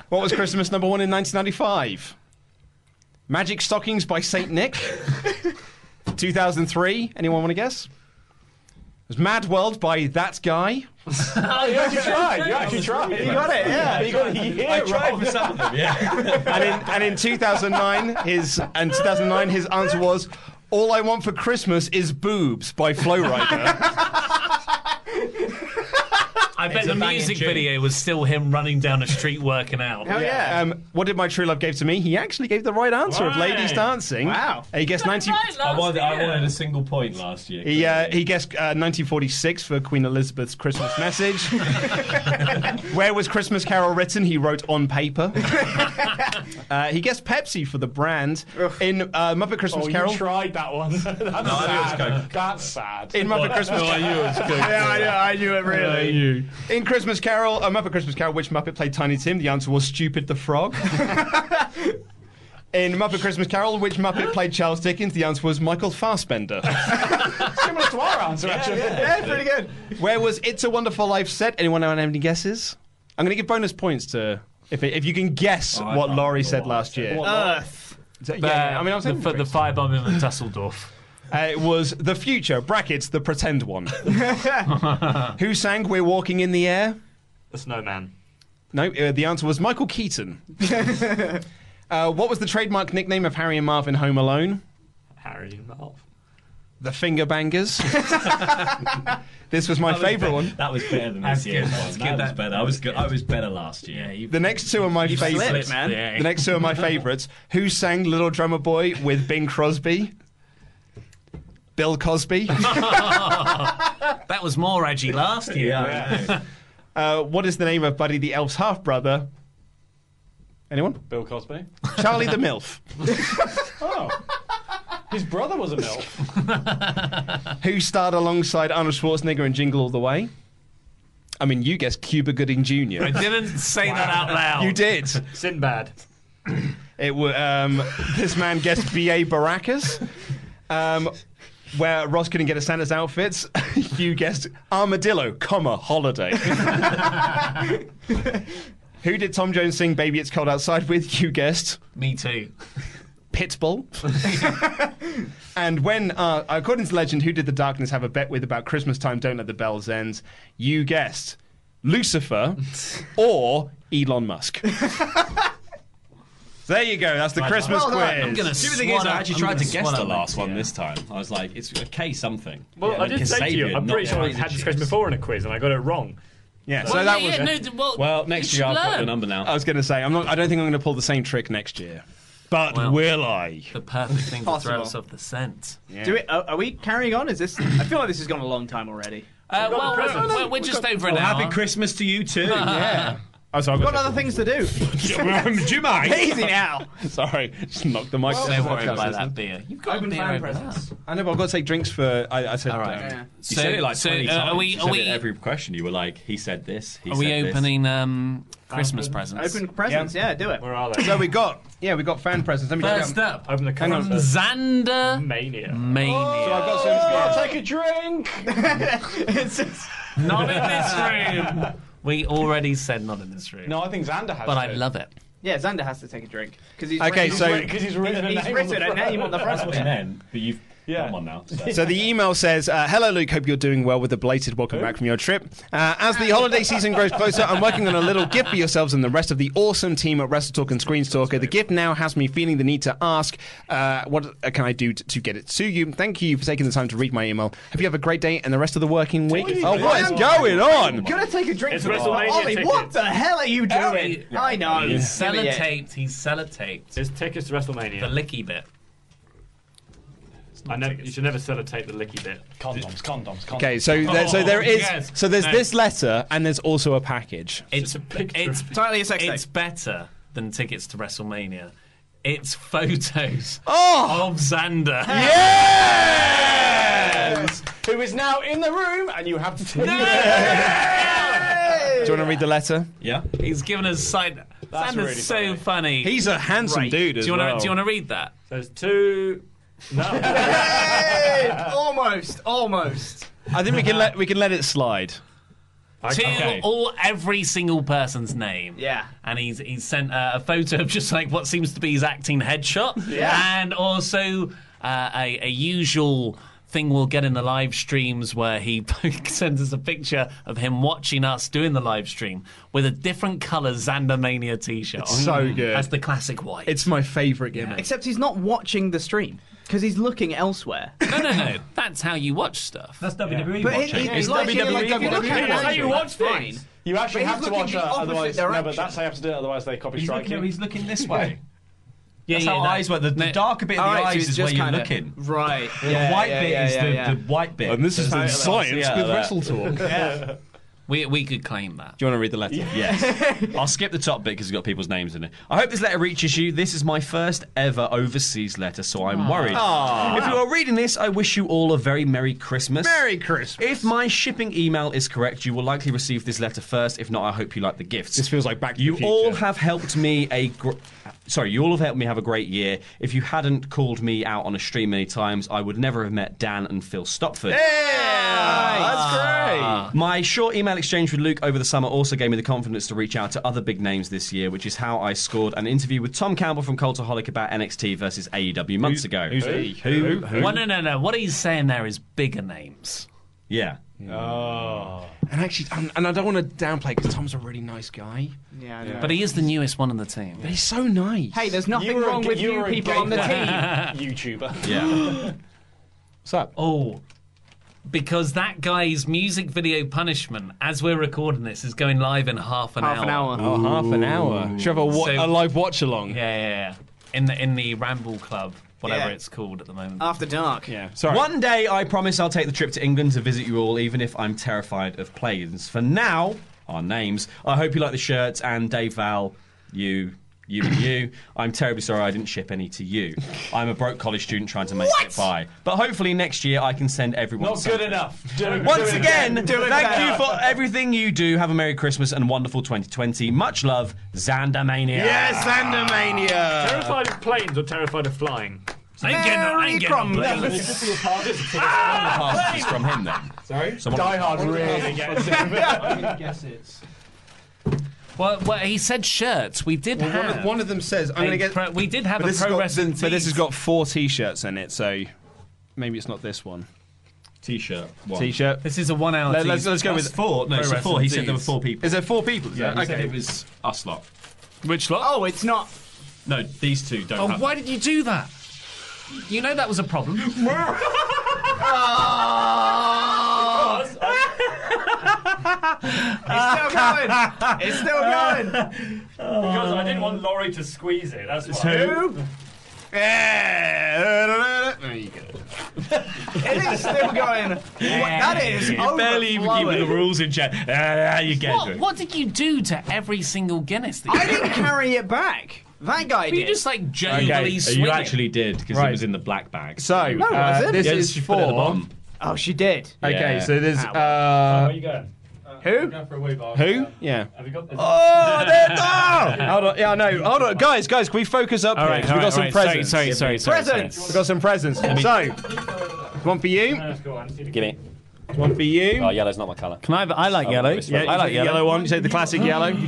Speaker 11: what was Christmas number one in 1995? Magic Stockings by St. Nick. 2003. Anyone want to guess? It was Mad World by That Guy.
Speaker 9: Oh, you actually tried. You actually tried.
Speaker 11: You got it, yeah.
Speaker 9: You got it.
Speaker 11: I tried
Speaker 9: for some of them, yeah.
Speaker 11: and in and in 2009 his and 2009 his answer was all I want for Christmas is boobs by Flow Rider.
Speaker 1: I bet
Speaker 11: It's
Speaker 1: the
Speaker 11: a banging
Speaker 1: music
Speaker 11: tune.
Speaker 1: video was still him running down a street working out.
Speaker 11: Um, what did my true love gave to me? He actually gave the right answer of ladies
Speaker 13: Right.
Speaker 11: dancing.
Speaker 13: Wow.
Speaker 11: He guessed 90
Speaker 13: I wanted, I wanted a single point last year.
Speaker 11: He, uh, he guessed uh, 1946 for Queen Elizabeth's Christmas message. Where was Christmas Carol written? He wrote on paper. uh, he guessed Pepsi for the brand in uh, Muppet Christmas
Speaker 12: oh,
Speaker 11: Carol.
Speaker 12: you tried that one. That's sad. That's sad.
Speaker 11: In Muppet Christmas Carol. Yeah, I, know, I knew it really.
Speaker 12: I
Speaker 11: In Christmas Carol, a Muppet Christmas Carol, which Muppet played Tiny Tim? The answer was Stupid the Frog. In Muppet Christmas Carol, which Muppet played Charles Dickens? The answer was Michael Fassbender.
Speaker 12: Similar to our answer, actually.
Speaker 11: good. Where was It's a Wonderful Life set? Anyone have any guesses? I'm going to give bonus points to if, if you can guess what Laurie said last year.
Speaker 14: Earth.
Speaker 11: Is that- yeah, I mean, I'm saying
Speaker 1: the, the firebomb in the Dusseldorf.
Speaker 11: Uh, it was the future brackets the pretend one. Who sang "We're Walking in the Air"?
Speaker 28: The snowman.
Speaker 11: No, uh, the answer was Michael Keaton. uh, what was the trademark nickname of Harry and Marv in Home Alone?
Speaker 28: Harry and Marv.
Speaker 11: The Finger Bangers. this was my
Speaker 13: That was
Speaker 11: favourite
Speaker 13: be-
Speaker 11: one.
Speaker 13: That was better than
Speaker 11: That's
Speaker 13: this year's
Speaker 11: good,
Speaker 13: one.
Speaker 11: that's
Speaker 13: That
Speaker 11: good,
Speaker 13: was
Speaker 11: that-
Speaker 13: better. I was good. I was better last year. Yeah,
Speaker 11: The next two are my
Speaker 13: You've
Speaker 11: favourites.
Speaker 13: slipped, man. Yeah.
Speaker 11: The next two are my favourites. Who sang Little Drummer Boy with Bing Crosby? Bill Cosby.
Speaker 1: that was more edgy last year.
Speaker 11: uh, what is the name of Buddy the Elf's half brother? Anyone?
Speaker 12: Bill Cosby.
Speaker 11: Charlie the MILF.
Speaker 12: oh. His brother was a MILF.
Speaker 11: Who starred alongside Arnold Schwarzenegger in Jingle All the Way? I mean, you guessed Cuba Gooding Jr.
Speaker 1: I didn't say that out loud.
Speaker 11: You did.
Speaker 28: Sinbad.
Speaker 11: It wa um, this man guessed B.A. Baracus, um, where Ross couldn't get a Santa's outfits. you guessed armadillo, comma holiday. Who did Tom Jones sing "Baby It's Cold Outside" with? You guessed.
Speaker 1: Me too.
Speaker 11: Pitbull. and when, uh, according to legend, who did the darkness have a bet with about Christmas time? Don't let the bells end. You guessed Lucifer or Elon Musk. there you go. That's the Christmas quiz.
Speaker 13: Stupid thing is, I actually tried to guess the last one this time. I was like, it's a K something.
Speaker 28: Well, I did say to you, I'm pretty sure I had this question before in a quiz and I got it wrong.
Speaker 11: Yeah,
Speaker 28: so
Speaker 11: so
Speaker 28: Well,
Speaker 11: that
Speaker 28: that yeah,
Speaker 11: was.
Speaker 28: was- yeah, no, d- well,
Speaker 13: Well, next you year should I've got learn. the number now.
Speaker 11: I was going to say I'm not. I don't think I'm going to pull the same trick next year. But will I?
Speaker 1: The perfect thing to
Speaker 14: Possible.
Speaker 1: throw us off the scent.
Speaker 14: Do we, are, are we carrying on? Is this? I feel like this has gone a long time already.
Speaker 1: Uh, well, we're, we're, we're just over
Speaker 11: Oh,
Speaker 14: Oh,
Speaker 1: an hour.
Speaker 13: Christmas to you too.
Speaker 11: yeah. Oh, sorry,
Speaker 14: We've
Speaker 11: I've
Speaker 14: got other things to do.
Speaker 11: Do mine.
Speaker 14: Easy now.
Speaker 11: Sorry, just knocked the mic.
Speaker 14: Well,
Speaker 11: off.
Speaker 14: don't worry
Speaker 1: about that beer. You've got
Speaker 14: Open
Speaker 1: beer
Speaker 14: fan
Speaker 1: over
Speaker 14: presents.
Speaker 11: I know, but I've got to take drinks for. I, I said. All right.
Speaker 13: You said it like
Speaker 1: So,
Speaker 13: 20
Speaker 1: uh, are
Speaker 13: times.
Speaker 1: we-
Speaker 13: You
Speaker 1: are
Speaker 13: said
Speaker 1: we-
Speaker 13: it every question you were like, he said this. He
Speaker 1: Are
Speaker 13: said
Speaker 1: we
Speaker 13: this.
Speaker 1: opening um, Christmas presents?
Speaker 14: Open presents. Yeah. do it.
Speaker 28: Where are
Speaker 11: So we got. Yeah, we got fan presents. Let me
Speaker 1: First
Speaker 11: go down.
Speaker 1: up,
Speaker 28: open the
Speaker 11: Hang on. Oh,
Speaker 1: from
Speaker 25: uh,
Speaker 1: Xander Mania. Mania.
Speaker 11: So I've got some.
Speaker 12: I'll take a drink.
Speaker 14: it's
Speaker 1: Not in this room. We already said not in this room.
Speaker 12: No, I think Xander has
Speaker 1: But
Speaker 12: to.
Speaker 1: I love it.
Speaker 14: Yeah, Xander has to take a drink because he's
Speaker 11: Okay,
Speaker 14: written-
Speaker 11: so-
Speaker 14: he's,
Speaker 11: 'Cause
Speaker 12: he's written a
Speaker 14: he's
Speaker 12: name on
Speaker 14: written
Speaker 12: the
Speaker 14: a
Speaker 12: front.
Speaker 14: name on the front.
Speaker 13: That's what you meant, but you've
Speaker 12: Yeah.
Speaker 13: got one now. So.
Speaker 11: So the email says, uh, "Hello, Luke. Hope you're doing well with the belated welcome back from your trip. Uh, as the holiday season grows closer, I'm working on a little gift for yourselves and the rest of the awesome team at WrestleTalk and ScreenStalker. The gift now has me feeling the need to ask, uh, what uh, can I do t- to get it to you? Thank you for taking the time to read my email. Hope you have a great day and the rest of the working week. Oh, what is going on?
Speaker 14: Gonna take a drink
Speaker 11: It's
Speaker 14: for this one.
Speaker 11: WrestleMania
Speaker 14: Ollie, what
Speaker 11: tickets.
Speaker 14: the hell are you doing? I know.
Speaker 1: He's
Speaker 14: Give me it.
Speaker 1: sellotaped. He's sellotaped.
Speaker 28: There's tickets to WrestleMania.
Speaker 1: The licky bit.
Speaker 28: I never, you should never sellotape the licky bit.
Speaker 12: Condoms, condoms, condoms.
Speaker 11: Okay, so there,
Speaker 1: Oh,
Speaker 11: so there is so there's
Speaker 1: No.
Speaker 11: this letter and there's also a package.
Speaker 1: It's it's, it's,
Speaker 14: entirely a sex
Speaker 1: It's better than tickets to WrestleMania. It's photos
Speaker 9: Oh!
Speaker 1: of Xander.
Speaker 9: Yes!
Speaker 12: Who is now in the room, and you have to take
Speaker 11: Do you want to read the letter?
Speaker 13: Yeah.
Speaker 1: He's given us sign.
Speaker 11: That's
Speaker 1: Xander's so
Speaker 11: really
Speaker 1: funny.
Speaker 11: He's a handsome
Speaker 1: Right.
Speaker 11: dude
Speaker 1: Do
Speaker 11: as
Speaker 1: you wanna-
Speaker 11: well.
Speaker 1: Do you want to read that?
Speaker 15: There's two.
Speaker 14: almost, almost.
Speaker 11: I think we can let we can let it slide.
Speaker 1: to all every single person's name.
Speaker 14: Yeah.
Speaker 1: And he's he's sent uh, a photo of just like what seems to be his acting headshot.
Speaker 14: Yeah.
Speaker 1: And also uh, a, a usual thing we'll get in the live streams where he sends us a picture of him watching us doing the live stream with a different colour Xandermania t-shirt.
Speaker 11: It's so good.
Speaker 1: That's the classic white.
Speaker 11: It's my favourite gimmick.
Speaker 14: Except he's not watching the stream because he's looking elsewhere.
Speaker 1: no, no, no. That's how you watch stuff. That's
Speaker 14: WWE But it- E watching. it-
Speaker 12: it's
Speaker 14: like WWE
Speaker 11: E
Speaker 12: That's how you watch
Speaker 14: things.
Speaker 12: things. You actually
Speaker 14: But he's
Speaker 12: have to
Speaker 14: looking
Speaker 12: watch
Speaker 14: the
Speaker 12: that,
Speaker 14: opposite
Speaker 12: otherwise. No, but
Speaker 14: direction.
Speaker 12: that's how you have to do it. Otherwise, they copy
Speaker 13: He's
Speaker 12: strike
Speaker 13: looking,
Speaker 12: you.
Speaker 13: no, he's looking this way.
Speaker 1: Yeah,
Speaker 13: That's
Speaker 1: yeah,
Speaker 13: how
Speaker 1: that-
Speaker 13: eyes work. The, the
Speaker 1: no.
Speaker 13: darker bit of
Speaker 14: All
Speaker 13: the
Speaker 14: right, so
Speaker 13: eyes
Speaker 14: it's
Speaker 13: is where
Speaker 14: just
Speaker 13: you're
Speaker 14: kinda-
Speaker 13: looking.
Speaker 14: Right.
Speaker 13: The
Speaker 14: Yeah,
Speaker 13: white
Speaker 14: yeah,
Speaker 13: bit
Speaker 14: yeah,
Speaker 13: is
Speaker 14: yeah,
Speaker 13: the,
Speaker 14: yeah.
Speaker 13: the white bit.
Speaker 11: And this is
Speaker 13: Totally.
Speaker 11: the science
Speaker 13: Yeah,
Speaker 11: with
Speaker 13: that.
Speaker 11: Wrestle Talk.
Speaker 14: Yeah.
Speaker 1: We, we could claim that.
Speaker 11: Do you want to read the letter?
Speaker 13: Yes. I'll skip the top bit because it's got people's names in it. I hope this letter reaches you. This is my first ever overseas letter, so I'm worried.
Speaker 11: Aw.
Speaker 13: If you are reading this, I wish you all a very Merry Christmas.
Speaker 11: Merry Christmas.
Speaker 13: If my shipping email is correct, you will likely receive this letter first. If not, I hope you like the gifts.
Speaker 11: This feels like Back to
Speaker 13: you
Speaker 11: the Future.
Speaker 13: all have helped me a. Gr- Sorry, you all have helped me have a great year. If you hadn't called me out on a stream many times, I would never have met Dan and Phil Stopford.
Speaker 11: That's
Speaker 13: My short email exchange with Luke over the summer also gave me the confidence to reach out to other big names this year, which is how I scored an interview with Tom Campbell from Cultaholic about NXT versus AEW months ago.
Speaker 1: Who's he?
Speaker 13: Who? Who?
Speaker 1: Well, no, no, no. What he's saying there is bigger names.
Speaker 13: Yeah.
Speaker 12: Oh.
Speaker 11: And actually, and, and I don't want to downplay because Tom's a really nice guy.
Speaker 14: Yeah,
Speaker 1: But he is the newest one on the team.
Speaker 11: But he's so nice.
Speaker 14: Hey, there's nothing wrong with you people on the team.
Speaker 12: team. YouTuber.
Speaker 13: Yeah.
Speaker 11: What's up?
Speaker 1: Oh. Because that guy's music video punishment, as we're recording this, is going live in half an
Speaker 11: Half
Speaker 1: hour.
Speaker 11: an hour. Oh, half an hour. Should we have a wa- a live watch along?
Speaker 1: Yeah, yeah, yeah. In the in the Ramble Club, whatever
Speaker 13: Yeah.
Speaker 1: it's called at the moment.
Speaker 14: After dark. Yeah.
Speaker 13: One day I promise I'll take the trip to England to visit you all, even if I'm terrified of planes. For now, our names. I hope you like the shirts and Dave Val, you, you and you. I'm terribly sorry I didn't ship any to you. I'm a broke college student trying to make it by. But hopefully next year I can send everyone.
Speaker 12: Not
Speaker 13: something.
Speaker 12: good enough. Do it-
Speaker 13: Once
Speaker 12: do it
Speaker 13: again,
Speaker 12: Do it
Speaker 13: thank
Speaker 12: better.
Speaker 13: you for everything you do. Have a Merry Christmas and wonderful 2020. Much love, Xandermania.
Speaker 11: Xandermania.
Speaker 15: Terrified of planes or terrified of flying?
Speaker 1: I ain't getting- I ain't getting
Speaker 15: Merry
Speaker 1: a
Speaker 15: Crumblers.
Speaker 1: plane.
Speaker 13: Half is from him then. Sorry?
Speaker 12: Die Hard really gets it.
Speaker 9: I'm gonna guess it's.
Speaker 1: Well, well, he said shirts. We did
Speaker 11: Well, one
Speaker 1: have
Speaker 11: of- one of them says, I'm
Speaker 1: a
Speaker 11: gonna get-
Speaker 1: pro- we did have
Speaker 11: But
Speaker 1: a
Speaker 11: this has
Speaker 1: pro
Speaker 11: got-
Speaker 1: wrestling.
Speaker 11: But this has got four T-shirts in it, so maybe it's not this one.
Speaker 13: T-shirt.
Speaker 11: T-shirt.
Speaker 1: This is a one-hour.
Speaker 11: Let, us let's go
Speaker 13: That's
Speaker 11: with
Speaker 13: four. No,
Speaker 11: Pro
Speaker 13: it's a four.
Speaker 11: Wrestling
Speaker 13: He said there were
Speaker 11: Tees.
Speaker 13: four people.
Speaker 11: Is there four people?
Speaker 13: Yeah, he
Speaker 11: okay.
Speaker 13: said it was us lot.
Speaker 1: Which lot?
Speaker 14: Oh, it's not.
Speaker 13: No, these two don't.
Speaker 1: Oh,
Speaker 13: have-
Speaker 1: why did you do that? You know that was a problem.
Speaker 14: It's still going. It's still going.
Speaker 15: Because I didn't want Laurie to squeeze it. That's why.
Speaker 11: Yeah. Eh. There you go.
Speaker 14: It is still going. What- That is
Speaker 13: You barely even keep the
Speaker 14: overflowing.
Speaker 13: rules in check. Ah, you get
Speaker 1: What,
Speaker 13: it.
Speaker 1: what did you do to every single Guinness? That you
Speaker 14: I didn't carry it back. That guy
Speaker 1: You
Speaker 14: did.
Speaker 1: just like genuinely
Speaker 13: Okay,
Speaker 1: swing
Speaker 13: you
Speaker 1: it.
Speaker 13: actually did because
Speaker 11: Right.
Speaker 13: it was in the black bag.
Speaker 11: So
Speaker 14: No, it
Speaker 11: uh,
Speaker 14: wasn't.
Speaker 11: this
Speaker 13: Yeah,
Speaker 11: is
Speaker 13: she
Speaker 11: four.
Speaker 13: put it at the bottom.
Speaker 14: Oh, she did.
Speaker 11: Okay,
Speaker 13: Yeah.
Speaker 11: so there's
Speaker 14: Ow.
Speaker 11: uh,
Speaker 15: going?
Speaker 14: Who?
Speaker 15: for a wee bar.
Speaker 11: who? Yeah.
Speaker 15: Have you got this?
Speaker 11: Oh, there, oh! Hold on, yeah, I know. Hold on, guys, guys, can we focus up?
Speaker 28: All
Speaker 11: here?
Speaker 28: right,
Speaker 11: 'Cause we
Speaker 28: all
Speaker 11: got
Speaker 28: right,
Speaker 11: some
Speaker 28: all right. Sorry,
Speaker 11: presents.
Speaker 28: sorry, sorry, sorry, sorry.
Speaker 11: Presents. We got some presents. So, one for you.
Speaker 9: Give me.
Speaker 11: One for you.
Speaker 9: Oh, yellow's not my colour.
Speaker 28: Can I? Have, I like yellow.
Speaker 11: Yeah, you
Speaker 28: I like
Speaker 11: take the yellow one. You take the classic yellow. And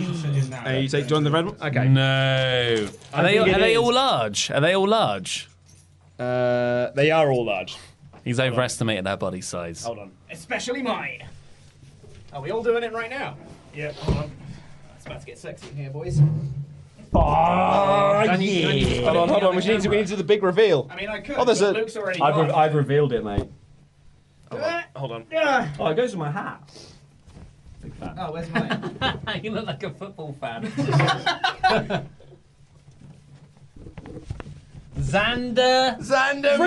Speaker 11: you take. Do you want the red one? Okay.
Speaker 1: No. Are they,
Speaker 11: think it
Speaker 1: are they
Speaker 11: is.
Speaker 1: all large? Are they all large?
Speaker 11: Uh, they are all large.
Speaker 1: He's overestimated our body size.
Speaker 11: Hold on.
Speaker 14: Especially mine. Are we all doing it right now?
Speaker 11: Yeah.
Speaker 14: It's about to get sexy in here, boys.
Speaker 11: Oh,
Speaker 9: yeah.
Speaker 11: Hold on, hold on. We need to. We need to do the big reveal.
Speaker 14: I mean, I could.
Speaker 11: Oh, there's
Speaker 14: but
Speaker 11: a-
Speaker 14: Luke's already.
Speaker 13: I've,
Speaker 14: gone.
Speaker 13: re- I've revealed it, mate.
Speaker 11: Oh, Hold on.
Speaker 14: Ah.
Speaker 13: Oh, it goes with my hat.
Speaker 14: Oh, where's mine?
Speaker 1: you look like a football fan. Xander.
Speaker 11: Xander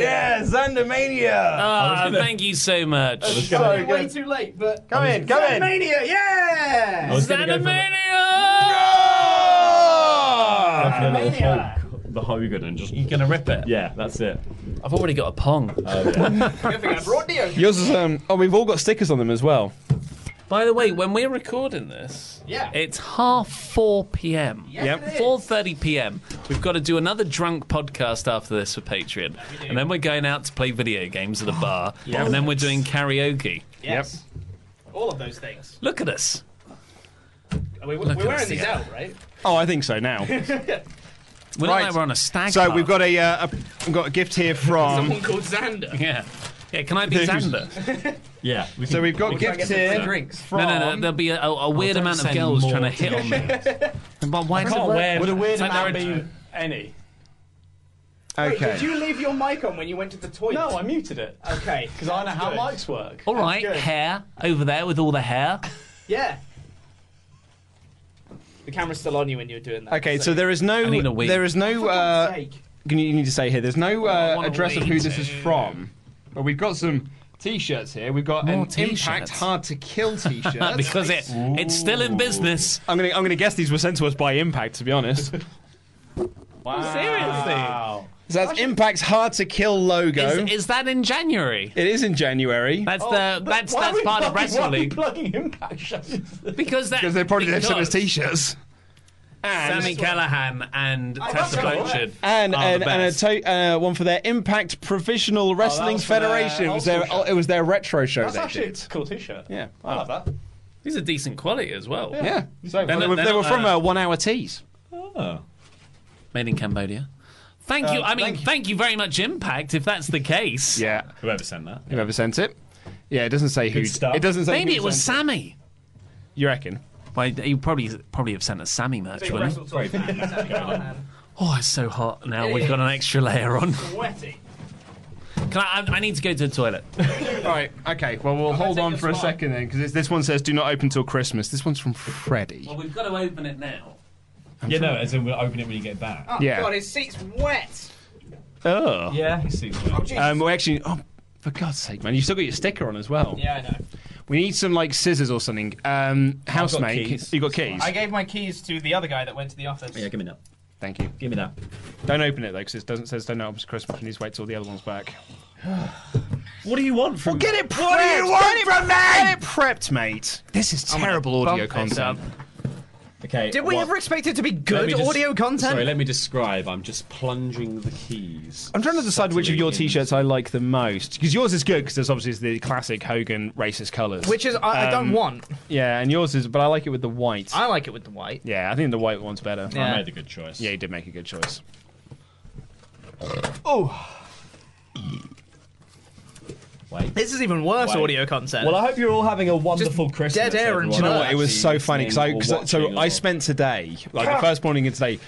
Speaker 11: Yeah, Xandermania.
Speaker 1: Ah, thank you so much.
Speaker 14: Sorry, way too late, but.
Speaker 11: Come in, come in.
Speaker 1: Oh,
Speaker 14: Mania, yeah!
Speaker 1: Xandermania!
Speaker 13: open a little poke the Hogan and just. You're
Speaker 1: gonna rip it.
Speaker 13: Yeah, that's it. Oh,
Speaker 1: I've already got a pong.
Speaker 11: Yours is um. Oh, we've all got stickers on them as well.
Speaker 1: By the way, when we're recording this,
Speaker 14: yeah.
Speaker 1: it's half 4 p.m.
Speaker 14: Yes, Yep. it is.
Speaker 1: 4.30 p.m. We've got to do another drunk podcast after this for Patreon. And then we're going out to play video games at a bar.
Speaker 14: Yes.
Speaker 1: And then we're doing karaoke.
Speaker 14: Yes. All of those things.
Speaker 1: Look at us.
Speaker 14: I mean, we're,
Speaker 1: Look
Speaker 14: we're
Speaker 1: at
Speaker 14: wearing
Speaker 1: us
Speaker 14: these
Speaker 1: together.
Speaker 14: out, right?
Speaker 11: Oh, I think so now.
Speaker 1: We look like we're on a stag
Speaker 11: So
Speaker 1: party.
Speaker 11: we've got a, uh, a we've got a gift here from.
Speaker 14: Someone called Xander.
Speaker 1: Um, Yeah. Yeah, can I be
Speaker 11: Who's-
Speaker 1: Xander?
Speaker 13: Yeah.
Speaker 11: So we've got
Speaker 1: Can I get
Speaker 11: gifts
Speaker 1: the
Speaker 11: here.
Speaker 1: drinks?
Speaker 11: From
Speaker 1: No, no, no. There'll be a, a weird
Speaker 12: don't
Speaker 1: amount of
Speaker 12: send
Speaker 1: girls
Speaker 12: more
Speaker 1: trying to hit on me. but why
Speaker 12: I
Speaker 1: not
Speaker 12: can't wear- Would a weird
Speaker 1: it's like
Speaker 12: amount
Speaker 1: they're in-
Speaker 12: Any.
Speaker 14: Wait, did you leave your mic on when you went to the toilet?
Speaker 12: No, I muted it.
Speaker 14: Okay.
Speaker 12: Because I know
Speaker 14: that's
Speaker 12: how
Speaker 14: good.
Speaker 12: mics work.
Speaker 1: All right, hair over there with all the hair.
Speaker 14: Yeah. The camera's still on you when you were doing that.
Speaker 11: Okay, so there is no there is no. Uh, can you, you need to say here? There's
Speaker 1: Oh,
Speaker 11: no uh,
Speaker 14: wanna
Speaker 11: address of who
Speaker 14: wait.
Speaker 11: this is from, but we've got some t-shirts here. We've got an Impact Hard to Kill t-shirt
Speaker 1: Because it- it's still in business.
Speaker 11: I'm gonna I'm gonna guess these were sent to us by Impact. To be honest,
Speaker 1: Wow. Seriously.
Speaker 11: so that's Impact's Hard to Kill logo.
Speaker 1: Is, is that in January?
Speaker 11: it is in January.
Speaker 12: Oh,
Speaker 1: That's the that's that's part of wrestling league.
Speaker 12: Plugging Impact
Speaker 1: Because that
Speaker 11: because they're probably they've sent us
Speaker 1: because
Speaker 11: t-shirts.
Speaker 1: Sammy Callahan and Tessa
Speaker 11: that's right.
Speaker 1: Blanchard
Speaker 11: and
Speaker 1: are
Speaker 11: and,
Speaker 1: the
Speaker 11: and a
Speaker 1: best.
Speaker 11: to- uh, one for their Impact Professional Wrestling
Speaker 12: Oh, was for their
Speaker 11: Federation. It was their
Speaker 12: Ultra show.
Speaker 11: it was their retro show.
Speaker 12: That's
Speaker 11: they
Speaker 12: actually
Speaker 11: did.
Speaker 12: a cool T-shirt.
Speaker 11: Yeah.
Speaker 12: I love that.
Speaker 1: These are decent quality as well.
Speaker 11: Yeah.
Speaker 1: They're
Speaker 11: they
Speaker 1: not-
Speaker 11: were,
Speaker 1: they're
Speaker 11: they were
Speaker 1: not,
Speaker 11: from
Speaker 1: uh,
Speaker 11: uh, One Hour Tees.
Speaker 1: made in Cambodia. Thank you.
Speaker 11: Uh,
Speaker 1: I mean, thank you. very much, Impact. If that's the case.
Speaker 11: Yeah.
Speaker 1: Whoever sent that.
Speaker 11: Whoever sent it. Yeah, it doesn't say who.
Speaker 1: Good stuff.
Speaker 11: It doesn't say.
Speaker 1: Maybe
Speaker 11: who
Speaker 1: it was
Speaker 11: sent
Speaker 1: Sammy.
Speaker 11: You reckon?
Speaker 1: Well, he probably probably have sent us Sammy merch, wouldn't he? Oh, it's so hot now. We've got an extra layer on.
Speaker 14: Sweaty.
Speaker 1: Can I, I, I need to go to the toilet.
Speaker 11: All right. Okay. Well, we'll hold on for a second then, because this one says "Do not open till Christmas." This one's from Freddie.
Speaker 1: Well, we've got to open it now.
Speaker 13: Yeah, no, as in we'll open it when you get back.
Speaker 14: Oh,
Speaker 11: Yeah.
Speaker 14: God, his seat's wet.
Speaker 11: Oh.
Speaker 13: Yeah, it seems well.
Speaker 11: Um, well, actually, oh, for God's sake, man, you have still got your sticker on as well.
Speaker 14: Yeah, I know.
Speaker 11: We need some like scissors or something. Um, housemate,
Speaker 13: keys.
Speaker 11: you got keys?
Speaker 14: I gave my keys to the other guy that went to the office.
Speaker 13: Yeah, give me that.
Speaker 11: Thank you.
Speaker 13: Give me that.
Speaker 11: Don't open it though, because it doesn't says don't open to Christmas. You need to wait till the other one's back.
Speaker 13: What do you want from?
Speaker 11: Get it prepped. get it, Get it prepped, mate. This is
Speaker 13: I'm gonna
Speaker 11: terrible
Speaker 13: bump
Speaker 11: audio
Speaker 13: this
Speaker 11: content.
Speaker 13: Okay.
Speaker 14: Did we
Speaker 13: what-
Speaker 14: ever expect it to be
Speaker 13: let
Speaker 14: good
Speaker 13: me just-
Speaker 14: audio content?
Speaker 13: Sorry, let me describe. I'm just plunging the keys.
Speaker 11: I'm trying to decide which of your
Speaker 13: Subtly in-
Speaker 11: t-shirts I like the most because yours is good because there's obviously the classic Hogan racist colours,
Speaker 14: Which is I, I don't
Speaker 11: Um,
Speaker 14: want.
Speaker 11: Yeah, and yours is, but I like it with the white.
Speaker 14: I like it with the white.
Speaker 11: yeah, I think the white one's better.
Speaker 14: Yeah. made
Speaker 13: a good choice.
Speaker 11: Yeah, you did make a good choice.
Speaker 14: Oh.
Speaker 13: Wait.
Speaker 14: This is even worse
Speaker 13: Wait.
Speaker 14: audio content.
Speaker 13: Well, I hope you're all having a wonderful Christmas.
Speaker 14: dead air
Speaker 13: everyone.
Speaker 14: and
Speaker 11: Do you know what? It was so
Speaker 13: Actually
Speaker 11: funny. Cause I,
Speaker 13: listening
Speaker 11: 'cause
Speaker 13: or
Speaker 11: I- so
Speaker 13: watching
Speaker 11: I
Speaker 13: or-
Speaker 11: spent today, like the first morning of today,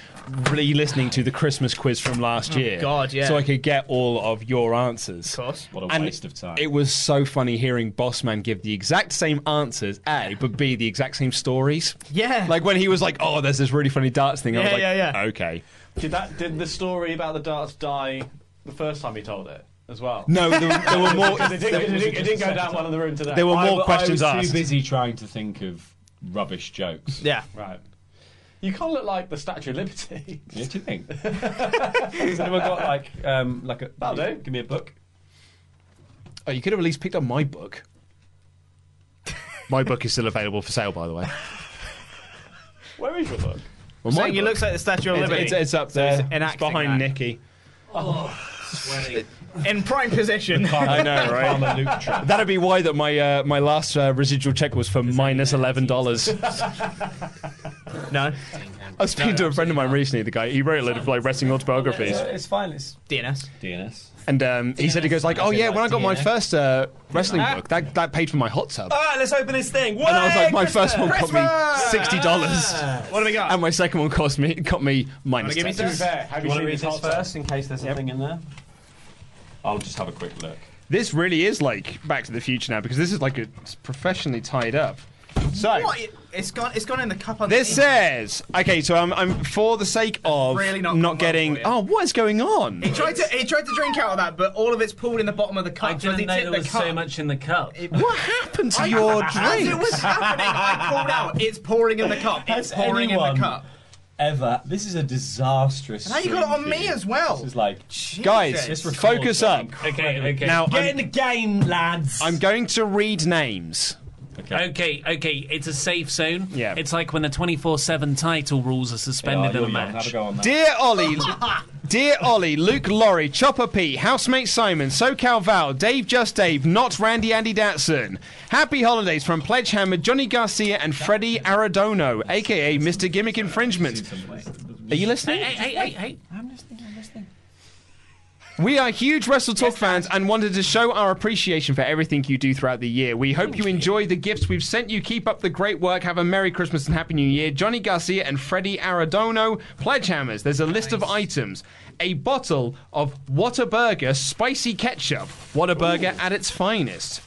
Speaker 11: re-listening to the Christmas quiz from last
Speaker 14: Oh,
Speaker 11: year.
Speaker 14: God, yeah.
Speaker 11: So I could get all of your answers. Of
Speaker 14: course.
Speaker 13: What a
Speaker 11: And
Speaker 13: waste of time.
Speaker 11: It was so funny hearing Bossman give the exact same answers, A, but B, the exact same stories.
Speaker 14: Yeah.
Speaker 11: Like when he was like, oh, there's this really funny darts thing. I was
Speaker 14: Yeah,
Speaker 11: like,
Speaker 14: yeah, yeah.
Speaker 11: okay.
Speaker 12: Did that? Did the story about the darts die the first time he told it as well?
Speaker 11: No, there, there were more.
Speaker 12: Because it didn't, it didn't- it didn't go down well in the room today.
Speaker 11: There were
Speaker 13: I
Speaker 11: more
Speaker 13: wa-
Speaker 11: questions
Speaker 13: I was
Speaker 11: asked.
Speaker 13: too busy trying to think of rubbish jokes.
Speaker 14: Yeah.
Speaker 12: Right. You can't look like the Statue of Liberty.
Speaker 13: Yeah, do you think? Has anyone got like um like a
Speaker 12: That'll do.
Speaker 13: give me a book?
Speaker 11: Oh, you could have at least picked up my book. my book is still available for sale, by the way.
Speaker 12: Where is your book?
Speaker 11: Well,
Speaker 14: So
Speaker 11: my
Speaker 14: you
Speaker 11: book-
Speaker 14: look like the Statue of
Speaker 11: It's-
Speaker 14: Liberty.
Speaker 11: It's, it's up
Speaker 14: So
Speaker 11: there.
Speaker 14: it's
Speaker 11: It's
Speaker 14: enacting
Speaker 11: behind
Speaker 14: that.
Speaker 11: Nikki.
Speaker 14: In prime position.
Speaker 11: I know,
Speaker 13: Karma
Speaker 11: right?
Speaker 13: Luke trap.
Speaker 11: That'd be why that my uh, my last uh, residual check was for minus eleven dollars.
Speaker 14: no.
Speaker 11: I was speaking to a friend of mine recently. The guy he wrote a lot of like wrestling autobiographies,
Speaker 13: It's fine. It's
Speaker 14: DNS.
Speaker 13: DNS.
Speaker 11: and um, he said he goes like, "Oh yeah, when I got my first uh, wrestling
Speaker 13: Ah.
Speaker 11: book, that that paid for my hot tub."
Speaker 13: All right, let's open this thing.
Speaker 11: And I was like,
Speaker 13: Way,
Speaker 11: my first one
Speaker 13: Christmas!
Speaker 11: cost me sixty dollars,
Speaker 14: What do we got?
Speaker 11: and my second one cost me got me minus.
Speaker 14: give me
Speaker 11: 10.
Speaker 14: some?
Speaker 12: To be fair,
Speaker 13: Do
Speaker 12: have
Speaker 13: you
Speaker 12: you
Speaker 13: want
Speaker 12: seen
Speaker 13: to read
Speaker 12: these
Speaker 13: this
Speaker 12: hot
Speaker 13: first in case there's anything in there? I'll just have a quick look.
Speaker 11: This really is like Back to the Future now because this is like a, it's professionally tied up. So
Speaker 14: What? It's gone. It's gone in the cup.
Speaker 11: This
Speaker 14: underneath.
Speaker 11: says, okay, so I'm, I'm for the sake of
Speaker 14: really not
Speaker 11: not,
Speaker 14: gone well
Speaker 11: getting.
Speaker 14: for you.
Speaker 11: Oh, what is going on?
Speaker 14: He tried to. He tried to drink out of that, but all of it's pulled in the bottom of the cup.
Speaker 1: I
Speaker 14: so as
Speaker 1: didn't
Speaker 14: he
Speaker 1: know
Speaker 14: tipped
Speaker 1: there
Speaker 14: the
Speaker 1: was
Speaker 14: cup,
Speaker 1: so much in the cup.
Speaker 11: What happened to
Speaker 14: I-
Speaker 11: your
Speaker 14: As it
Speaker 11: drink?
Speaker 14: was happening, I pulled out. It's pouring in the cup. It's pouring in
Speaker 13: anyone-
Speaker 14: the cup.
Speaker 4: ever. This is a disastrous.
Speaker 14: Now you got it on
Speaker 4: scene,
Speaker 14: me
Speaker 4: dude.
Speaker 14: as well.
Speaker 4: This is like,
Speaker 11: Guys,
Speaker 4: This records
Speaker 11: focus
Speaker 4: are
Speaker 11: up.
Speaker 4: incredible.
Speaker 11: okay. Now,
Speaker 4: get
Speaker 11: I'm-
Speaker 4: in the game, lads.
Speaker 11: I'm going to read names.
Speaker 1: Okay. okay, It's a safe zone.
Speaker 11: Yeah.
Speaker 1: It's like when the 24 7 title rules are suspended
Speaker 11: Yeah,
Speaker 1: in a
Speaker 11: you're young.
Speaker 1: match.
Speaker 11: Have a go on that. Dear Ollie, Dear Ollie, Luke Laurie, Chopper P, Housemate Simon, SoCal Val, Dave Just Dave, not Randy Andy Datsun. Happy holidays from Pledgehammer, Johnny Garcia, and Freddie Aradono, aka Mr. Gimmick Infringement. Are you listening?
Speaker 1: Hey, hey, hey.
Speaker 4: I'm listening. I'm listening.
Speaker 11: We are huge Wrestle Talk fans and wanted to show our appreciation for everything you do throughout the year. We hope you enjoy the gifts we've sent you. Keep up the great work. Have a Merry Christmas and Happy New Year. Johnny Garcia and Freddie Aradono, Pledge Hammers. There's a list of items. A bottle of Whataburger spicy ketchup. Whataburger at its finest.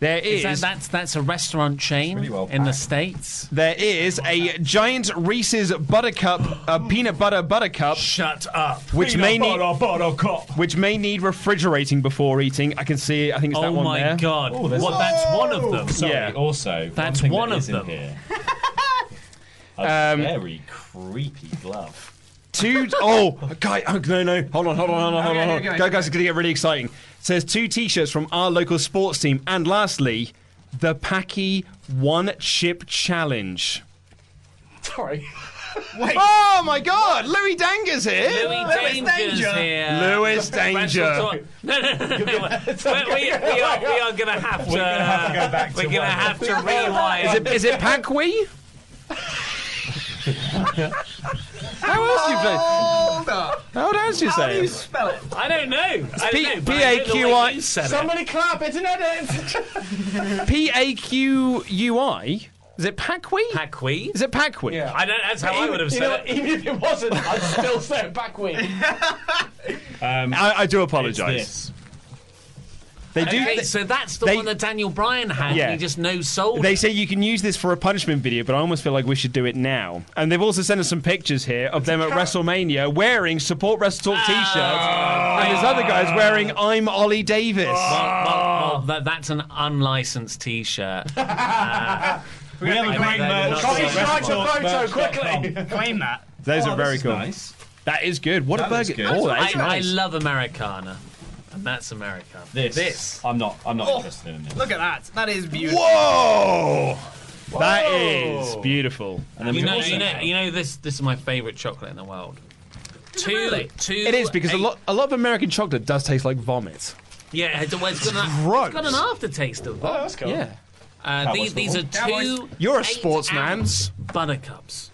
Speaker 11: There
Speaker 1: Is
Speaker 11: is.
Speaker 1: that, that's, that's a restaurant chain in the States.
Speaker 11: there is a giant Reese's buttercup, a peanut butter buttercup.
Speaker 1: Shut up.
Speaker 11: Which may
Speaker 4: Peanut
Speaker 11: need which may need refrigerating before eating. I can see. I think it's that
Speaker 1: Oh
Speaker 11: one
Speaker 1: my
Speaker 11: there.
Speaker 1: God. Oh, there's- What, that's one of them?
Speaker 4: Sorry,
Speaker 11: Yeah.
Speaker 4: also,
Speaker 11: That's
Speaker 4: one, thing
Speaker 11: one
Speaker 4: that
Speaker 11: of
Speaker 4: is in
Speaker 11: them.
Speaker 4: Here, a
Speaker 11: Um,
Speaker 4: very creepy glove.
Speaker 11: Two oh guy oh, no no hold on hold on hold on hold
Speaker 4: Okay,
Speaker 11: on, hold
Speaker 4: okay,
Speaker 11: on.
Speaker 4: okay.
Speaker 11: Go, guys it's gonna get really exciting. It says two t-shirts from our local sports team and lastly the Packy one chip challenge.
Speaker 31: Sorry.
Speaker 11: Wait. Oh my God! Louis Danger's here.
Speaker 1: Louis Danger's here.
Speaker 11: Louis Danger.
Speaker 1: Wrestle Talk- No, no, no, no. no. we, we, we are, we are going to have to. We're going to go back We're going to have to rewind.
Speaker 11: Is it is it Packwee? How else do you play?
Speaker 14: Hold up.
Speaker 11: How else do you say? it?
Speaker 14: Spell it.
Speaker 1: I don't know. I
Speaker 11: P-
Speaker 1: don't know, but I know the way
Speaker 11: P-A-Q-I
Speaker 1: you said it.
Speaker 11: Somebody
Speaker 31: clap, it's an edit!
Speaker 11: P A Q U I? Is it Packwee?
Speaker 1: Packwee?
Speaker 11: Is it Packwee? Yeah.
Speaker 1: I don't, that's how I would have
Speaker 31: You
Speaker 1: said
Speaker 31: know,
Speaker 1: it.
Speaker 31: even if it wasn't, I'd still say it back wing.
Speaker 11: Um, I, I do apologise. They do.
Speaker 1: Okay,
Speaker 11: they-
Speaker 1: so that's the
Speaker 11: they-
Speaker 1: one that Daniel Bryan had.
Speaker 11: Yeah.
Speaker 1: He just no soul.
Speaker 11: They say you can use this for a punishment video, but I almost feel like we should do it now. And they've also sent us some pictures here of them at WrestleMania wearing support Wrestle Talk t-shirts,
Speaker 1: Ah.
Speaker 11: and this other guy's wearing "I'm Ollie Davis."
Speaker 4: Oh.
Speaker 1: Well, that, that's an unlicensed T-shirt. Uh,
Speaker 4: We have a
Speaker 1: I
Speaker 4: great
Speaker 1: think
Speaker 4: merch.
Speaker 1: they're not
Speaker 4: Copy
Speaker 1: so
Speaker 4: strikes a
Speaker 1: much.
Speaker 4: photo, quickly.
Speaker 14: Claim that.
Speaker 11: Those
Speaker 4: Oh,
Speaker 11: are very
Speaker 4: this is
Speaker 11: cool.
Speaker 4: nice.
Speaker 11: That is good. What a
Speaker 4: That is
Speaker 11: burger!
Speaker 4: good.
Speaker 11: Oh, that is
Speaker 1: I,
Speaker 11: nice.
Speaker 1: I love Americana, and that's Americana.
Speaker 4: This, I'm not. I'm
Speaker 11: Oh,
Speaker 14: Oh,
Speaker 4: not interested in this.
Speaker 14: Look at that. That is beautiful.
Speaker 11: Whoa! That
Speaker 14: Whoa.
Speaker 11: is beautiful.
Speaker 4: And then
Speaker 1: you
Speaker 4: we
Speaker 1: know,
Speaker 4: also
Speaker 1: you know,
Speaker 4: have-
Speaker 1: you know this. This is my favourite chocolate in the world. Two, two.
Speaker 11: It is because a lot, a lot of American chocolate does taste like vomit.
Speaker 1: Yeah, it's, well, it's, got, an,
Speaker 11: Gross.
Speaker 1: it's got an aftertaste of. Oh, that's
Speaker 11: cool. Yeah.
Speaker 1: Uh,
Speaker 11: Cowboys
Speaker 1: these, these are
Speaker 11: football.
Speaker 1: two.
Speaker 11: You're a sportsman.
Speaker 1: Buttercups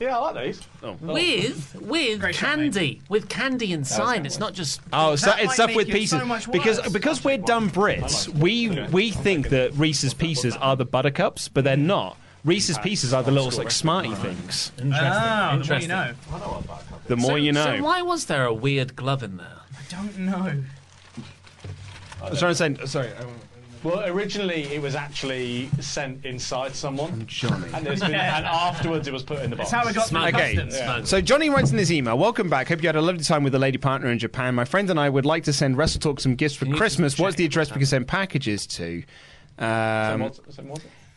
Speaker 31: Yeah, I like these. Oh.
Speaker 1: with with candy, with candy inside. It's not just.
Speaker 11: Oh, so
Speaker 1: That
Speaker 11: it's
Speaker 1: might
Speaker 11: stuff
Speaker 1: make
Speaker 11: with
Speaker 1: it so
Speaker 11: pieces
Speaker 1: much
Speaker 11: because
Speaker 1: worse.
Speaker 11: because we're dumb Brits. We we think that Reese's pieces are the buttercups, but they're not. Reese's pieces are the little like smarty things.
Speaker 1: Interesting.
Speaker 14: Ah,
Speaker 1: Interesting.
Speaker 11: The more
Speaker 1: So-
Speaker 11: you
Speaker 1: So
Speaker 11: know.
Speaker 1: why was there a weird glove in there?
Speaker 14: I don't know.
Speaker 11: I was trying to say. Sorry.
Speaker 12: Well, originally it was actually sent inside someone.
Speaker 11: Johnny.
Speaker 12: And, there's been, and afterwards it was put in the box.
Speaker 11: Okay,
Speaker 12: Yeah.
Speaker 11: so Johnny writes in his email, "Welcome back. Hope you had a lovely time with a lady partner in Japan. My friend and I would like to send Wrestle Talk some gifts for Christmas. What's the address we can send packages to?" Um,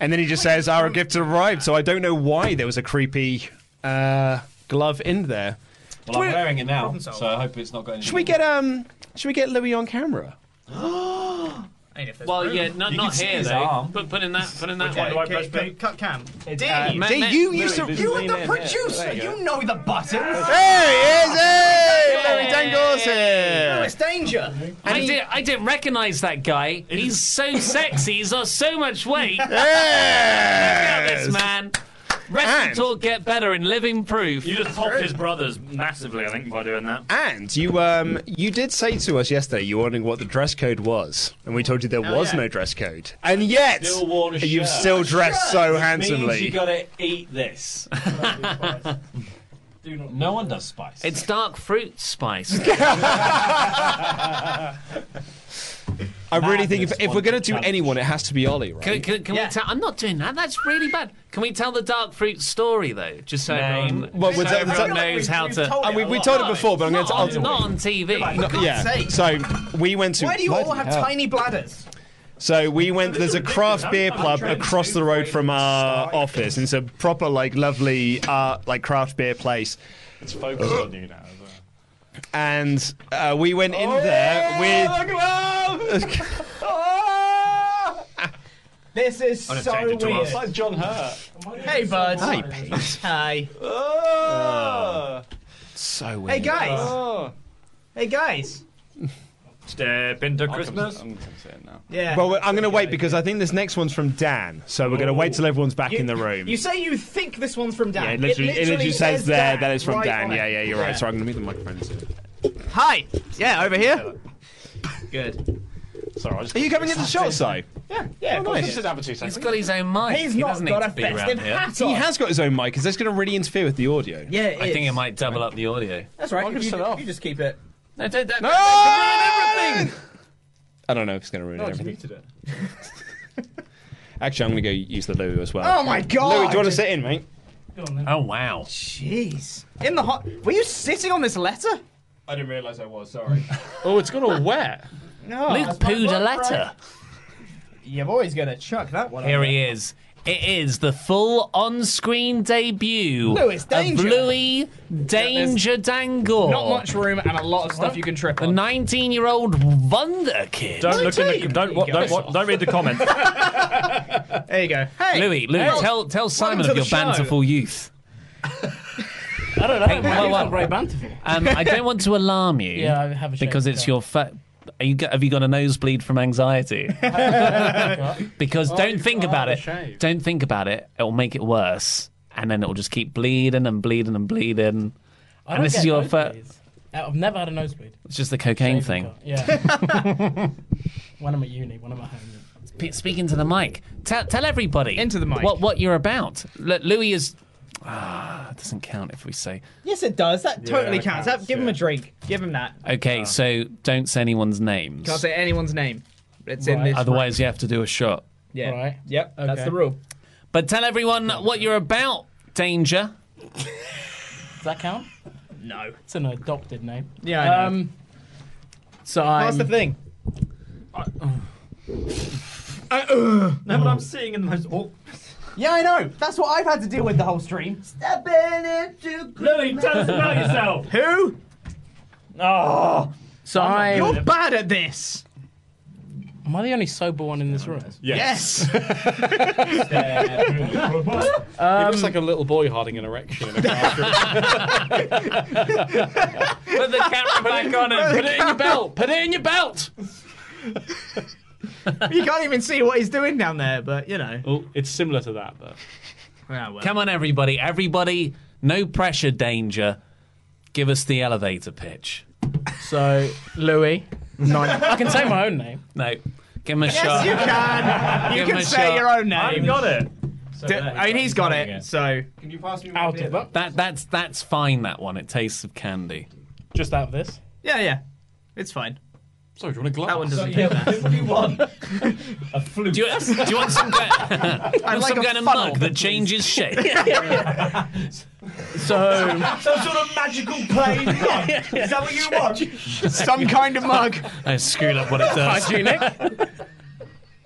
Speaker 11: And then he just says, Our gift arrived. So I don't know why there was a creepy uh, glove in there.
Speaker 4: Well, I'm wearing it now,
Speaker 11: Problem solved.
Speaker 4: so I hope it's not going.
Speaker 11: Should we get um? Should we get Louis on camera?
Speaker 1: Well,
Speaker 14: room.
Speaker 1: yeah, not,
Speaker 14: You
Speaker 1: not
Speaker 14: can see
Speaker 1: here
Speaker 14: his
Speaker 1: though.
Speaker 14: arm.
Speaker 1: Put, put in that. Put in that
Speaker 14: Okay,
Speaker 1: one.
Speaker 14: okay, cut, cut cam. Dare
Speaker 1: Uh,
Speaker 14: you?
Speaker 1: Ma- Dee, ma- you used to-
Speaker 14: You are the
Speaker 1: Yeah,
Speaker 14: producer.
Speaker 1: there you
Speaker 14: You,
Speaker 1: go.
Speaker 14: know the buttons.
Speaker 11: Hey, is it? Larry Dangle's here.
Speaker 14: Louis Danger.
Speaker 1: I, did, I didn't recognise that guy. He's so sexy. He's lost so much weight.
Speaker 11: Yes.
Speaker 1: Look at this man. Wrestle talk get better in living proof.
Speaker 15: You just topped his brothers massively, I think, by doing that.
Speaker 11: And you um you did say to us yesterday you were wondering what the dress code was, and we told you there
Speaker 4: Oh,
Speaker 11: was
Speaker 4: yeah.
Speaker 11: no dress code, and yet
Speaker 4: Still worn a
Speaker 11: you've
Speaker 4: shirt.
Speaker 11: still dressed so
Speaker 4: Which
Speaker 11: handsomely.
Speaker 4: Means you gotta eat this. no one does spice.
Speaker 1: It's dark fruit spice.
Speaker 11: I really think if, if we're going to do anyone, it has to be Ollie, right?
Speaker 1: Can, can, can we tell? I'm not doing that. That's really bad. Can we tell the dark fruit story though? Just so everyone,
Speaker 11: Well,
Speaker 1: so
Speaker 11: was that- was
Speaker 1: everyone
Speaker 11: that-
Speaker 1: knows how to.
Speaker 11: Uh, we, we told it before, but I'm going to.
Speaker 1: Not on, not on TV.
Speaker 11: yeah. So we went to.
Speaker 14: Why do you all
Speaker 11: bloody
Speaker 14: have
Speaker 11: hell.
Speaker 14: tiny bladders?
Speaker 11: So we went. There's a craft beer pub across the road from our office. And it's a proper, like, lovely, uh, like craft beer place.
Speaker 12: It's focused on you now.
Speaker 11: And uh, we went in there with.
Speaker 14: This is
Speaker 11: I'm gonna so change it to weird. us.
Speaker 12: It's like John Hurt.
Speaker 14: Hey, buds.
Speaker 11: Hi, Pete.
Speaker 14: Hi.
Speaker 11: So
Speaker 14: Hey,
Speaker 11: weird.
Speaker 14: guys. Hey, guys.
Speaker 13: Step into Christmas.
Speaker 12: I'm gonna say it now.
Speaker 14: Yeah.
Speaker 11: Well, I'm going to wait because I think this next one's from Dan. So we're going to wait till everyone's back in the room.
Speaker 14: You say you think this one's from Dan.
Speaker 11: yeah, it literally, it literally says, there that it's from
Speaker 14: right
Speaker 11: Dan.
Speaker 14: on it.
Speaker 11: Yeah, yeah, you're right. Sorry, I'm going to move the microphone. Soon.
Speaker 14: Hi. Yeah, over here. Good.
Speaker 11: Sorry, I just Are you coming into the shop, so?
Speaker 14: Yeah, yeah.
Speaker 11: nice.
Speaker 1: He's got his own mic.
Speaker 14: He's
Speaker 1: he
Speaker 14: not
Speaker 1: doesn't
Speaker 14: got
Speaker 1: need
Speaker 14: a
Speaker 1: to be around
Speaker 14: festive
Speaker 1: here.
Speaker 14: hat
Speaker 11: He has got his own mic. Is this going to really interfere with the audio?
Speaker 14: Yeah, it
Speaker 1: I
Speaker 14: is.
Speaker 1: think it might double up the audio.
Speaker 14: That's right. You, you, you just keep it.
Speaker 1: No, don't, don't,
Speaker 11: No!
Speaker 1: don't ruin everything.
Speaker 11: I don't know if it's going to ruin
Speaker 14: No, it's
Speaker 11: everything. Actually, I'm going to go use the loo as well.
Speaker 14: Oh my God.
Speaker 11: Louie, do you want to sit in, mate?
Speaker 1: Oh wow.
Speaker 14: Jeez. In the hot. Were you sitting on this letter?
Speaker 11: I didn't realise I was. Sorry.
Speaker 9: Oh, it's got all wet.
Speaker 14: No.
Speaker 1: Luke
Speaker 14: that's my
Speaker 1: pooed a
Speaker 14: book, right?
Speaker 1: letter.
Speaker 14: You've always got to chuck that one.
Speaker 1: Here he is. It is the full on-screen debut
Speaker 14: Louis Danger.
Speaker 1: of Louis Danger Dangle.
Speaker 14: Not much room and a lot of stuff you can trip
Speaker 1: The
Speaker 14: on.
Speaker 1: 19-year-old wonder kid.
Speaker 13: Don't look in the. Don't wa- don't, wa- don't read the comments.
Speaker 14: There you go.
Speaker 1: Louis, Louis, tell tell Simon
Speaker 14: to
Speaker 1: of
Speaker 14: the
Speaker 1: your
Speaker 14: show.
Speaker 1: bountiful youth.
Speaker 6: I don't know.
Speaker 1: Hey,
Speaker 6: I'm
Speaker 1: well,
Speaker 6: not
Speaker 1: well.
Speaker 6: very bountiful.
Speaker 1: Um, I don't want to alarm you.
Speaker 6: Yeah, I have a shake
Speaker 1: because it's
Speaker 6: down.
Speaker 1: your. Fa- are you, go- have you got a nosebleed from anxiety? because don't think about it. Don't think about it. It'll make it worse, and then it'll just keep bleeding and bleeding and bleeding.
Speaker 6: I
Speaker 1: and
Speaker 6: don't
Speaker 1: this
Speaker 6: get
Speaker 1: is your first.
Speaker 6: nosebleeds. I've never had a nosebleed.
Speaker 1: It's just the cocaine thing.
Speaker 6: Yeah. when I'm at uni, when I'm at home.
Speaker 1: P- speaking to the mic. Tell, tell everybody into the
Speaker 14: mic.
Speaker 1: what what you're about. L- Louis is. Ah, it doesn't count if we say.
Speaker 14: Yes, it does. That
Speaker 1: Yeah,
Speaker 14: totally
Speaker 1: it
Speaker 14: counts. That- give him a drink. Give him that.
Speaker 1: Okay, so don't say anyone's names.
Speaker 14: Ah. Can't say anyone's name. It's in this.
Speaker 1: Otherwise, you have to do a shot.
Speaker 14: yeah. Yep. That's
Speaker 1: Okay.
Speaker 14: the rule.
Speaker 1: But tell everyone what you're about, Danger.
Speaker 6: Does that count?
Speaker 14: No.
Speaker 6: It's an adopted name.
Speaker 14: Yeah, I know.
Speaker 6: Um, so
Speaker 14: That's
Speaker 6: I'm...
Speaker 14: the thing.
Speaker 9: Uh, No, but I'm seeing in the most awkward.
Speaker 14: Yeah, I know. That's what I've had to deal with the whole stream. Stepping into
Speaker 9: Lily, tell us about yourself.
Speaker 14: Who? Oh.
Speaker 6: So I...
Speaker 14: You're bad at this.
Speaker 6: Am I the only sober one in this room?
Speaker 14: Yes.
Speaker 9: he looks like a little boy hiding an erection in a bathroom.
Speaker 1: Put the camera back on him.
Speaker 9: Put it in your belt. Put it in your belt.
Speaker 14: you can't even see what he's doing down there, but you know.
Speaker 9: Oh, it's similar to that, but.
Speaker 1: Come on, everybody. Everybody, no pressure, Danger. Give us the elevator pitch.
Speaker 6: So, Louis. Nine. I can say my own name.
Speaker 1: No. Give him a
Speaker 6: Yes,
Speaker 1: shot.
Speaker 6: you
Speaker 14: can. You
Speaker 1: Give him
Speaker 14: can
Speaker 1: a
Speaker 14: say
Speaker 1: shot.
Speaker 14: your own name.
Speaker 1: I've got it.
Speaker 14: D- I mean, he's got it. So.
Speaker 9: Can you pass me
Speaker 14: Out of it.
Speaker 1: That, that's, that's fine, that one. It tastes of candy.
Speaker 6: Just out of this.
Speaker 14: Yeah, yeah. It's fine.
Speaker 9: Sorry, do you want a glass?
Speaker 14: That one doesn't
Speaker 9: Yeah,
Speaker 14: take that.
Speaker 9: what do you want?
Speaker 1: A flute. Do you, do you want some, kind-
Speaker 14: I'd
Speaker 1: want
Speaker 14: like
Speaker 1: some
Speaker 14: a
Speaker 1: kind of
Speaker 14: funnel,
Speaker 1: mug that changes shape?
Speaker 6: So
Speaker 9: Some sort of magical plane mug. Is that what you want?
Speaker 14: Some kind of mug.
Speaker 1: I screwed up what it does.
Speaker 6: Hygienic.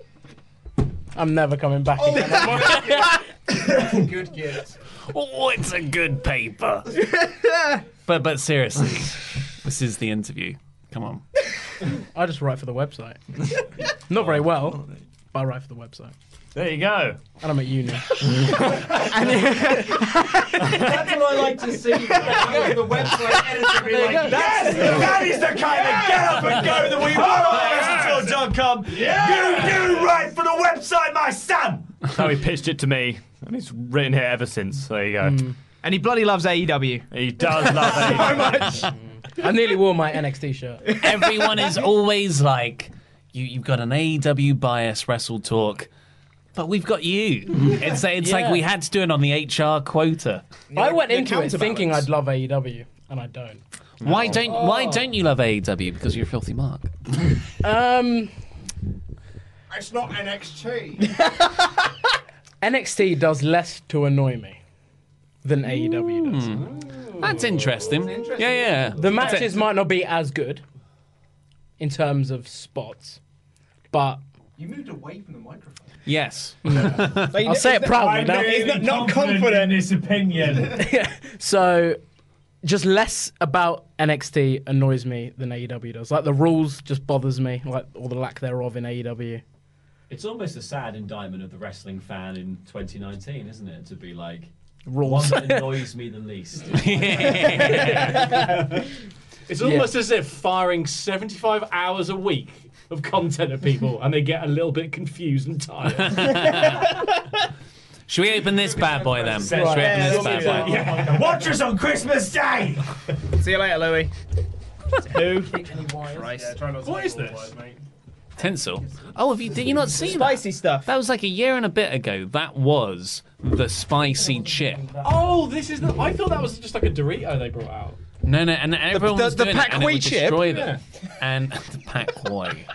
Speaker 6: I'm never coming back.
Speaker 9: Oh.
Speaker 6: again.
Speaker 9: Good gift.
Speaker 1: Oh, it's a good paper. but but seriously, this is the interview. Come on.
Speaker 6: I just write for the website. Not very well, but I write for the website.
Speaker 13: There you go.
Speaker 6: And I'm at uni.
Speaker 9: That's what I like to see. the website editor
Speaker 6: There you go.
Speaker 9: like, that's, that is the kind of get up and go that we want. Yes. You do right for the website, my son.
Speaker 13: That's how he pitched it to me, and it's written here ever since. There you go.
Speaker 14: Mm. And he bloody loves E AEW.
Speaker 13: He does love it.
Speaker 6: Mm. I nearly wore my NXT shirt.
Speaker 1: Everyone is always like, you, you've got an AEW bias wrestle talk, but we've got you. It's, it's like
Speaker 6: Yeah.
Speaker 1: we had to do it on the HR quota.
Speaker 6: I went
Speaker 14: the
Speaker 6: into it
Speaker 14: counterbalance.
Speaker 6: thinking I'd love AEW, and I don't.
Speaker 1: Why don't
Speaker 6: Oh.
Speaker 1: Why don't you love AEW? Because you're a filthy mark.
Speaker 6: Um,
Speaker 9: It's not NXT.
Speaker 6: NXT does less to annoy me than AEW does.
Speaker 1: That's interesting. Yeah, yeah.
Speaker 6: The matches might not be as good in terms of spots, but
Speaker 9: You moved away from the microphone.
Speaker 32: Yes.
Speaker 6: I'll say it proudly now.
Speaker 13: his opinion.
Speaker 6: So, just less about NXT annoys me than AEW does. Like the rules just bothers me, like or the lack thereof in E AEW.
Speaker 33: It's almost a sad indictment of the wrestling fan in 2019, isn't it? To be like,
Speaker 6: Rules.
Speaker 33: one that annoys me the least.
Speaker 12: It's almost as if firing 75 hours a week of content at people and they get a little bit confused and tired.
Speaker 1: Should we open this bad boy then? Should we open
Speaker 12: Yeah,
Speaker 1: this
Speaker 12: let's
Speaker 1: bad
Speaker 12: do
Speaker 1: boy?
Speaker 12: that. Yeah.
Speaker 13: Watch us on Christmas Day.
Speaker 14: See you later, Louis.
Speaker 13: Who?
Speaker 14: Christ.
Speaker 13: What is this?
Speaker 1: Tinsel. Oh, have you did you not see spicy
Speaker 14: stuff?
Speaker 1: That was like a year and a bit ago. That was the spicy chip.
Speaker 12: oh, this is the. I thought that was just like a Dorito they brought out.
Speaker 1: No, no, and everyone
Speaker 12: the-
Speaker 1: was
Speaker 12: the
Speaker 1: doing it, and it
Speaker 12: Pak Wee
Speaker 1: would
Speaker 12: chip?
Speaker 1: destroy them. And the pack way.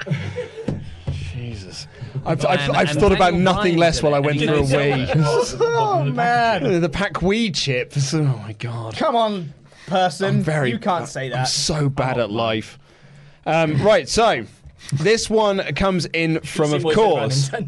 Speaker 1: Jesus.
Speaker 11: I've, I've,
Speaker 1: And-
Speaker 11: I've
Speaker 1: and
Speaker 11: thought about
Speaker 1: Frank
Speaker 11: nothing
Speaker 1: Ryan
Speaker 11: less
Speaker 1: did
Speaker 11: while
Speaker 1: it,
Speaker 11: I
Speaker 1: and
Speaker 11: went
Speaker 1: he
Speaker 11: for a
Speaker 1: did it.
Speaker 11: wee.
Speaker 9: Oh man.
Speaker 11: the pack wee chips. Oh my god.
Speaker 9: Come on, person.
Speaker 11: I'm very,
Speaker 9: you can't say
Speaker 11: I'm
Speaker 9: that.
Speaker 11: so bad at life. Um, right, so this one comes in from, of course.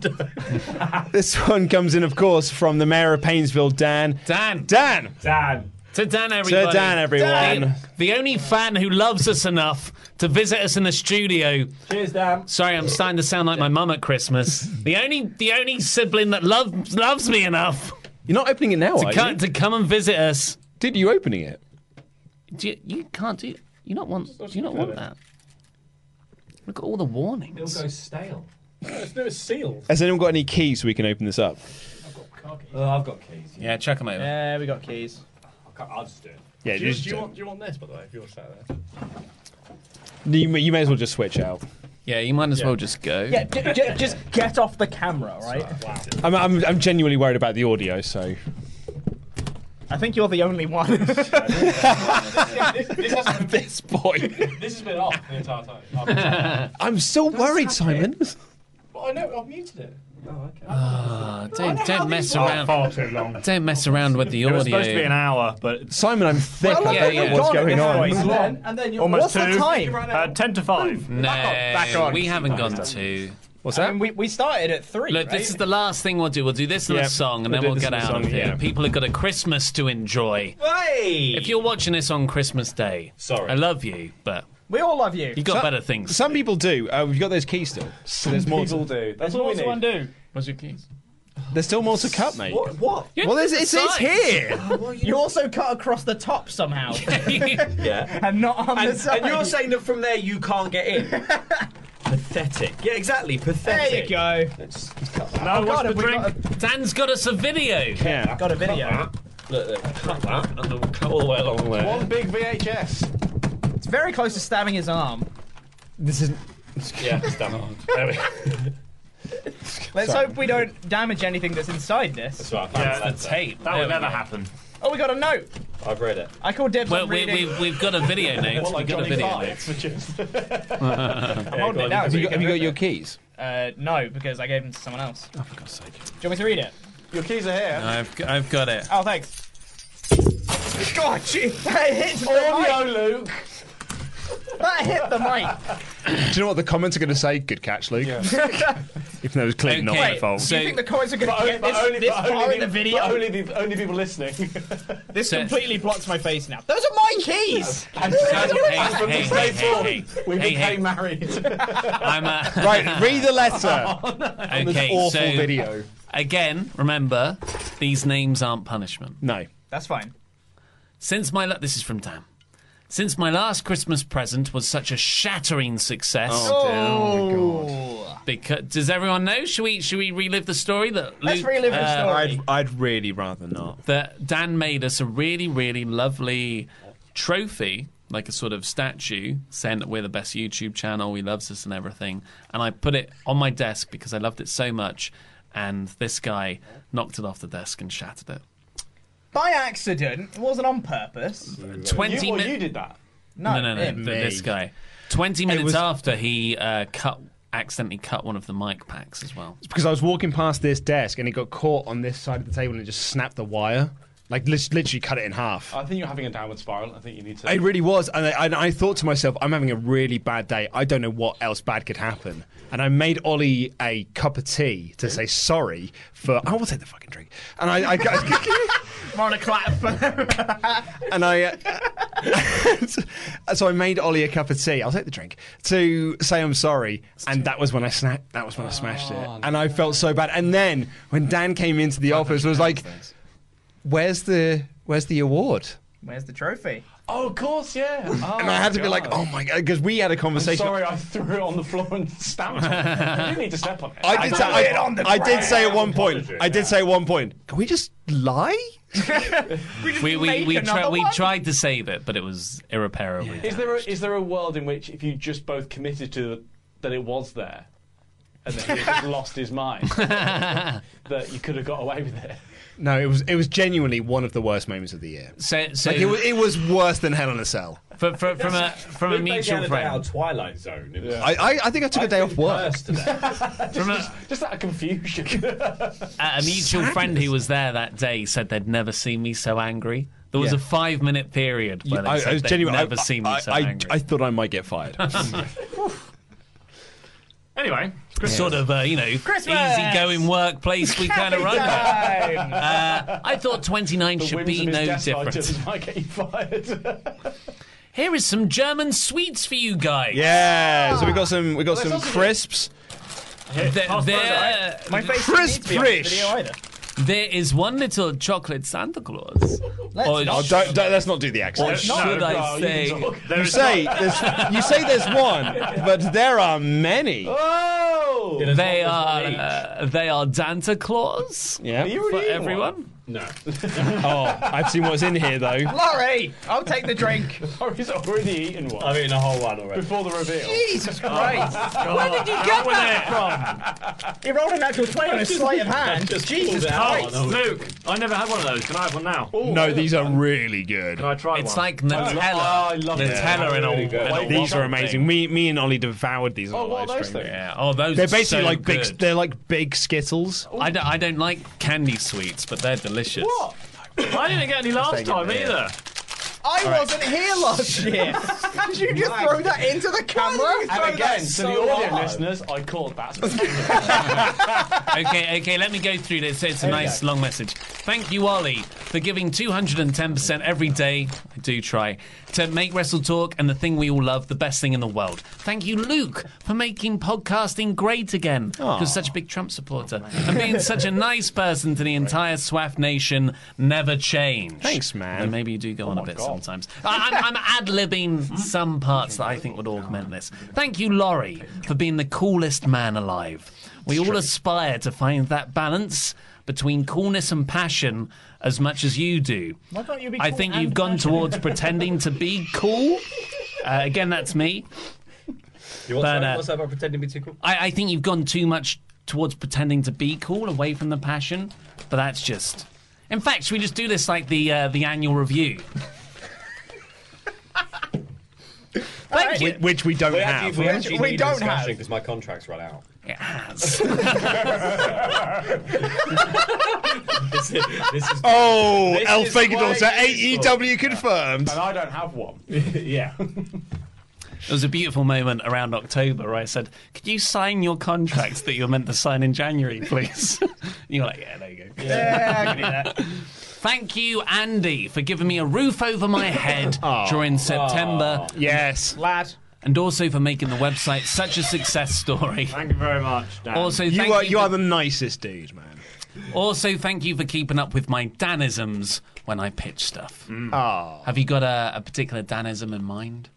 Speaker 11: This one comes in, of course, from the mayor of Painesville, Dan.
Speaker 1: Dan.
Speaker 11: Dan.
Speaker 1: Dan. To Dan, everybody.
Speaker 11: To Dan, everyone.
Speaker 1: The, the only fan who loves us enough to visit us in the studio.
Speaker 13: Cheers, Dan.
Speaker 1: Sorry, I'm starting to sound like my mum at Christmas. The only, the only sibling that loves loves me enough.
Speaker 11: You're not opening it now,
Speaker 1: to
Speaker 11: are
Speaker 1: come,
Speaker 11: you?
Speaker 1: To come and visit us.
Speaker 11: Did you opening it?
Speaker 1: Do you, you can't do. You not want. Do you not want that? Look at all the warnings. It'll go
Speaker 33: stale.
Speaker 12: It's no seal.
Speaker 11: Has anyone got any keys so we can open this up?
Speaker 33: Oh, I've got keys.
Speaker 1: Yeah, chuck them over.
Speaker 14: Yeah, we got keys.
Speaker 12: I'll just do it.
Speaker 11: Yeah,
Speaker 12: do you,
Speaker 11: just
Speaker 12: do you
Speaker 11: do it.
Speaker 12: want? Do you want this, by the way? If you're sat there.
Speaker 11: You may, you may as well just switch out.
Speaker 1: Yeah, you might as well just go.
Speaker 9: Yeah, j- j- just get off the camera, right?
Speaker 11: I'm, I'm, I'm genuinely worried about the audio, so.
Speaker 14: I think you're the only one.
Speaker 12: this, this has been,
Speaker 11: this boy.
Speaker 12: This has been off the entire time. Off the entire time.
Speaker 11: I'm still worried, Simon.
Speaker 12: Well, I know. I've muted it. Oh, okay.
Speaker 1: Ah, don't don't mess
Speaker 12: Oh,
Speaker 1: around.
Speaker 12: far too long.
Speaker 1: Don't mess around with the
Speaker 12: It
Speaker 1: audio.
Speaker 12: was supposed to be an
Speaker 1: hour,
Speaker 12: but
Speaker 11: Simon, I'm thick.
Speaker 12: Well, I don't know what's going on.
Speaker 11: It's
Speaker 12: long.
Speaker 9: And then you're
Speaker 12: Almost
Speaker 9: what's
Speaker 12: two.
Speaker 9: the time?
Speaker 12: Uh, ten to five.
Speaker 1: No,
Speaker 12: Back on.
Speaker 1: we haven't gone
Speaker 12: Back on.
Speaker 1: to.
Speaker 11: What's
Speaker 9: that? we, we started at three.
Speaker 1: Look,
Speaker 9: right?
Speaker 1: this is the last thing we'll do. We'll do this little
Speaker 9: Yep,
Speaker 1: song, and then
Speaker 9: we'll do
Speaker 1: we'll
Speaker 9: this
Speaker 1: get out
Speaker 9: little
Speaker 1: of
Speaker 9: song,
Speaker 1: here.
Speaker 9: yeah.
Speaker 1: People have got a Christmas to enjoy. If you're watching this on Christmas Day, sorry, I love you, but
Speaker 9: We all love you.
Speaker 1: you got better things.
Speaker 11: Some people do. Uh, we've got those keys still. So there's more. To,
Speaker 12: do.
Speaker 9: That's what we need. do.
Speaker 1: What's your keys?
Speaker 11: there's still more to cut, mate.
Speaker 9: What? What?
Speaker 11: You Well, it's- it's- it's here.
Speaker 9: you also cut across the top somehow.
Speaker 13: Oh, Yeah.
Speaker 9: and not on
Speaker 13: and,
Speaker 9: the side.
Speaker 13: and you're saying that from there you can't get in. pathetic. Yeah, exactly. Pathetic.
Speaker 9: There you
Speaker 12: Oh,
Speaker 9: go.
Speaker 13: Let's, let's cut that.
Speaker 1: Now what's the drink? Dan's got us a video.
Speaker 13: Yeah,
Speaker 9: got a video.
Speaker 13: Look, look, cut that, and then we'll cut all the way along there.
Speaker 14: One big VHS.
Speaker 9: It's very close to stabbing his arm.
Speaker 11: This is.
Speaker 13: Yeah, it's done. There we go.
Speaker 14: Let's
Speaker 9: Sorry.
Speaker 14: hope we don't damage anything that's inside this.
Speaker 13: That's right. I found that.
Speaker 12: That
Speaker 1: There
Speaker 12: would
Speaker 1: we
Speaker 12: never
Speaker 1: go.
Speaker 12: happen.
Speaker 14: Oh, we got a note.
Speaker 13: I've read it.
Speaker 14: I called Debs
Speaker 1: Well,
Speaker 14: on
Speaker 1: we,
Speaker 14: reading.
Speaker 1: we've, we've got a video, Nate.
Speaker 14: Well,
Speaker 1: We've
Speaker 14: like
Speaker 1: got a
Speaker 14: Johnny
Speaker 1: video,
Speaker 14: Five.
Speaker 1: Nate.
Speaker 14: I'm holding it now.
Speaker 11: Have you got, have you got your keys?
Speaker 14: Uh, no, because I gave them to someone else. Oh, for God's sake. Do you want me to read it? Your keys are here.
Speaker 1: I've, g- I've got it.
Speaker 14: Oh, thanks. God, gee, that hit the mic. Luke. That hit the mic.
Speaker 11: Do you know what the comments are going to say? Good catch, Luke. Even though it was clearly not my
Speaker 14: Wait,
Speaker 11: fault.
Speaker 14: do you think the comments are going to get this, this far in the video? only the only people listening. this
Speaker 1: So-
Speaker 14: completely blocks my face now. Those are my keys.
Speaker 13: And
Speaker 14: Those
Speaker 13: so-
Speaker 14: are my-
Speaker 13: Hey,
Speaker 14: from
Speaker 13: hey,
Speaker 14: this
Speaker 13: hey,
Speaker 14: day
Speaker 13: hey,
Speaker 14: forward.
Speaker 13: hey.
Speaker 14: We
Speaker 13: Hey, hey.
Speaker 14: became married.
Speaker 1: I'm uh,
Speaker 11: Right, read the letter.
Speaker 1: Oh, okay,
Speaker 11: this awful
Speaker 1: so
Speaker 11: video.
Speaker 1: Again, remember, these names aren't punishment.
Speaker 11: No.
Speaker 14: That's fine.
Speaker 1: Since my la- this is from Dan. Since my last Christmas present was such a shattering success.
Speaker 11: Oh,
Speaker 14: Oh.
Speaker 1: Because, does everyone know? Should we should we relive the story that
Speaker 14: Let's
Speaker 1: Luke,
Speaker 14: relive the
Speaker 1: uh,
Speaker 14: story.
Speaker 11: I'd, I'd really rather not.
Speaker 1: that Dan made us a really really lovely trophy, like a sort of statue, saying that we're the best YouTube channel, he loves us and everything. And I put it on my desk because I loved it so much, and this guy knocked it off the desk and shattered it.
Speaker 14: By accident. It wasn't on purpose.
Speaker 1: 20
Speaker 14: you,
Speaker 1: min-
Speaker 14: you did that.
Speaker 1: No, no, no, th-
Speaker 14: him.
Speaker 1: this guy. Twenty minutes after he uh, cut, accidentally cut one of the mic packs as well.
Speaker 11: It's because I was walking past this desk and it got caught on this side of the table and it just snapped the wire. Like lit- literally cut it in half.
Speaker 12: I think you're having a downward spiral. I think you need to.
Speaker 11: It really was, and I, and I thought to myself, I'm having a really bad day. I don't know what else bad could happen. And I made Ollie a cup of tea to say sorry for. I will take the fucking drink. And I, I got,
Speaker 2: More on a clap.
Speaker 11: and I, uh, so I made Ollie a cup of tea. I'll take the drink to say I'm sorry, and that was when I sna- That was when I smashed it, and I felt so bad. And then when Dan came into the office, was like, "Where's the Where's the award?"
Speaker 2: Where's the trophy?
Speaker 12: Oh, of course, yeah. Oh,
Speaker 11: and I had to be like,
Speaker 12: God.
Speaker 11: "Oh my god," because we had a conversation.
Speaker 12: I'm sorry, I threw it on the floor and stamped on it. You didn't need to step on it.
Speaker 11: I did, say,
Speaker 12: threw it on
Speaker 11: I,
Speaker 12: the
Speaker 11: I did say at
Speaker 12: ground.
Speaker 11: one point. I did say at one point. Can we just lie?
Speaker 1: we we,
Speaker 12: make
Speaker 1: we,
Speaker 12: another
Speaker 1: tri- we
Speaker 12: one?
Speaker 1: tried to save it, but it was irreparable.
Speaker 12: Is there, a, is there a world in which if you just both committed to that it was there and then he just lost his mind, that you could have got away with it?
Speaker 11: No, it was it was genuinely one of the worst moments of the year.
Speaker 1: So, so
Speaker 11: Like, it, wa- it was worse than Hell in a Cell.
Speaker 1: fro- fro- from a from a
Speaker 11: We've basically
Speaker 1: mutual
Speaker 11: had a
Speaker 1: friend.
Speaker 11: day out
Speaker 1: Twilight Zone.
Speaker 11: I, I, I think I took a day off work.
Speaker 12: Just out of confusion.
Speaker 1: a mutual friend who was there that day said they'd never seen me so angry. There was
Speaker 11: Yeah.
Speaker 1: a five minute period where they
Speaker 11: I,
Speaker 1: said
Speaker 11: I was
Speaker 1: they'd
Speaker 11: genuinely.
Speaker 1: never
Speaker 11: I,
Speaker 1: seen me
Speaker 11: I,
Speaker 1: so
Speaker 11: I,
Speaker 1: angry.
Speaker 11: I thought I might get fired.
Speaker 1: anyway, sort of uh, you know
Speaker 34: Christmas!
Speaker 1: easygoing workplace we kind of run.
Speaker 34: Time!
Speaker 1: Uh, I thought 29
Speaker 12: The
Speaker 1: should
Speaker 12: whims
Speaker 1: be
Speaker 12: of his
Speaker 1: no
Speaker 12: death
Speaker 1: different.
Speaker 12: items might get you fired.
Speaker 1: Here is some German sweets for you guys.
Speaker 11: yeah. So we got some we got
Speaker 1: Well,
Speaker 11: some
Speaker 1: that's also
Speaker 11: crisps.
Speaker 1: There, uh, there-
Speaker 2: My face
Speaker 11: Crisp
Speaker 2: doesn't need to be on the video either.
Speaker 1: there is one little chocolate Santa Claus.
Speaker 2: Let's
Speaker 1: Or
Speaker 11: Oh,
Speaker 1: sh-
Speaker 11: don't, don't, let's not do the
Speaker 1: Or
Speaker 11: accent.
Speaker 1: should No, I no, you say- can talk.
Speaker 11: You
Speaker 1: There's
Speaker 11: say
Speaker 1: not-
Speaker 11: there's, you say there's one, but there are many.
Speaker 12: Oh!
Speaker 1: They are uh, they are Santa Claus.
Speaker 11: Yeah. Are you
Speaker 1: for
Speaker 11: really eating
Speaker 1: everyone.
Speaker 12: No.
Speaker 11: oh, I've seen what's in here though.
Speaker 2: Laurie, I'll take the drink.
Speaker 12: He's already eaten one.
Speaker 9: I've eaten a whole one already.
Speaker 12: Before the reveal. Oh.
Speaker 2: Jesus Christ.
Speaker 12: God.
Speaker 2: Where did you get
Speaker 12: Out with
Speaker 2: that from? He rolled a natural 20 on a sleight of hand. Jesus Christ.
Speaker 14: Oh,
Speaker 13: Oh,
Speaker 15: Luke, I never had one of those. Can I have one now?
Speaker 11: No, these are really good.
Speaker 15: Can I try
Speaker 1: It's
Speaker 15: one?
Speaker 1: like Nutella.
Speaker 15: Oh, I love
Speaker 1: Nutella
Speaker 15: Nutella
Speaker 1: in a-
Speaker 15: Really good.
Speaker 1: in a
Speaker 11: These are
Speaker 1: wok
Speaker 11: amazing.
Speaker 1: thing.
Speaker 11: Me, me and Ollie devoured these.
Speaker 1: Oh,
Speaker 11: on the
Speaker 1: what are
Speaker 11: live
Speaker 1: those
Speaker 11: stream.
Speaker 1: things? Yeah. Oh, those
Speaker 11: They're
Speaker 1: are
Speaker 11: basically
Speaker 1: so
Speaker 11: like big.
Speaker 1: good.
Speaker 11: They're like big Skittles.
Speaker 1: I don't, I don't like candy sweets, but they're delicious. What?
Speaker 15: I didn't get any last time either.
Speaker 2: I
Speaker 1: All right.
Speaker 2: wasn't here last year. Did you just
Speaker 12: My
Speaker 2: throw that into the camera?
Speaker 12: And again, to the audio listeners, I called that.
Speaker 1: okay, okay, let me go through this. It's a
Speaker 12: There we
Speaker 1: nice
Speaker 12: go.
Speaker 1: long message. Thank you, Ollie, for giving 210% every day. I do try. To make Wrestle Talk and the thing we all love the best thing in the world. Thank you, Luke, for making podcasting great again. Because such a big Trump supporter. and being such a nice person to the entire SWAF nation. Never change. Thanks, man. And maybe you
Speaker 9: Oh
Speaker 1: do go on a bit sometimes. I, I'm, I'm ad libbing some parts that I think would augment this. Thank you, Laurie, for being the coolest man alive. We all aspire to find that balance between coolness and passion as much as you do.
Speaker 2: Why can't you be
Speaker 1: I
Speaker 2: cool
Speaker 1: think
Speaker 2: and
Speaker 1: you've gone
Speaker 2: passionate?
Speaker 1: towards pretending to be cool. Uh, again, that's me.
Speaker 9: You want
Speaker 1: But,
Speaker 9: to
Speaker 1: uh,
Speaker 9: what's that about pretending to be too cool?
Speaker 1: I, I think you've gone too much towards pretending to be cool away from the passion, but that's just. In fact, should we just do this like the uh, the annual review? Thank you.
Speaker 11: Which we don't
Speaker 9: We
Speaker 11: have.
Speaker 9: actually, we actually need a discussion because my contract's run out.
Speaker 1: It has.
Speaker 9: this is, this is
Speaker 11: Oh,
Speaker 9: This
Speaker 11: El
Speaker 9: is
Speaker 11: Fagidor
Speaker 9: why
Speaker 11: to
Speaker 9: it is
Speaker 11: AEW E confirmed.
Speaker 12: And I don't have one. yeah.
Speaker 1: There was a beautiful moment around October where I said, "Could you sign your contracts that you're meant to sign in January, please?" And you're like, "Yeah, there you go."
Speaker 34: Yeah, I can do
Speaker 1: Thank you, Andy, for giving me a roof over my head during September.
Speaker 11: Yes,
Speaker 2: lad.
Speaker 1: And also for making the website such a success story. Thank
Speaker 15: you very much, Dan.
Speaker 1: Also,
Speaker 11: you
Speaker 1: thank
Speaker 11: are
Speaker 1: you
Speaker 11: you
Speaker 1: for-
Speaker 11: are the nicest dude, man.
Speaker 1: Also, thank you for keeping up with my Danisms when I pitch stuff.
Speaker 11: Oh.
Speaker 1: Have you got a, a particular Danism in mind?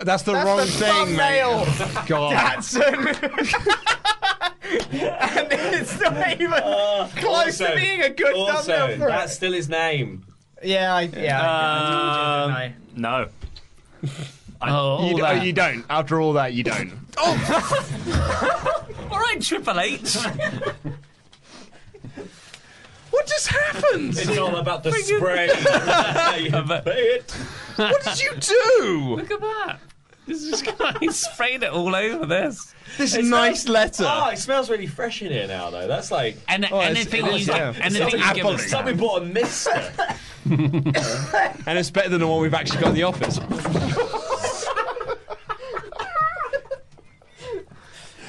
Speaker 11: That's the
Speaker 2: That's
Speaker 11: wrong
Speaker 2: the
Speaker 11: thing, mate. Oh,
Speaker 2: thumbnail.
Speaker 11: God.
Speaker 2: Datsun. and it's not even close
Speaker 9: Uh, also-
Speaker 2: to being a good
Speaker 9: also,
Speaker 2: thumbnail for
Speaker 9: That's
Speaker 2: it.
Speaker 9: still his name.
Speaker 2: Yeah, I, yeah. I-
Speaker 1: Um,
Speaker 2: I told
Speaker 15: you, didn't I? No.
Speaker 1: oh,
Speaker 11: Um, you,
Speaker 1: all
Speaker 11: d- oh,
Speaker 1: that.
Speaker 11: you don't. After all that, you don't.
Speaker 1: Oh. All right, Triple H.
Speaker 11: What just happened?
Speaker 9: It's all about the
Speaker 11: Friggin-
Speaker 9: spray.
Speaker 1: But-
Speaker 11: what did you do?
Speaker 1: Look at that. This is kind of sprayed it all over this.
Speaker 11: This
Speaker 1: It
Speaker 11: nice
Speaker 1: smells-
Speaker 11: letter.
Speaker 1: Oh,
Speaker 9: Ah, it smells really fresh in here now, though. That's like
Speaker 1: And
Speaker 11: Oh, it's-
Speaker 1: anything
Speaker 11: it is,
Speaker 1: you,
Speaker 11: yeah.
Speaker 1: anything
Speaker 11: It's
Speaker 1: you give
Speaker 11: apple.
Speaker 1: us.
Speaker 9: Somebody bought a mist.
Speaker 11: and it's better than the one we've actually got in the office.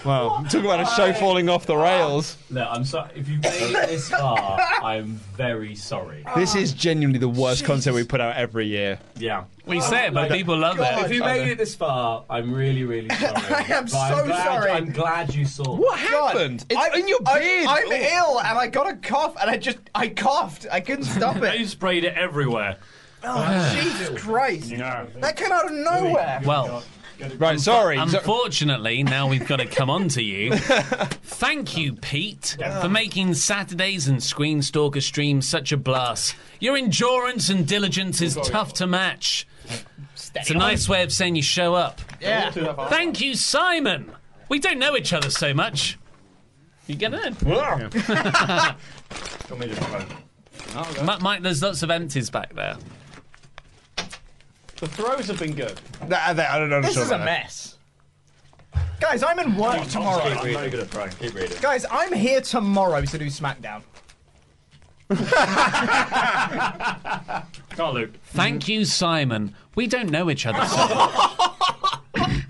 Speaker 11: wow, talk about a show falling off the rails.
Speaker 13: Look, I'm sorry. If you've made it this far, I'm very sorry.
Speaker 11: This is genuinely the worst content we put out every year.
Speaker 13: Yeah.
Speaker 1: We say it, but people love it.
Speaker 13: If you made it this far, I'm really, really sorry.
Speaker 14: I am
Speaker 13: But I'm
Speaker 14: so
Speaker 13: glad-
Speaker 14: sorry.
Speaker 13: I'm glad you saw.
Speaker 11: What happened? It's
Speaker 14: I'm,
Speaker 11: in your beard. Oh.
Speaker 14: I'm, ill and I got a cough and I just I coughed. I couldn't stop
Speaker 35: They
Speaker 14: it.
Speaker 35: sprayed it everywhere.
Speaker 14: oh Jesus Christ!
Speaker 35: No.
Speaker 14: That came out of nowhere.
Speaker 1: Well,
Speaker 11: right, sorry.
Speaker 1: Unfortunately, now we've got to come on to you. Thank you, Pete, for making Saturdays and Screen Stalker streams such a blast. Your endurance and diligence is tough to match. It's a nice way of saying you show up.
Speaker 14: Yeah.
Speaker 1: Thank you, Simon. We don't know each other so much. You get it? Mi- Mike, there's lots of empties back there.
Speaker 36: The throws have been good.
Speaker 11: That, that, I don't know.
Speaker 14: This is a mess. Guys, I'm in work tomorrow.
Speaker 36: good at throwing. Keep reading.
Speaker 14: Guys, I'm here tomorrow to do SmackDown.
Speaker 35: Can't Luke.
Speaker 1: Thank you, Simon. We don't know each other so much.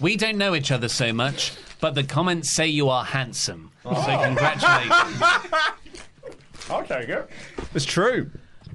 Speaker 1: We don't know each other so much, but the comments say you are handsome. So
Speaker 35: Oh.
Speaker 1: congratulations.
Speaker 36: I'll take it.
Speaker 11: It's true.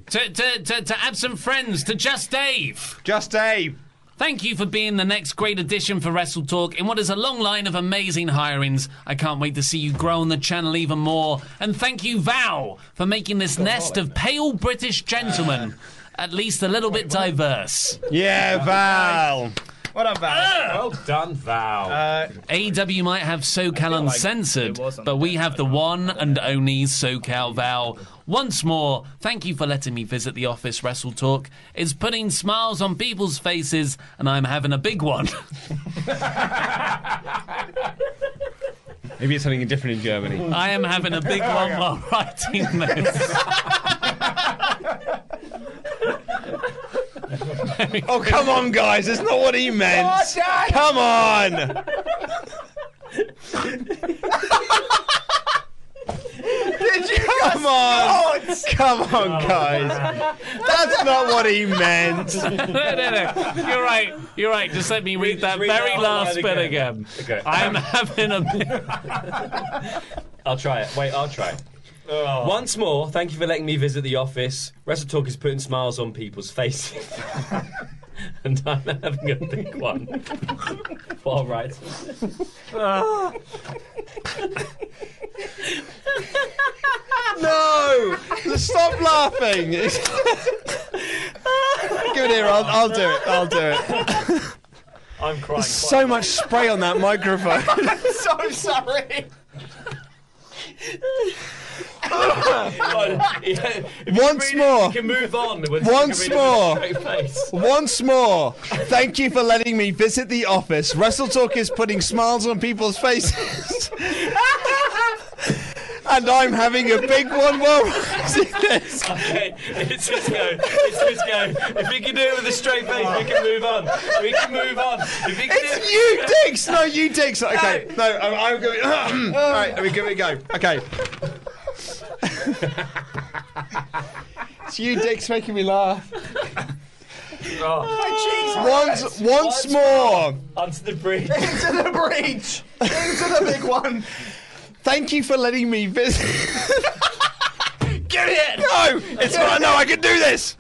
Speaker 1: to, to, to, to absent friends, to Just Dave.
Speaker 11: Just Dave.
Speaker 1: Thank you for being the next great addition for Wrestle Talk in what is a long line of amazing hirings. I can't wait to see you grow on the channel even more. And thank you, Val, for making this nest of pale British gentlemen at least a little bit diverse.
Speaker 11: Yeah, Val.
Speaker 14: What up, Val?
Speaker 9: well done,
Speaker 1: Oh.
Speaker 9: Val.
Speaker 1: Uh, AW E might have SoCal uncensored, but we have the one and only SoCal Val. Once more, thank you for letting me visit the office. Wrestle Talk is putting smiles on people's faces, and I'm having a big one.
Speaker 11: Maybe it's something different in Germany.
Speaker 1: I am having a big one while writing this.
Speaker 11: oh, come on, guys. That's not what he meant. Come on.
Speaker 14: Did you
Speaker 11: Come on. Come on, guys. That's not what he meant.
Speaker 1: no, no, no. You're right. You're right. Just let me read that very last bit again. I'm having a big
Speaker 9: I'll try it. Wait, I'll try. it. Once more, thank you for letting me visit the office. Wrestle Talk is putting smiles on people's faces. and I'm having a big one. All right.
Speaker 11: No. Stop laughing. Give it here. I'll, I'll do it. I'll do it.
Speaker 9: I'm crying.
Speaker 11: There's so much spray on that microphone.
Speaker 14: so sorry.
Speaker 11: Once more.
Speaker 9: You can move on. With
Speaker 11: Once
Speaker 9: you can read it
Speaker 11: more.
Speaker 9: with a straight face.
Speaker 11: Once more, thank you for letting me visit the office. Wrestle Talk is putting smiles on people's faces. and I'm having a big one while writing this.
Speaker 9: Okay, it's his go. It's his go. If we can do it with a straight face, we can move on. We can move on. If we can
Speaker 11: It's you, dicks! No, you, dicks! Okay, no, I'm, I'm going. All right, we give it a go. Okay. it's you, dicks, making me laugh. Oh. Once, once, more.
Speaker 9: Onto the bridge.
Speaker 14: Into the breach. Into the big one.
Speaker 11: Thank you for letting me visit.
Speaker 14: Get it.
Speaker 11: No, it's not. No, I can do this.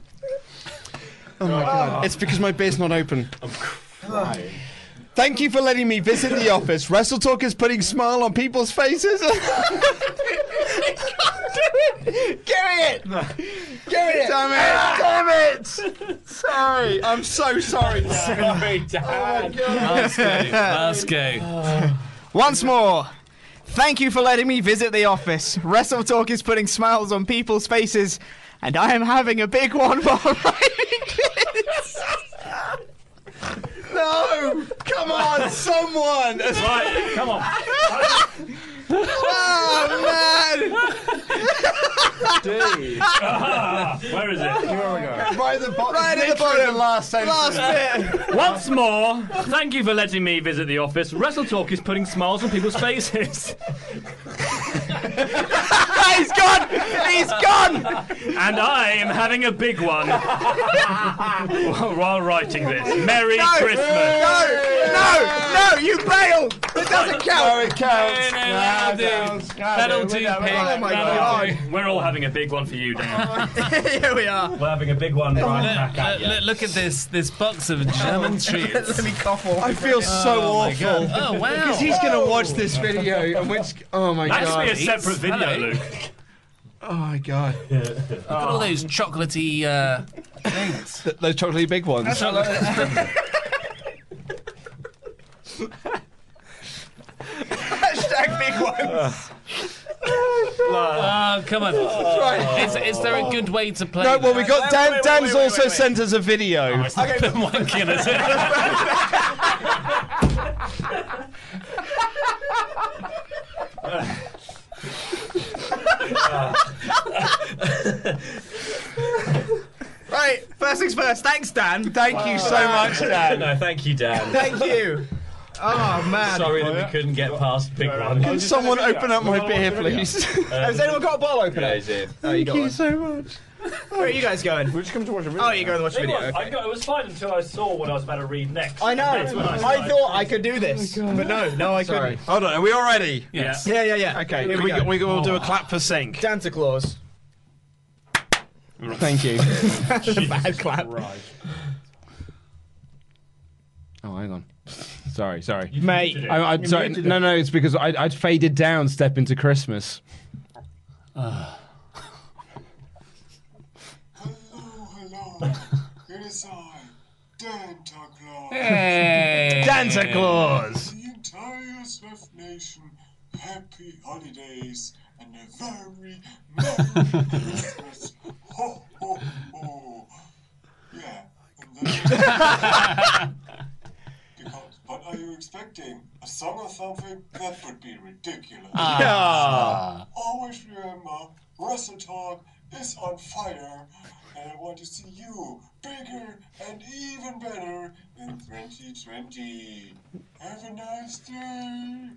Speaker 11: Oh my god! It's because my beer's not open. Thank you for letting me visit the office. Wrestle Talk is putting smile on people's faces. Oh,
Speaker 14: Get it. Get it. Ah.
Speaker 11: Damn it! Damn it! Sorry, I'm so sorry.
Speaker 9: Sorry, Dad.
Speaker 1: Let's go. Oh. Let's go.
Speaker 14: Once more. Thank you for letting me visit the office. Wrestle Talk is putting smiles on people's faces, and I am having a big one while writing this.
Speaker 11: No! Come on, someone!
Speaker 37: Right, come on.
Speaker 11: oh, man!
Speaker 37: Dude. Ah, where is it?
Speaker 11: Right at the bottom.
Speaker 37: Right at the bottom.
Speaker 11: Last sentence.
Speaker 13: Once more, thank you for letting me visit the office. Wrestle Talk is putting smiles on people's faces.
Speaker 37: He's gone! He's gone!
Speaker 13: And I am having a big one while writing this. Merry
Speaker 37: No,
Speaker 13: Christmas!
Speaker 37: No! No! No! You bailed! It doesn't count! No, it counts.
Speaker 13: No, Pedal to pig.
Speaker 37: Oh my
Speaker 13: pedal
Speaker 37: god.
Speaker 13: to- We're all having a big one for you, Dan.
Speaker 14: Here we are.
Speaker 12: We're having a big one right back at
Speaker 1: Look,
Speaker 12: you.
Speaker 1: look, look at this this box of German treats.
Speaker 14: Let me cough all.
Speaker 11: I feel so
Speaker 1: Oh my
Speaker 11: awful.
Speaker 1: God. Oh, wow.
Speaker 11: Because he's gonna watch this video and which oh my
Speaker 1: That should
Speaker 11: god.
Speaker 1: be a separate video, Hello. Luke.
Speaker 11: Oh my god.
Speaker 1: Look at all those chocolatey uh, things.
Speaker 11: Those chocolatey big ones.
Speaker 37: Hashtag big ones.
Speaker 1: Oh, come on.
Speaker 37: right.
Speaker 1: Is, is there a good way to play?
Speaker 11: No, well we
Speaker 1: that?
Speaker 11: got Dan. Dan's also sent us a video.
Speaker 1: Okay, but wanking is it?
Speaker 14: Right, first things first. Thanks, Dan.
Speaker 11: Thank you so much, Dan.
Speaker 12: no, thank you, Dan.
Speaker 14: Thank you. Oh man.
Speaker 12: Sorry that we couldn't get past Big One.
Speaker 11: Can someone open up my beer, please?
Speaker 14: Has anyone got a bottle opener?
Speaker 12: Yeah, he's here.
Speaker 14: Oh, you got one.
Speaker 11: so much.
Speaker 14: Where are you guys going? We're
Speaker 11: just coming to watch a
Speaker 14: video. Oh, you're going to watch a
Speaker 38: It
Speaker 14: video.
Speaker 38: was.
Speaker 14: okay.
Speaker 38: I got, it was fine until I saw what I was about to read next.
Speaker 14: I know.
Speaker 38: That's when
Speaker 14: I,
Speaker 38: started.
Speaker 14: thought I could do this, but no, no, I
Speaker 11: Sorry.
Speaker 14: couldn't.
Speaker 11: Hold on, are we all ready?
Speaker 38: Yes.
Speaker 14: Yeah, yeah, yeah.
Speaker 11: Okay,
Speaker 14: Here
Speaker 11: we,
Speaker 14: go.
Speaker 11: go. we will do a clap for sync.
Speaker 14: Santa Claus.
Speaker 11: Thank you.
Speaker 14: That's a bad clap.
Speaker 11: Oh, hang on. Sorry, sorry.
Speaker 14: Mate.
Speaker 11: I, I'm sorry. No, no, it's because I, I'd faded down step into Christmas.
Speaker 9: It is I, Danta Claus.
Speaker 11: Hey. Santa Claus.
Speaker 9: The entire Swift Nation, happy holidays and a very
Speaker 11: Ah.
Speaker 9: Merry Christmas. Ho, ho, ho. Yeah. and then- because, but are you expecting a song or something? That would be ridiculous.
Speaker 37: Ah.
Speaker 9: Always remember, uh, Russell Talk is on fire, and I want to see you bigger and even better in 2020. Have a nice day.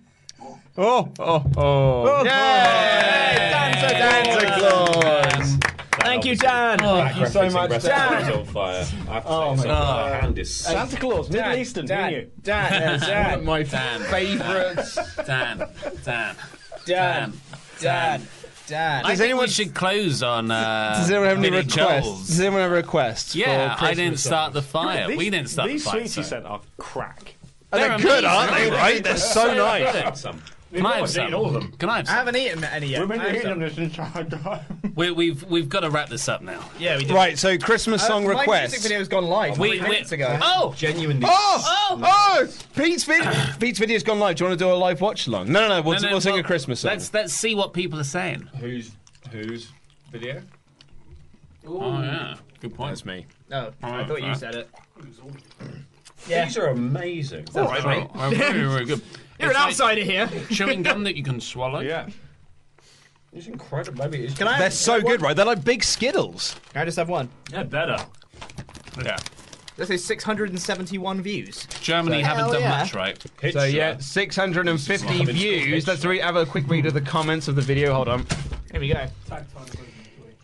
Speaker 11: Oh, oh, oh. Yay!
Speaker 14: Dancer,
Speaker 11: Santa Claus.
Speaker 14: Thank you, Dan.
Speaker 12: Thank you so much, Dan. On fire. I have to
Speaker 14: Oh,
Speaker 12: oh,
Speaker 14: my
Speaker 12: say,
Speaker 14: God.
Speaker 12: my hand is
Speaker 14: Santa Claus, Middle Eastern,
Speaker 12: Dan,
Speaker 14: didn't you? Dan, Dan,
Speaker 11: my
Speaker 1: Dan,
Speaker 11: favourites.
Speaker 1: Dan, Dan,
Speaker 14: Dan, Dan, Dan.
Speaker 1: I think we should close on. Uh,
Speaker 11: Does anyone have any
Speaker 1: Billy
Speaker 11: requests?
Speaker 1: Joel's.
Speaker 11: Does anyone have requests?
Speaker 1: Yeah,
Speaker 11: for
Speaker 1: I didn't
Speaker 11: Christmas
Speaker 1: start the
Speaker 11: songs?
Speaker 1: fire.
Speaker 11: These-
Speaker 1: we didn't start
Speaker 11: these
Speaker 1: the fire.
Speaker 11: sweets you
Speaker 1: sorry.
Speaker 38: sent are crack.
Speaker 11: And they're good,
Speaker 1: amazing,
Speaker 11: aren't they,
Speaker 1: aren't
Speaker 11: right? They're so nice.
Speaker 1: good.
Speaker 12: Some.
Speaker 1: Can I have some?
Speaker 38: eaten all of them.
Speaker 1: Can I have
Speaker 14: I
Speaker 1: some?
Speaker 14: haven't eaten any yet.
Speaker 38: Remember
Speaker 14: I have
Speaker 38: eating
Speaker 14: some.
Speaker 38: them this entire time.
Speaker 1: We, we've we've got to wrap this up now.
Speaker 14: Yeah, we did.
Speaker 11: Right, so Christmas
Speaker 14: Uh,
Speaker 11: song
Speaker 14: My
Speaker 11: requests.
Speaker 14: music video's gone live
Speaker 1: We-
Speaker 14: three
Speaker 1: we-
Speaker 14: minutes ago.
Speaker 1: Oh,
Speaker 12: genuinely.
Speaker 11: Oh, oh! Pete's video, Pete's video's gone live. Do you want to do a live watch along? No, no, no. We'll,
Speaker 1: No, no,
Speaker 11: we'll sing
Speaker 1: well,
Speaker 11: a Christmas song.
Speaker 1: Let's let's see what people are saying.
Speaker 12: Who's who's video?
Speaker 1: Oh yeah, good point.
Speaker 11: That's me.
Speaker 14: No, Oh, I thought you said it.
Speaker 12: These are amazing.
Speaker 14: All right, mate.
Speaker 1: Oh, very, very good.
Speaker 14: You're an
Speaker 1: It's like
Speaker 14: outsider here.
Speaker 1: Chewing gum that you can swallow. Yeah.
Speaker 12: It's incredible. Maybe it's
Speaker 14: Can I?
Speaker 11: They're so good, right? They're like big Skittles.
Speaker 14: Can I just have one?
Speaker 38: Yeah, better.
Speaker 1: Yeah.
Speaker 14: This is 671 views.
Speaker 1: Germany
Speaker 14: So-
Speaker 1: haven't
Speaker 14: Hell
Speaker 1: done
Speaker 14: yeah.
Speaker 1: much right.
Speaker 11: so yeah, 650 views. Let's re- have a quick read of the comments of the video. Hold on.
Speaker 14: Here we go.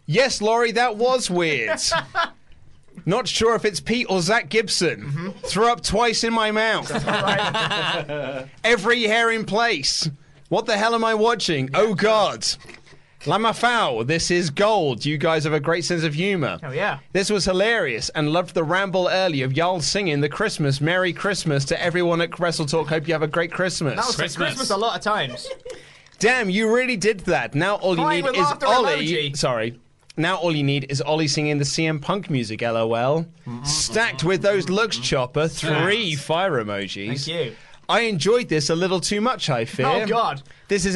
Speaker 11: Yes, Laurie, that was weird. Not sure if it's Pete or Zach Gibson.
Speaker 14: Mm-hmm.
Speaker 11: Threw up twice in my mouth. Every hair in place. What the hell am I watching? oh God. Lama Fowl, this is gold. You guys have a great sense of humour.
Speaker 14: Oh, yeah.
Speaker 11: This was hilarious and loved the ramble earlier of y'all singing the Christmas Merry Christmas to everyone at Wrestle Talk. Hope you have a great Christmas.
Speaker 14: That was Christmas. Christmas a lot of times.
Speaker 11: Damn, you really did that. Now all you
Speaker 14: Fine,
Speaker 11: need
Speaker 14: with
Speaker 11: is
Speaker 14: laughter
Speaker 11: Ollie.
Speaker 14: emoji.
Speaker 11: Sorry. Now all you need is Ollie singing the CM Punk music, lol.
Speaker 14: Mm-hmm.
Speaker 11: Stacked with those looks, Chopper. Three fire emojis.
Speaker 14: Thank you.
Speaker 11: I enjoyed this a little too much, I fear.
Speaker 14: Oh, God.
Speaker 11: This is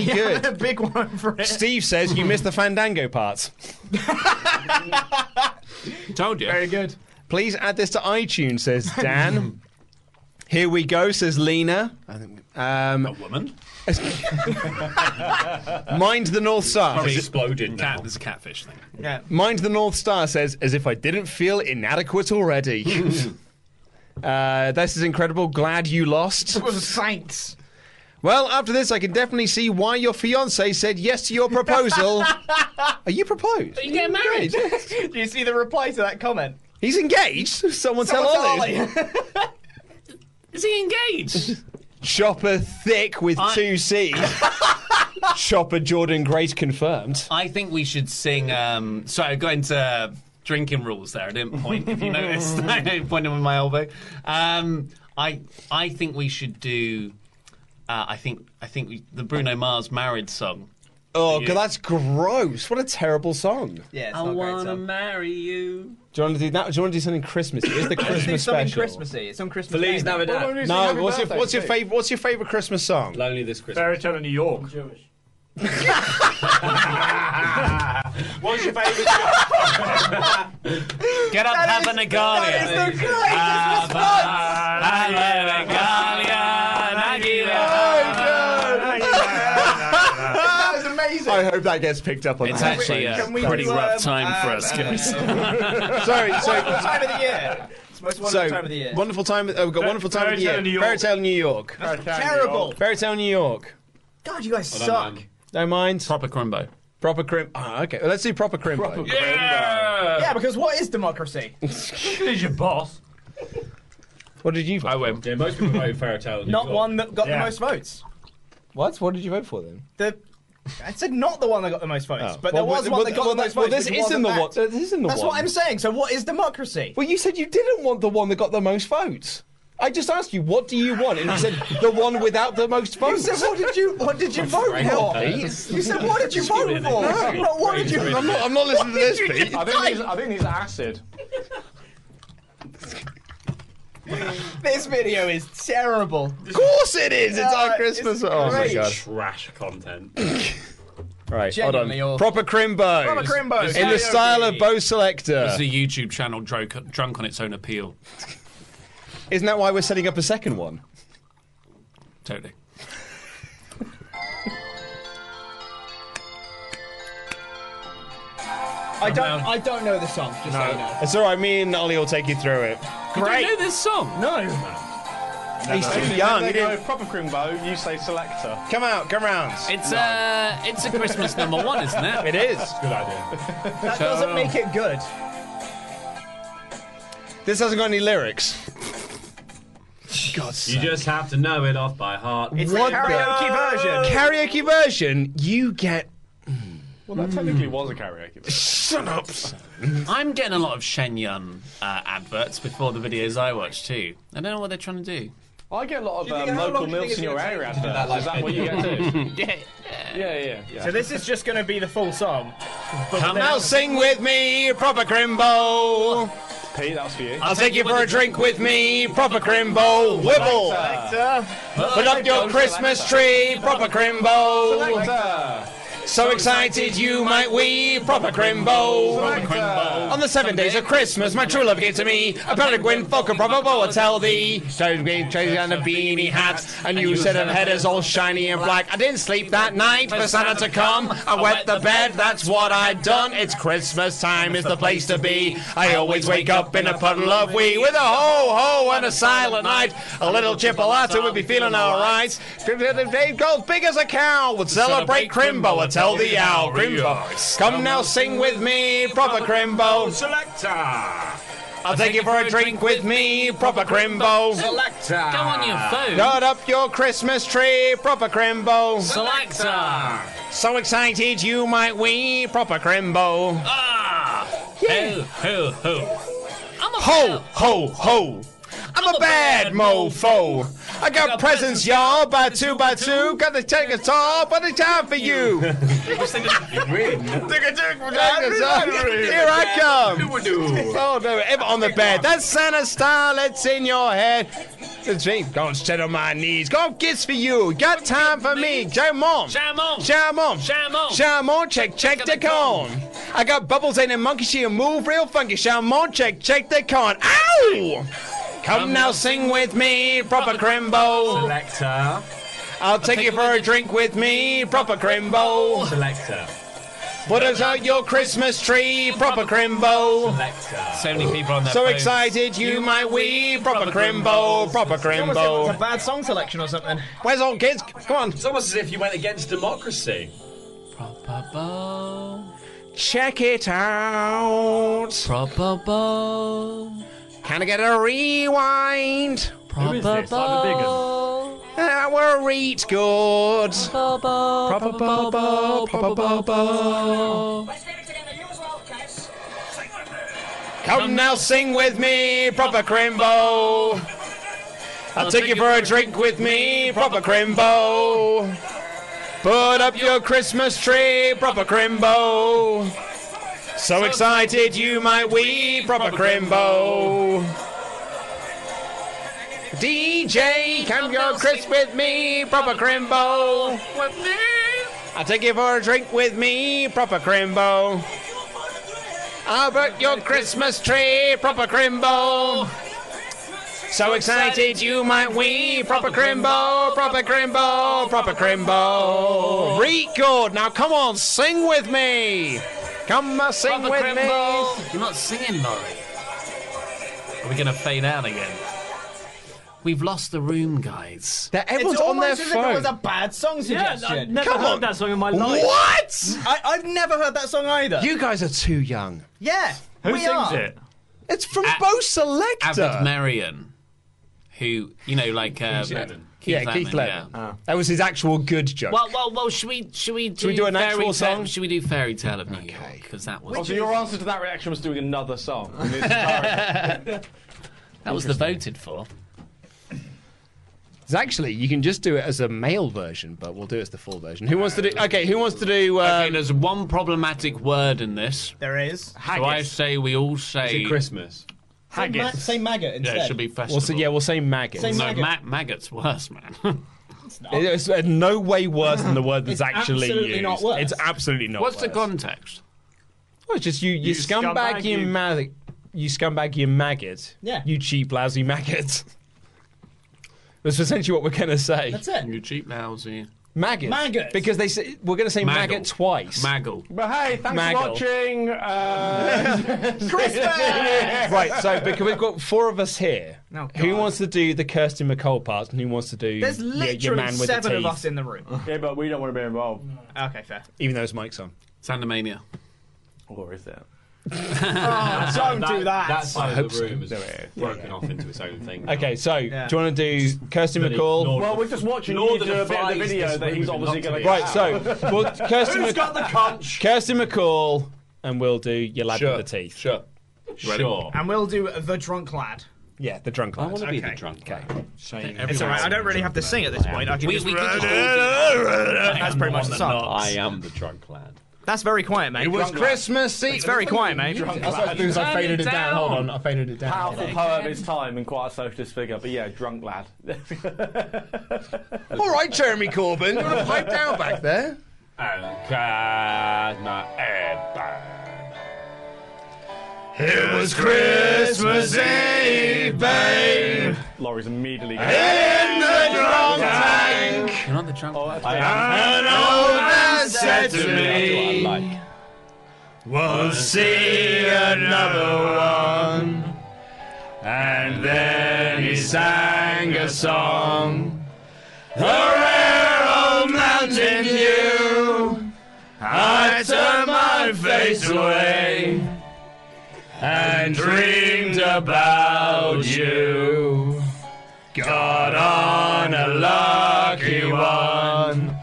Speaker 14: Yeah,
Speaker 11: good.
Speaker 14: big one for it.
Speaker 11: Steve says you missed the Fandango parts.
Speaker 1: Told you.
Speaker 11: Very good. Please add this to iTunes, says Dan. Here we go, says Lena. Um, a
Speaker 1: woman.
Speaker 11: Mind the North Star.
Speaker 1: Probably exploded. Cat, there's a catfish thing.
Speaker 11: Yeah. Mind the North Star says, as if I didn't feel inadequate already. uh, this is incredible. Glad you lost.
Speaker 14: Saints.
Speaker 11: Well, after this, I can definitely see why your fiance said yes to your proposal. Are you proposed?
Speaker 14: you get married? Do you see the reply to that comment?
Speaker 11: He's engaged. Someone tell
Speaker 14: Someone
Speaker 11: Ollie.
Speaker 9: Is he engaged?
Speaker 11: Chopper thick with
Speaker 9: I-
Speaker 11: two C's. Chopper Jordan Grace confirmed.
Speaker 1: I think we should sing. Um, sorry, I got into drinking rules there. I didn't point. If you noticed, I didn't point with my elbow. Um, I I think we should do. Uh, I think I think we, the Bruno Mars married song.
Speaker 11: Oh,
Speaker 1: You-
Speaker 11: God, that's gross. What a terrible song.
Speaker 14: Yeah,
Speaker 1: I wanna marry you.
Speaker 11: Do you want to do that? Or do you want to do something Christmassy? It's the Christmas
Speaker 14: something
Speaker 11: special.
Speaker 14: Christmassy. It's on Christmas.
Speaker 11: Feliz
Speaker 14: Day.
Speaker 11: Navidad. Well, we No, sing happy what's your- birthday, what's your too. fav- what's your favorite Christmas song?
Speaker 1: Lonely this Christmas.
Speaker 13: Fairy Tale in New York.
Speaker 1: What's your favourite? Get up,
Speaker 9: That is-
Speaker 1: Havanagali.
Speaker 9: that is the greatest
Speaker 11: Ah, ah.
Speaker 14: that
Speaker 11: Oh,
Speaker 14: was amazing.
Speaker 11: I hope that gets picked up on
Speaker 14: It's
Speaker 11: that.
Speaker 14: actually a Can we
Speaker 1: pretty do, rough um, time for us, guys.
Speaker 11: sorry, sorry.
Speaker 14: Wonderful time of the year. It's the most wonderful time of the year.
Speaker 11: Wonderful time. Oh, we've got
Speaker 14: Fair-
Speaker 11: wonderful time
Speaker 14: Fairy
Speaker 11: of the
Speaker 14: Tale
Speaker 11: year.
Speaker 14: in New York.
Speaker 11: Fairy Tale in New York.
Speaker 14: That's Fairy Tale in New terrible. York.
Speaker 11: Fairy Tale in New York.
Speaker 14: God, you guys
Speaker 11: I don't
Speaker 14: suck.
Speaker 11: Don't mind.
Speaker 1: Proper crimbo.
Speaker 11: Proper crim. Ah, okay. Well, let's do proper crimbo.
Speaker 14: Yeah, because what is democracy?
Speaker 13: Who's your boss?
Speaker 11: What did you vote? I
Speaker 1: went.
Speaker 11: Yeah,
Speaker 1: most people voted Fairy Tale.
Speaker 14: Not one that got the most votes.
Speaker 11: What? What did you vote for then?
Speaker 14: The I said not the one that got the most votes,
Speaker 11: Oh.
Speaker 14: but
Speaker 11: Well,
Speaker 14: there was
Speaker 11: well,
Speaker 14: one
Speaker 11: well,
Speaker 14: that got
Speaker 11: well,
Speaker 14: the most
Speaker 11: well,
Speaker 14: votes.
Speaker 11: this
Speaker 14: which
Speaker 11: isn't
Speaker 14: wasn't
Speaker 11: the
Speaker 14: that.
Speaker 11: one- this isn't the
Speaker 14: That's
Speaker 11: one.
Speaker 14: what I'm saying. So what is democracy?
Speaker 11: Well, you said you didn't want the one that got the most votes. I just asked you, what do you want? And you said the one without the most
Speaker 14: You
Speaker 11: votes.
Speaker 14: said what did you what did you vote for? You said what did you vote for? Not what did you?
Speaker 11: I'm not, I'm not
Speaker 14: What
Speaker 11: listening to this,
Speaker 14: did you
Speaker 11: Pete.
Speaker 14: decide?
Speaker 12: I think these are acid.
Speaker 14: This video is terrible.
Speaker 11: Of course it is. It's
Speaker 14: Uh,
Speaker 11: our Christmas. Oh my
Speaker 14: great.
Speaker 11: god.
Speaker 1: Trash content.
Speaker 11: Right, hold on.
Speaker 1: Genuinely awful.
Speaker 11: Proper crimbo.
Speaker 1: Proper crimbos.
Speaker 11: In the style of Bo Selector.
Speaker 1: It's a YouTube channel drunk, drunk on its own appeal.
Speaker 11: Isn't that why we're setting up a second one?
Speaker 1: Totally.
Speaker 14: I don't I don't know the song. Just so you know.
Speaker 11: It's all right. Me and Ollie will take you through it.
Speaker 14: Great.
Speaker 1: You know this song?
Speaker 14: No.
Speaker 11: Oh, He's too young.
Speaker 12: They
Speaker 11: He
Speaker 12: go
Speaker 11: didn't-
Speaker 12: proper crimbo. You say selector.
Speaker 11: Come out. Come round.
Speaker 1: It's uh, it's a Christmas number one, isn't it?
Speaker 11: It is.
Speaker 1: Good idea.
Speaker 14: That doesn't make it good.
Speaker 11: This hasn't got any lyrics. God.
Speaker 1: You just have to know it off by heart.
Speaker 14: It's the karaoke version.
Speaker 11: Karaoke version. You get.
Speaker 12: Well, that technically was a karaoke.
Speaker 11: Shut up.
Speaker 1: I'm getting a lot of Shen Yun uh, adverts before the videos I watch too. I don't know what they're trying to do.
Speaker 12: I get a lot of
Speaker 1: Do you think-
Speaker 12: um,
Speaker 1: how
Speaker 12: local
Speaker 1: long do you think
Speaker 12: milfs
Speaker 1: it's
Speaker 12: in your
Speaker 1: gonna
Speaker 12: area
Speaker 1: take to do
Speaker 12: adverts.
Speaker 1: that
Speaker 12: Is that
Speaker 1: live
Speaker 12: what you get too?
Speaker 14: yeah.
Speaker 12: Yeah, yeah.
Speaker 14: So this is just going to be the full song. but
Speaker 11: Come
Speaker 14: without-
Speaker 11: out, sing with me, proper crimbo.
Speaker 12: Pete, that was for you.
Speaker 11: I'll take you for a drink with me, proper crimbo. Wibble. Put up your Christmas tree, proper crimbo. So excited you might wee, proper crimbo. On the seven days of Christmas, my true love gave to me a peregrine folk, a proper boa, tell thee. So we chased on a beanie hat, and you said her head is all shiny and black. I didn't sleep that night for Santa to come. I wet the bed, that's what I'd done. It's Christmas time, it's the place to be. I always wake up in a puddle of wee with a ho ho and a silent night. A little chipolata would be feeling alright. Gold big as a cow would celebrate Crimbo, I tell thee owl. Crimbo, come now sing with me, proper Crimbo.
Speaker 1: Selector.
Speaker 11: I'll take you for a drink with me, proper Crimbo.
Speaker 1: Selector. Go on your phone.
Speaker 11: Got up your Christmas tree, proper Crimbo.
Speaker 1: Selector.
Speaker 11: So excited you might wee, proper Crimbo.
Speaker 1: Ah. Ho, ho, ho.
Speaker 11: Ho, ho, ho. I'm, a, bad, mofo. I got, presents, y'all, by two by two. Gotta take us all, but it's time for you. Here I come. Um, Oh no, ever on the bed. That's Santa style, it's in your head. The dream, go and sit on my knees. Go and kiss for you. Got time for me. Jam on. Jam on. Jam on. Jam on. Jam on. Check, check the con. I got bubbles in a monkey. She move real funky. Jam on. Check, check the con. Ow! Come now, sing with me, proper crimbo.
Speaker 9: Selector.
Speaker 11: I'll take you for a drink with me, proper crimbo.
Speaker 9: Selector.
Speaker 11: Put us out your Christmas tree, proper crimbo.
Speaker 1: So many people on their
Speaker 11: So
Speaker 1: phones.
Speaker 11: excited you might wee, proper crimbo, proper
Speaker 14: It's a
Speaker 11: crimbo.
Speaker 14: bad song selection or something.
Speaker 11: Where's all kids? Come on.
Speaker 9: It's almost as if you went against democracy.
Speaker 11: Check it out.
Speaker 25: Proper bow.
Speaker 11: Can I get a rewind?
Speaker 25: Proper this? I'm a big
Speaker 11: That were eat good. Proper bow, bow, proper bow, bow. Come now, sing with me, proper crimbo. I'll take you for a drink with me, proper crimbo. Put up your Christmas tree, proper crimbo. So excited you might wee, proper crimbo. DJ, come your Chris with me, proper crimbo.
Speaker 28: With me.
Speaker 11: I'll take you for a drink with me, proper crimbo. I'll put your Christmas tree, proper crimbo. So excited you might wee, proper crimbo, proper crimbo, proper crimbo. Record, now come on, sing with me. Come on, sing
Speaker 1: Proper
Speaker 11: with
Speaker 1: crimbo.
Speaker 11: me.
Speaker 1: You're not singing, Laurie. Are we going to fade out again? We've lost the room, guys.
Speaker 14: it's almost as If it was a bad song suggestion.
Speaker 39: I've never Come heard on. that song in my life.
Speaker 11: What?
Speaker 14: I, I've never heard that song either.
Speaker 11: You guys are too young.
Speaker 14: yeah.
Speaker 39: Who
Speaker 14: we
Speaker 39: sings
Speaker 14: are.
Speaker 39: it?
Speaker 11: It's from Bo
Speaker 1: Abbott
Speaker 11: Selector.
Speaker 1: Marion, who you know, like uh,
Speaker 11: Keith Lemon.
Speaker 1: Keith
Speaker 11: Yeah, Keith
Speaker 1: Lemon,
Speaker 11: Lemon.
Speaker 1: yeah.
Speaker 11: That was his actual good joke.
Speaker 1: Well, well, well. Should we? Should we do?
Speaker 11: we do an
Speaker 1: fairy
Speaker 11: actual
Speaker 1: tale?
Speaker 11: song?
Speaker 1: Should we do Fairy Tale of New York? 'Cause Because that was
Speaker 12: Oh, so your answer to that reaction was doing another song. "Oh,
Speaker 1: that was the voted for.
Speaker 13: It's actually you can just do it as a male version, but we'll do it as the full version. Who wants to do? Okay, who wants to do? Um,
Speaker 1: okay, there's one problematic word in this.
Speaker 14: There is.
Speaker 1: So I say we all say
Speaker 13: Christmas.
Speaker 14: Say, ma- say maggot
Speaker 1: Yeah,
Speaker 14: instead.
Speaker 1: it should be festival.
Speaker 13: We'll say, yeah, we'll say maggot.
Speaker 1: no, ma- maggot's worse, man.
Speaker 13: It's uh, no way worse than the word that's actually
Speaker 1: absolutely
Speaker 13: used.
Speaker 1: not worse.
Speaker 13: It's absolutely not.
Speaker 1: What's the
Speaker 13: worse.
Speaker 1: context?
Speaker 13: Well, it's just you. You,
Speaker 1: You
Speaker 13: scumbag,
Speaker 1: scumbag,
Speaker 13: you,
Speaker 1: you-
Speaker 13: maggot. You scumbag, you maggot.
Speaker 14: Yeah.
Speaker 13: You cheap, lousy maggot. That's essentially what we're gonna say.
Speaker 14: That's it.
Speaker 1: You cheap, lousy.
Speaker 13: Maggot.
Speaker 14: Maggot.
Speaker 13: Because they say we're gonna say maggot
Speaker 1: Maggle.
Speaker 13: twice.
Speaker 1: Maggle.
Speaker 12: But hey, thanks
Speaker 13: Maggle.
Speaker 12: for watching. Uh,
Speaker 13: Christmas! right. So because we've got four of us here.
Speaker 14: No,
Speaker 13: who wants to do the Kirsty McCall part, and who wants to do
Speaker 14: Oh, There's
Speaker 13: your-
Speaker 14: literally
Speaker 13: your man with
Speaker 14: seven
Speaker 13: the
Speaker 14: of
Speaker 13: teeth?
Speaker 14: us in the room.
Speaker 12: yeah, but we don't want to be involved.
Speaker 14: Okay, fair.
Speaker 13: Even though his mic's on.
Speaker 1: Sandomania.
Speaker 12: Or is that?
Speaker 14: don't do that.
Speaker 9: That side
Speaker 13: I
Speaker 9: of the
Speaker 13: hope so.
Speaker 9: room is broken off into its own thing.
Speaker 13: Okay, so
Speaker 9: Yeah.
Speaker 13: do you want to do Kirsty
Speaker 9: Bloody
Speaker 13: McCall?
Speaker 9: Northern-
Speaker 12: Well, we're just watching you
Speaker 9: Lord of
Speaker 12: do a
Speaker 9: the
Speaker 12: bit of the
Speaker 9: Flies
Speaker 12: video
Speaker 9: is
Speaker 12: that he's
Speaker 9: moving
Speaker 12: obviously
Speaker 9: not
Speaker 12: going
Speaker 9: to be
Speaker 12: to
Speaker 13: Right, so well, Kirsty,
Speaker 9: Who's
Speaker 13: Mc-
Speaker 9: got the conch?
Speaker 13: Kirsty McCall, and we'll do your lad with the teeth. Sure.
Speaker 9: Sure.
Speaker 14: And we'll do the drunk lad.
Speaker 13: Yeah, the drunk lad.
Speaker 9: I want to be the
Speaker 14: Okay.
Speaker 9: drunk guy.
Speaker 14: It's alright. I don't really have to sing at this point. I can
Speaker 9: We-
Speaker 14: just.
Speaker 9: we could just all do that.
Speaker 14: That's pretty much the song.
Speaker 9: I am the drunk lad.
Speaker 14: That's very quiet, mate.
Speaker 9: It was
Speaker 14: Christmas Eve. It's very quiet, mate.
Speaker 13: That's what I do is I faded it down. Hold on, I faded it down.
Speaker 12: Powerful poem of his time and quite a socialist figure, but yeah, drunk lad.
Speaker 13: All right, Jeremy Corbyn, you want to pipe down back there?
Speaker 9: And got my head back.
Speaker 12: It
Speaker 9: was Christmas Eve, babe.
Speaker 12: Laurie's immediately.
Speaker 9: In the drunk
Speaker 1: You're not the drunk. Oh,
Speaker 12: I
Speaker 9: An old man said to me, We'll see another one. And then he sang a song. The rare old mountain dew. I turned my face away and dreamed about you. Got on a lucky one.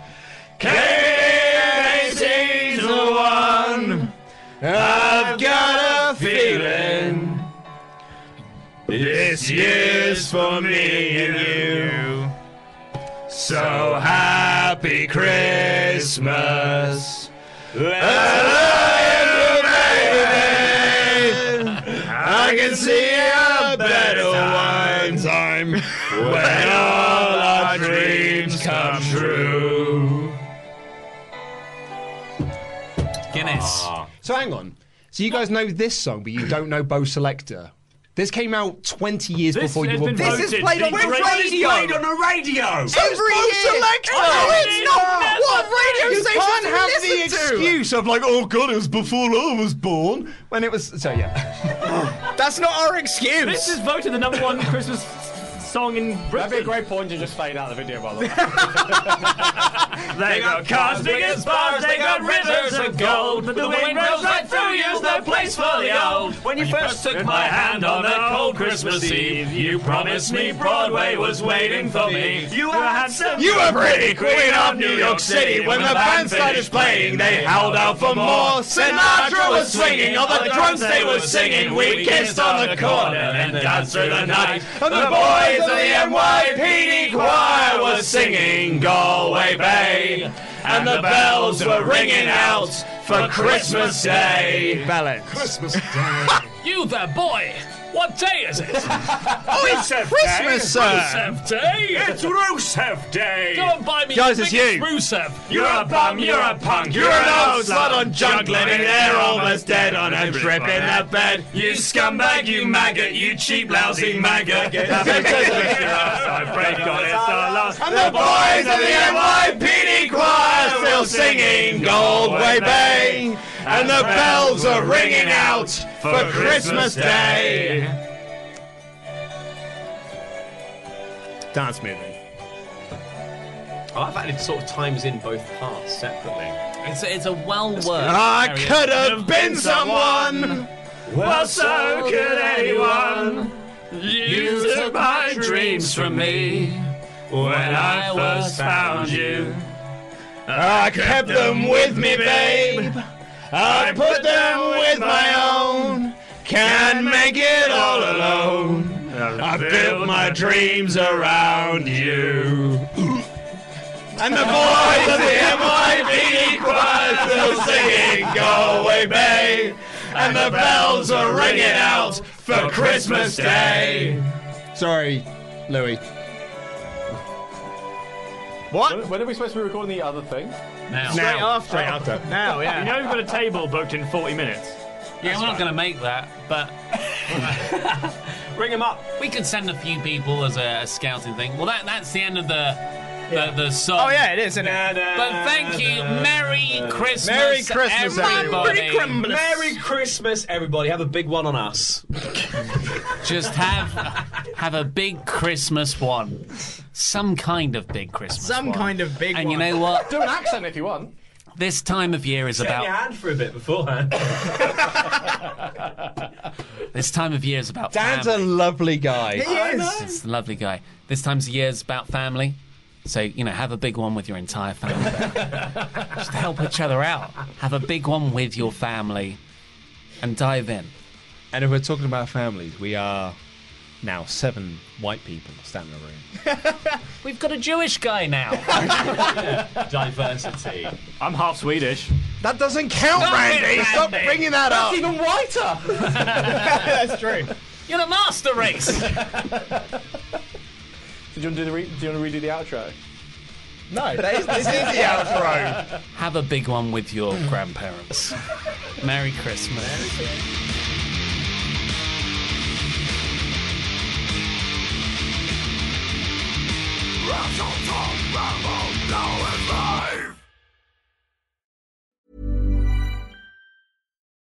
Speaker 9: K18's the one. I've got a feeling. This year's for me and you. So happy Christmas. Hello, baby. I can see a better one time when all our dreams come
Speaker 13: uh,
Speaker 9: true.
Speaker 1: Guinness.
Speaker 13: Ah.
Speaker 9: Ah.
Speaker 13: So hang on. So you guys know this song, but you don't know Bo Selector.
Speaker 11: This came out 20 years
Speaker 9: This
Speaker 11: before you
Speaker 9: has
Speaker 11: were
Speaker 9: been
Speaker 11: born.
Speaker 9: voted the greatest played on the radio.
Speaker 11: So
Speaker 9: Every
Speaker 11: Spoke
Speaker 9: year.
Speaker 11: Select-
Speaker 9: Oh,
Speaker 11: No, it's not.
Speaker 9: never.
Speaker 11: What radio
Speaker 9: You
Speaker 11: station
Speaker 9: can't
Speaker 11: do you
Speaker 9: have the
Speaker 11: listen to?
Speaker 9: excuse of like, oh god, it was before I was born. When it was so yeah.
Speaker 14: That's not our excuse.
Speaker 13: This is voted the number one Christmas song in Britain. That'd be a
Speaker 12: great point to just fade out the video, by the way.
Speaker 13: they got cars big as bars, they got rivers of gold, but the wind blows right through you's no place for the old.
Speaker 9: When you first took
Speaker 13: My hand on that cold Christmas Eve, you promised me Broadway was waiting for me.
Speaker 9: You were handsome.
Speaker 13: You were pretty queen of New York City. When the band started playing, they howled out for more. Sinatra was swinging, all the drums they were singing. We kissed on the corner and danced through the night. And the boys of the NYPD choir was singing Galway Bay. And the bells were ringing out for Christmas Day.
Speaker 11: Ballet.
Speaker 13: Christmas Day.
Speaker 1: You there, boy! What day is it?
Speaker 9: Oh, it's Christmas, sir.
Speaker 1: Rusev Day!
Speaker 9: It's Rusev Day.
Speaker 1: Go and buy me
Speaker 9: Guys,
Speaker 1: the
Speaker 9: it's
Speaker 1: biggest
Speaker 9: you.
Speaker 1: Rusev!
Speaker 9: You're a bum, you're a punk, you're an old slut on juggling, and they're almost dead on a trip in a bed. You scumbag, you maggot, you cheap, lousy maggot. I pray God it's our last.
Speaker 13: And the boys of the NYPD choir
Speaker 9: still singing Galway Bay, and the bells are ringing out for Christmas Day.
Speaker 11: Dance movie.
Speaker 40: Oh, I've added sort of times in both parts separately.
Speaker 1: It's, it's a well worked.
Speaker 13: Ah,
Speaker 40: I could've been
Speaker 9: someone.
Speaker 1: Well, so could anyone.
Speaker 9: You took my dreams from me when I first found you. I kept them with me, babe. I put them with my own. Can't make it all alone. I built my dreams around you. And the boys of the NYPD choir still singing Galway Bay. And the bells are ringing out for Christmas Day.
Speaker 11: Sorry, Louis.
Speaker 12: What? When, when are we supposed to be recording the other thing?
Speaker 13: Now.
Speaker 12: Straight after.
Speaker 13: Straight after.
Speaker 12: Now, yeah.
Speaker 13: You know we've got a table booked in 40 minutes.
Speaker 1: Yeah, we're not going to make that, but.
Speaker 12: Ring him up.
Speaker 1: We could send a few people as a, a scouting thing. Well, that that's the end of the. The, the song.
Speaker 14: Oh, yeah, it is, isn't it?
Speaker 1: But thank you. Merry Christmas.
Speaker 14: Merry Christmas, everyone.
Speaker 1: everybody.
Speaker 14: Merry Christmas.
Speaker 41: Merry Christmas, everybody. Have a big one on us.
Speaker 1: Just have have a big Christmas one. Some kind of big Christmas.
Speaker 14: Some
Speaker 1: one.
Speaker 14: kind of big
Speaker 1: And
Speaker 14: one.
Speaker 1: you know what?
Speaker 12: Do an accent if you want.
Speaker 1: This time of year is
Speaker 41: Shake
Speaker 1: about
Speaker 41: your hand for a bit beforehand.
Speaker 1: This time of year is about
Speaker 11: Dan's
Speaker 1: family.
Speaker 11: a lovely guy.
Speaker 1: He's a lovely guy. This time of year is about family. So, you know, have a big one with your entire family. Just help each other out. Have a big one with your family and dive in.
Speaker 11: And if we're talking about families, we are now seven white people standing in a room.
Speaker 1: We've got a Jewish guy now.
Speaker 13: Diversity. I'm half Swedish.
Speaker 11: That doesn't count,
Speaker 1: Stop it, Randy.
Speaker 11: Stop
Speaker 1: Randy.
Speaker 11: bringing that
Speaker 1: That's
Speaker 11: up.
Speaker 1: even
Speaker 11: whiter.
Speaker 14: That's true.
Speaker 1: You're the master race.
Speaker 12: So do you want to do, the re- do you want to redo the outro?
Speaker 14: No.
Speaker 1: Have a big one with your grandparents. Merry Christmas.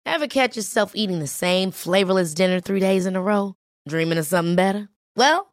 Speaker 28: Ever catch yourself eating the same flavorless dinner three days in a row? Dreaming of something better? Well,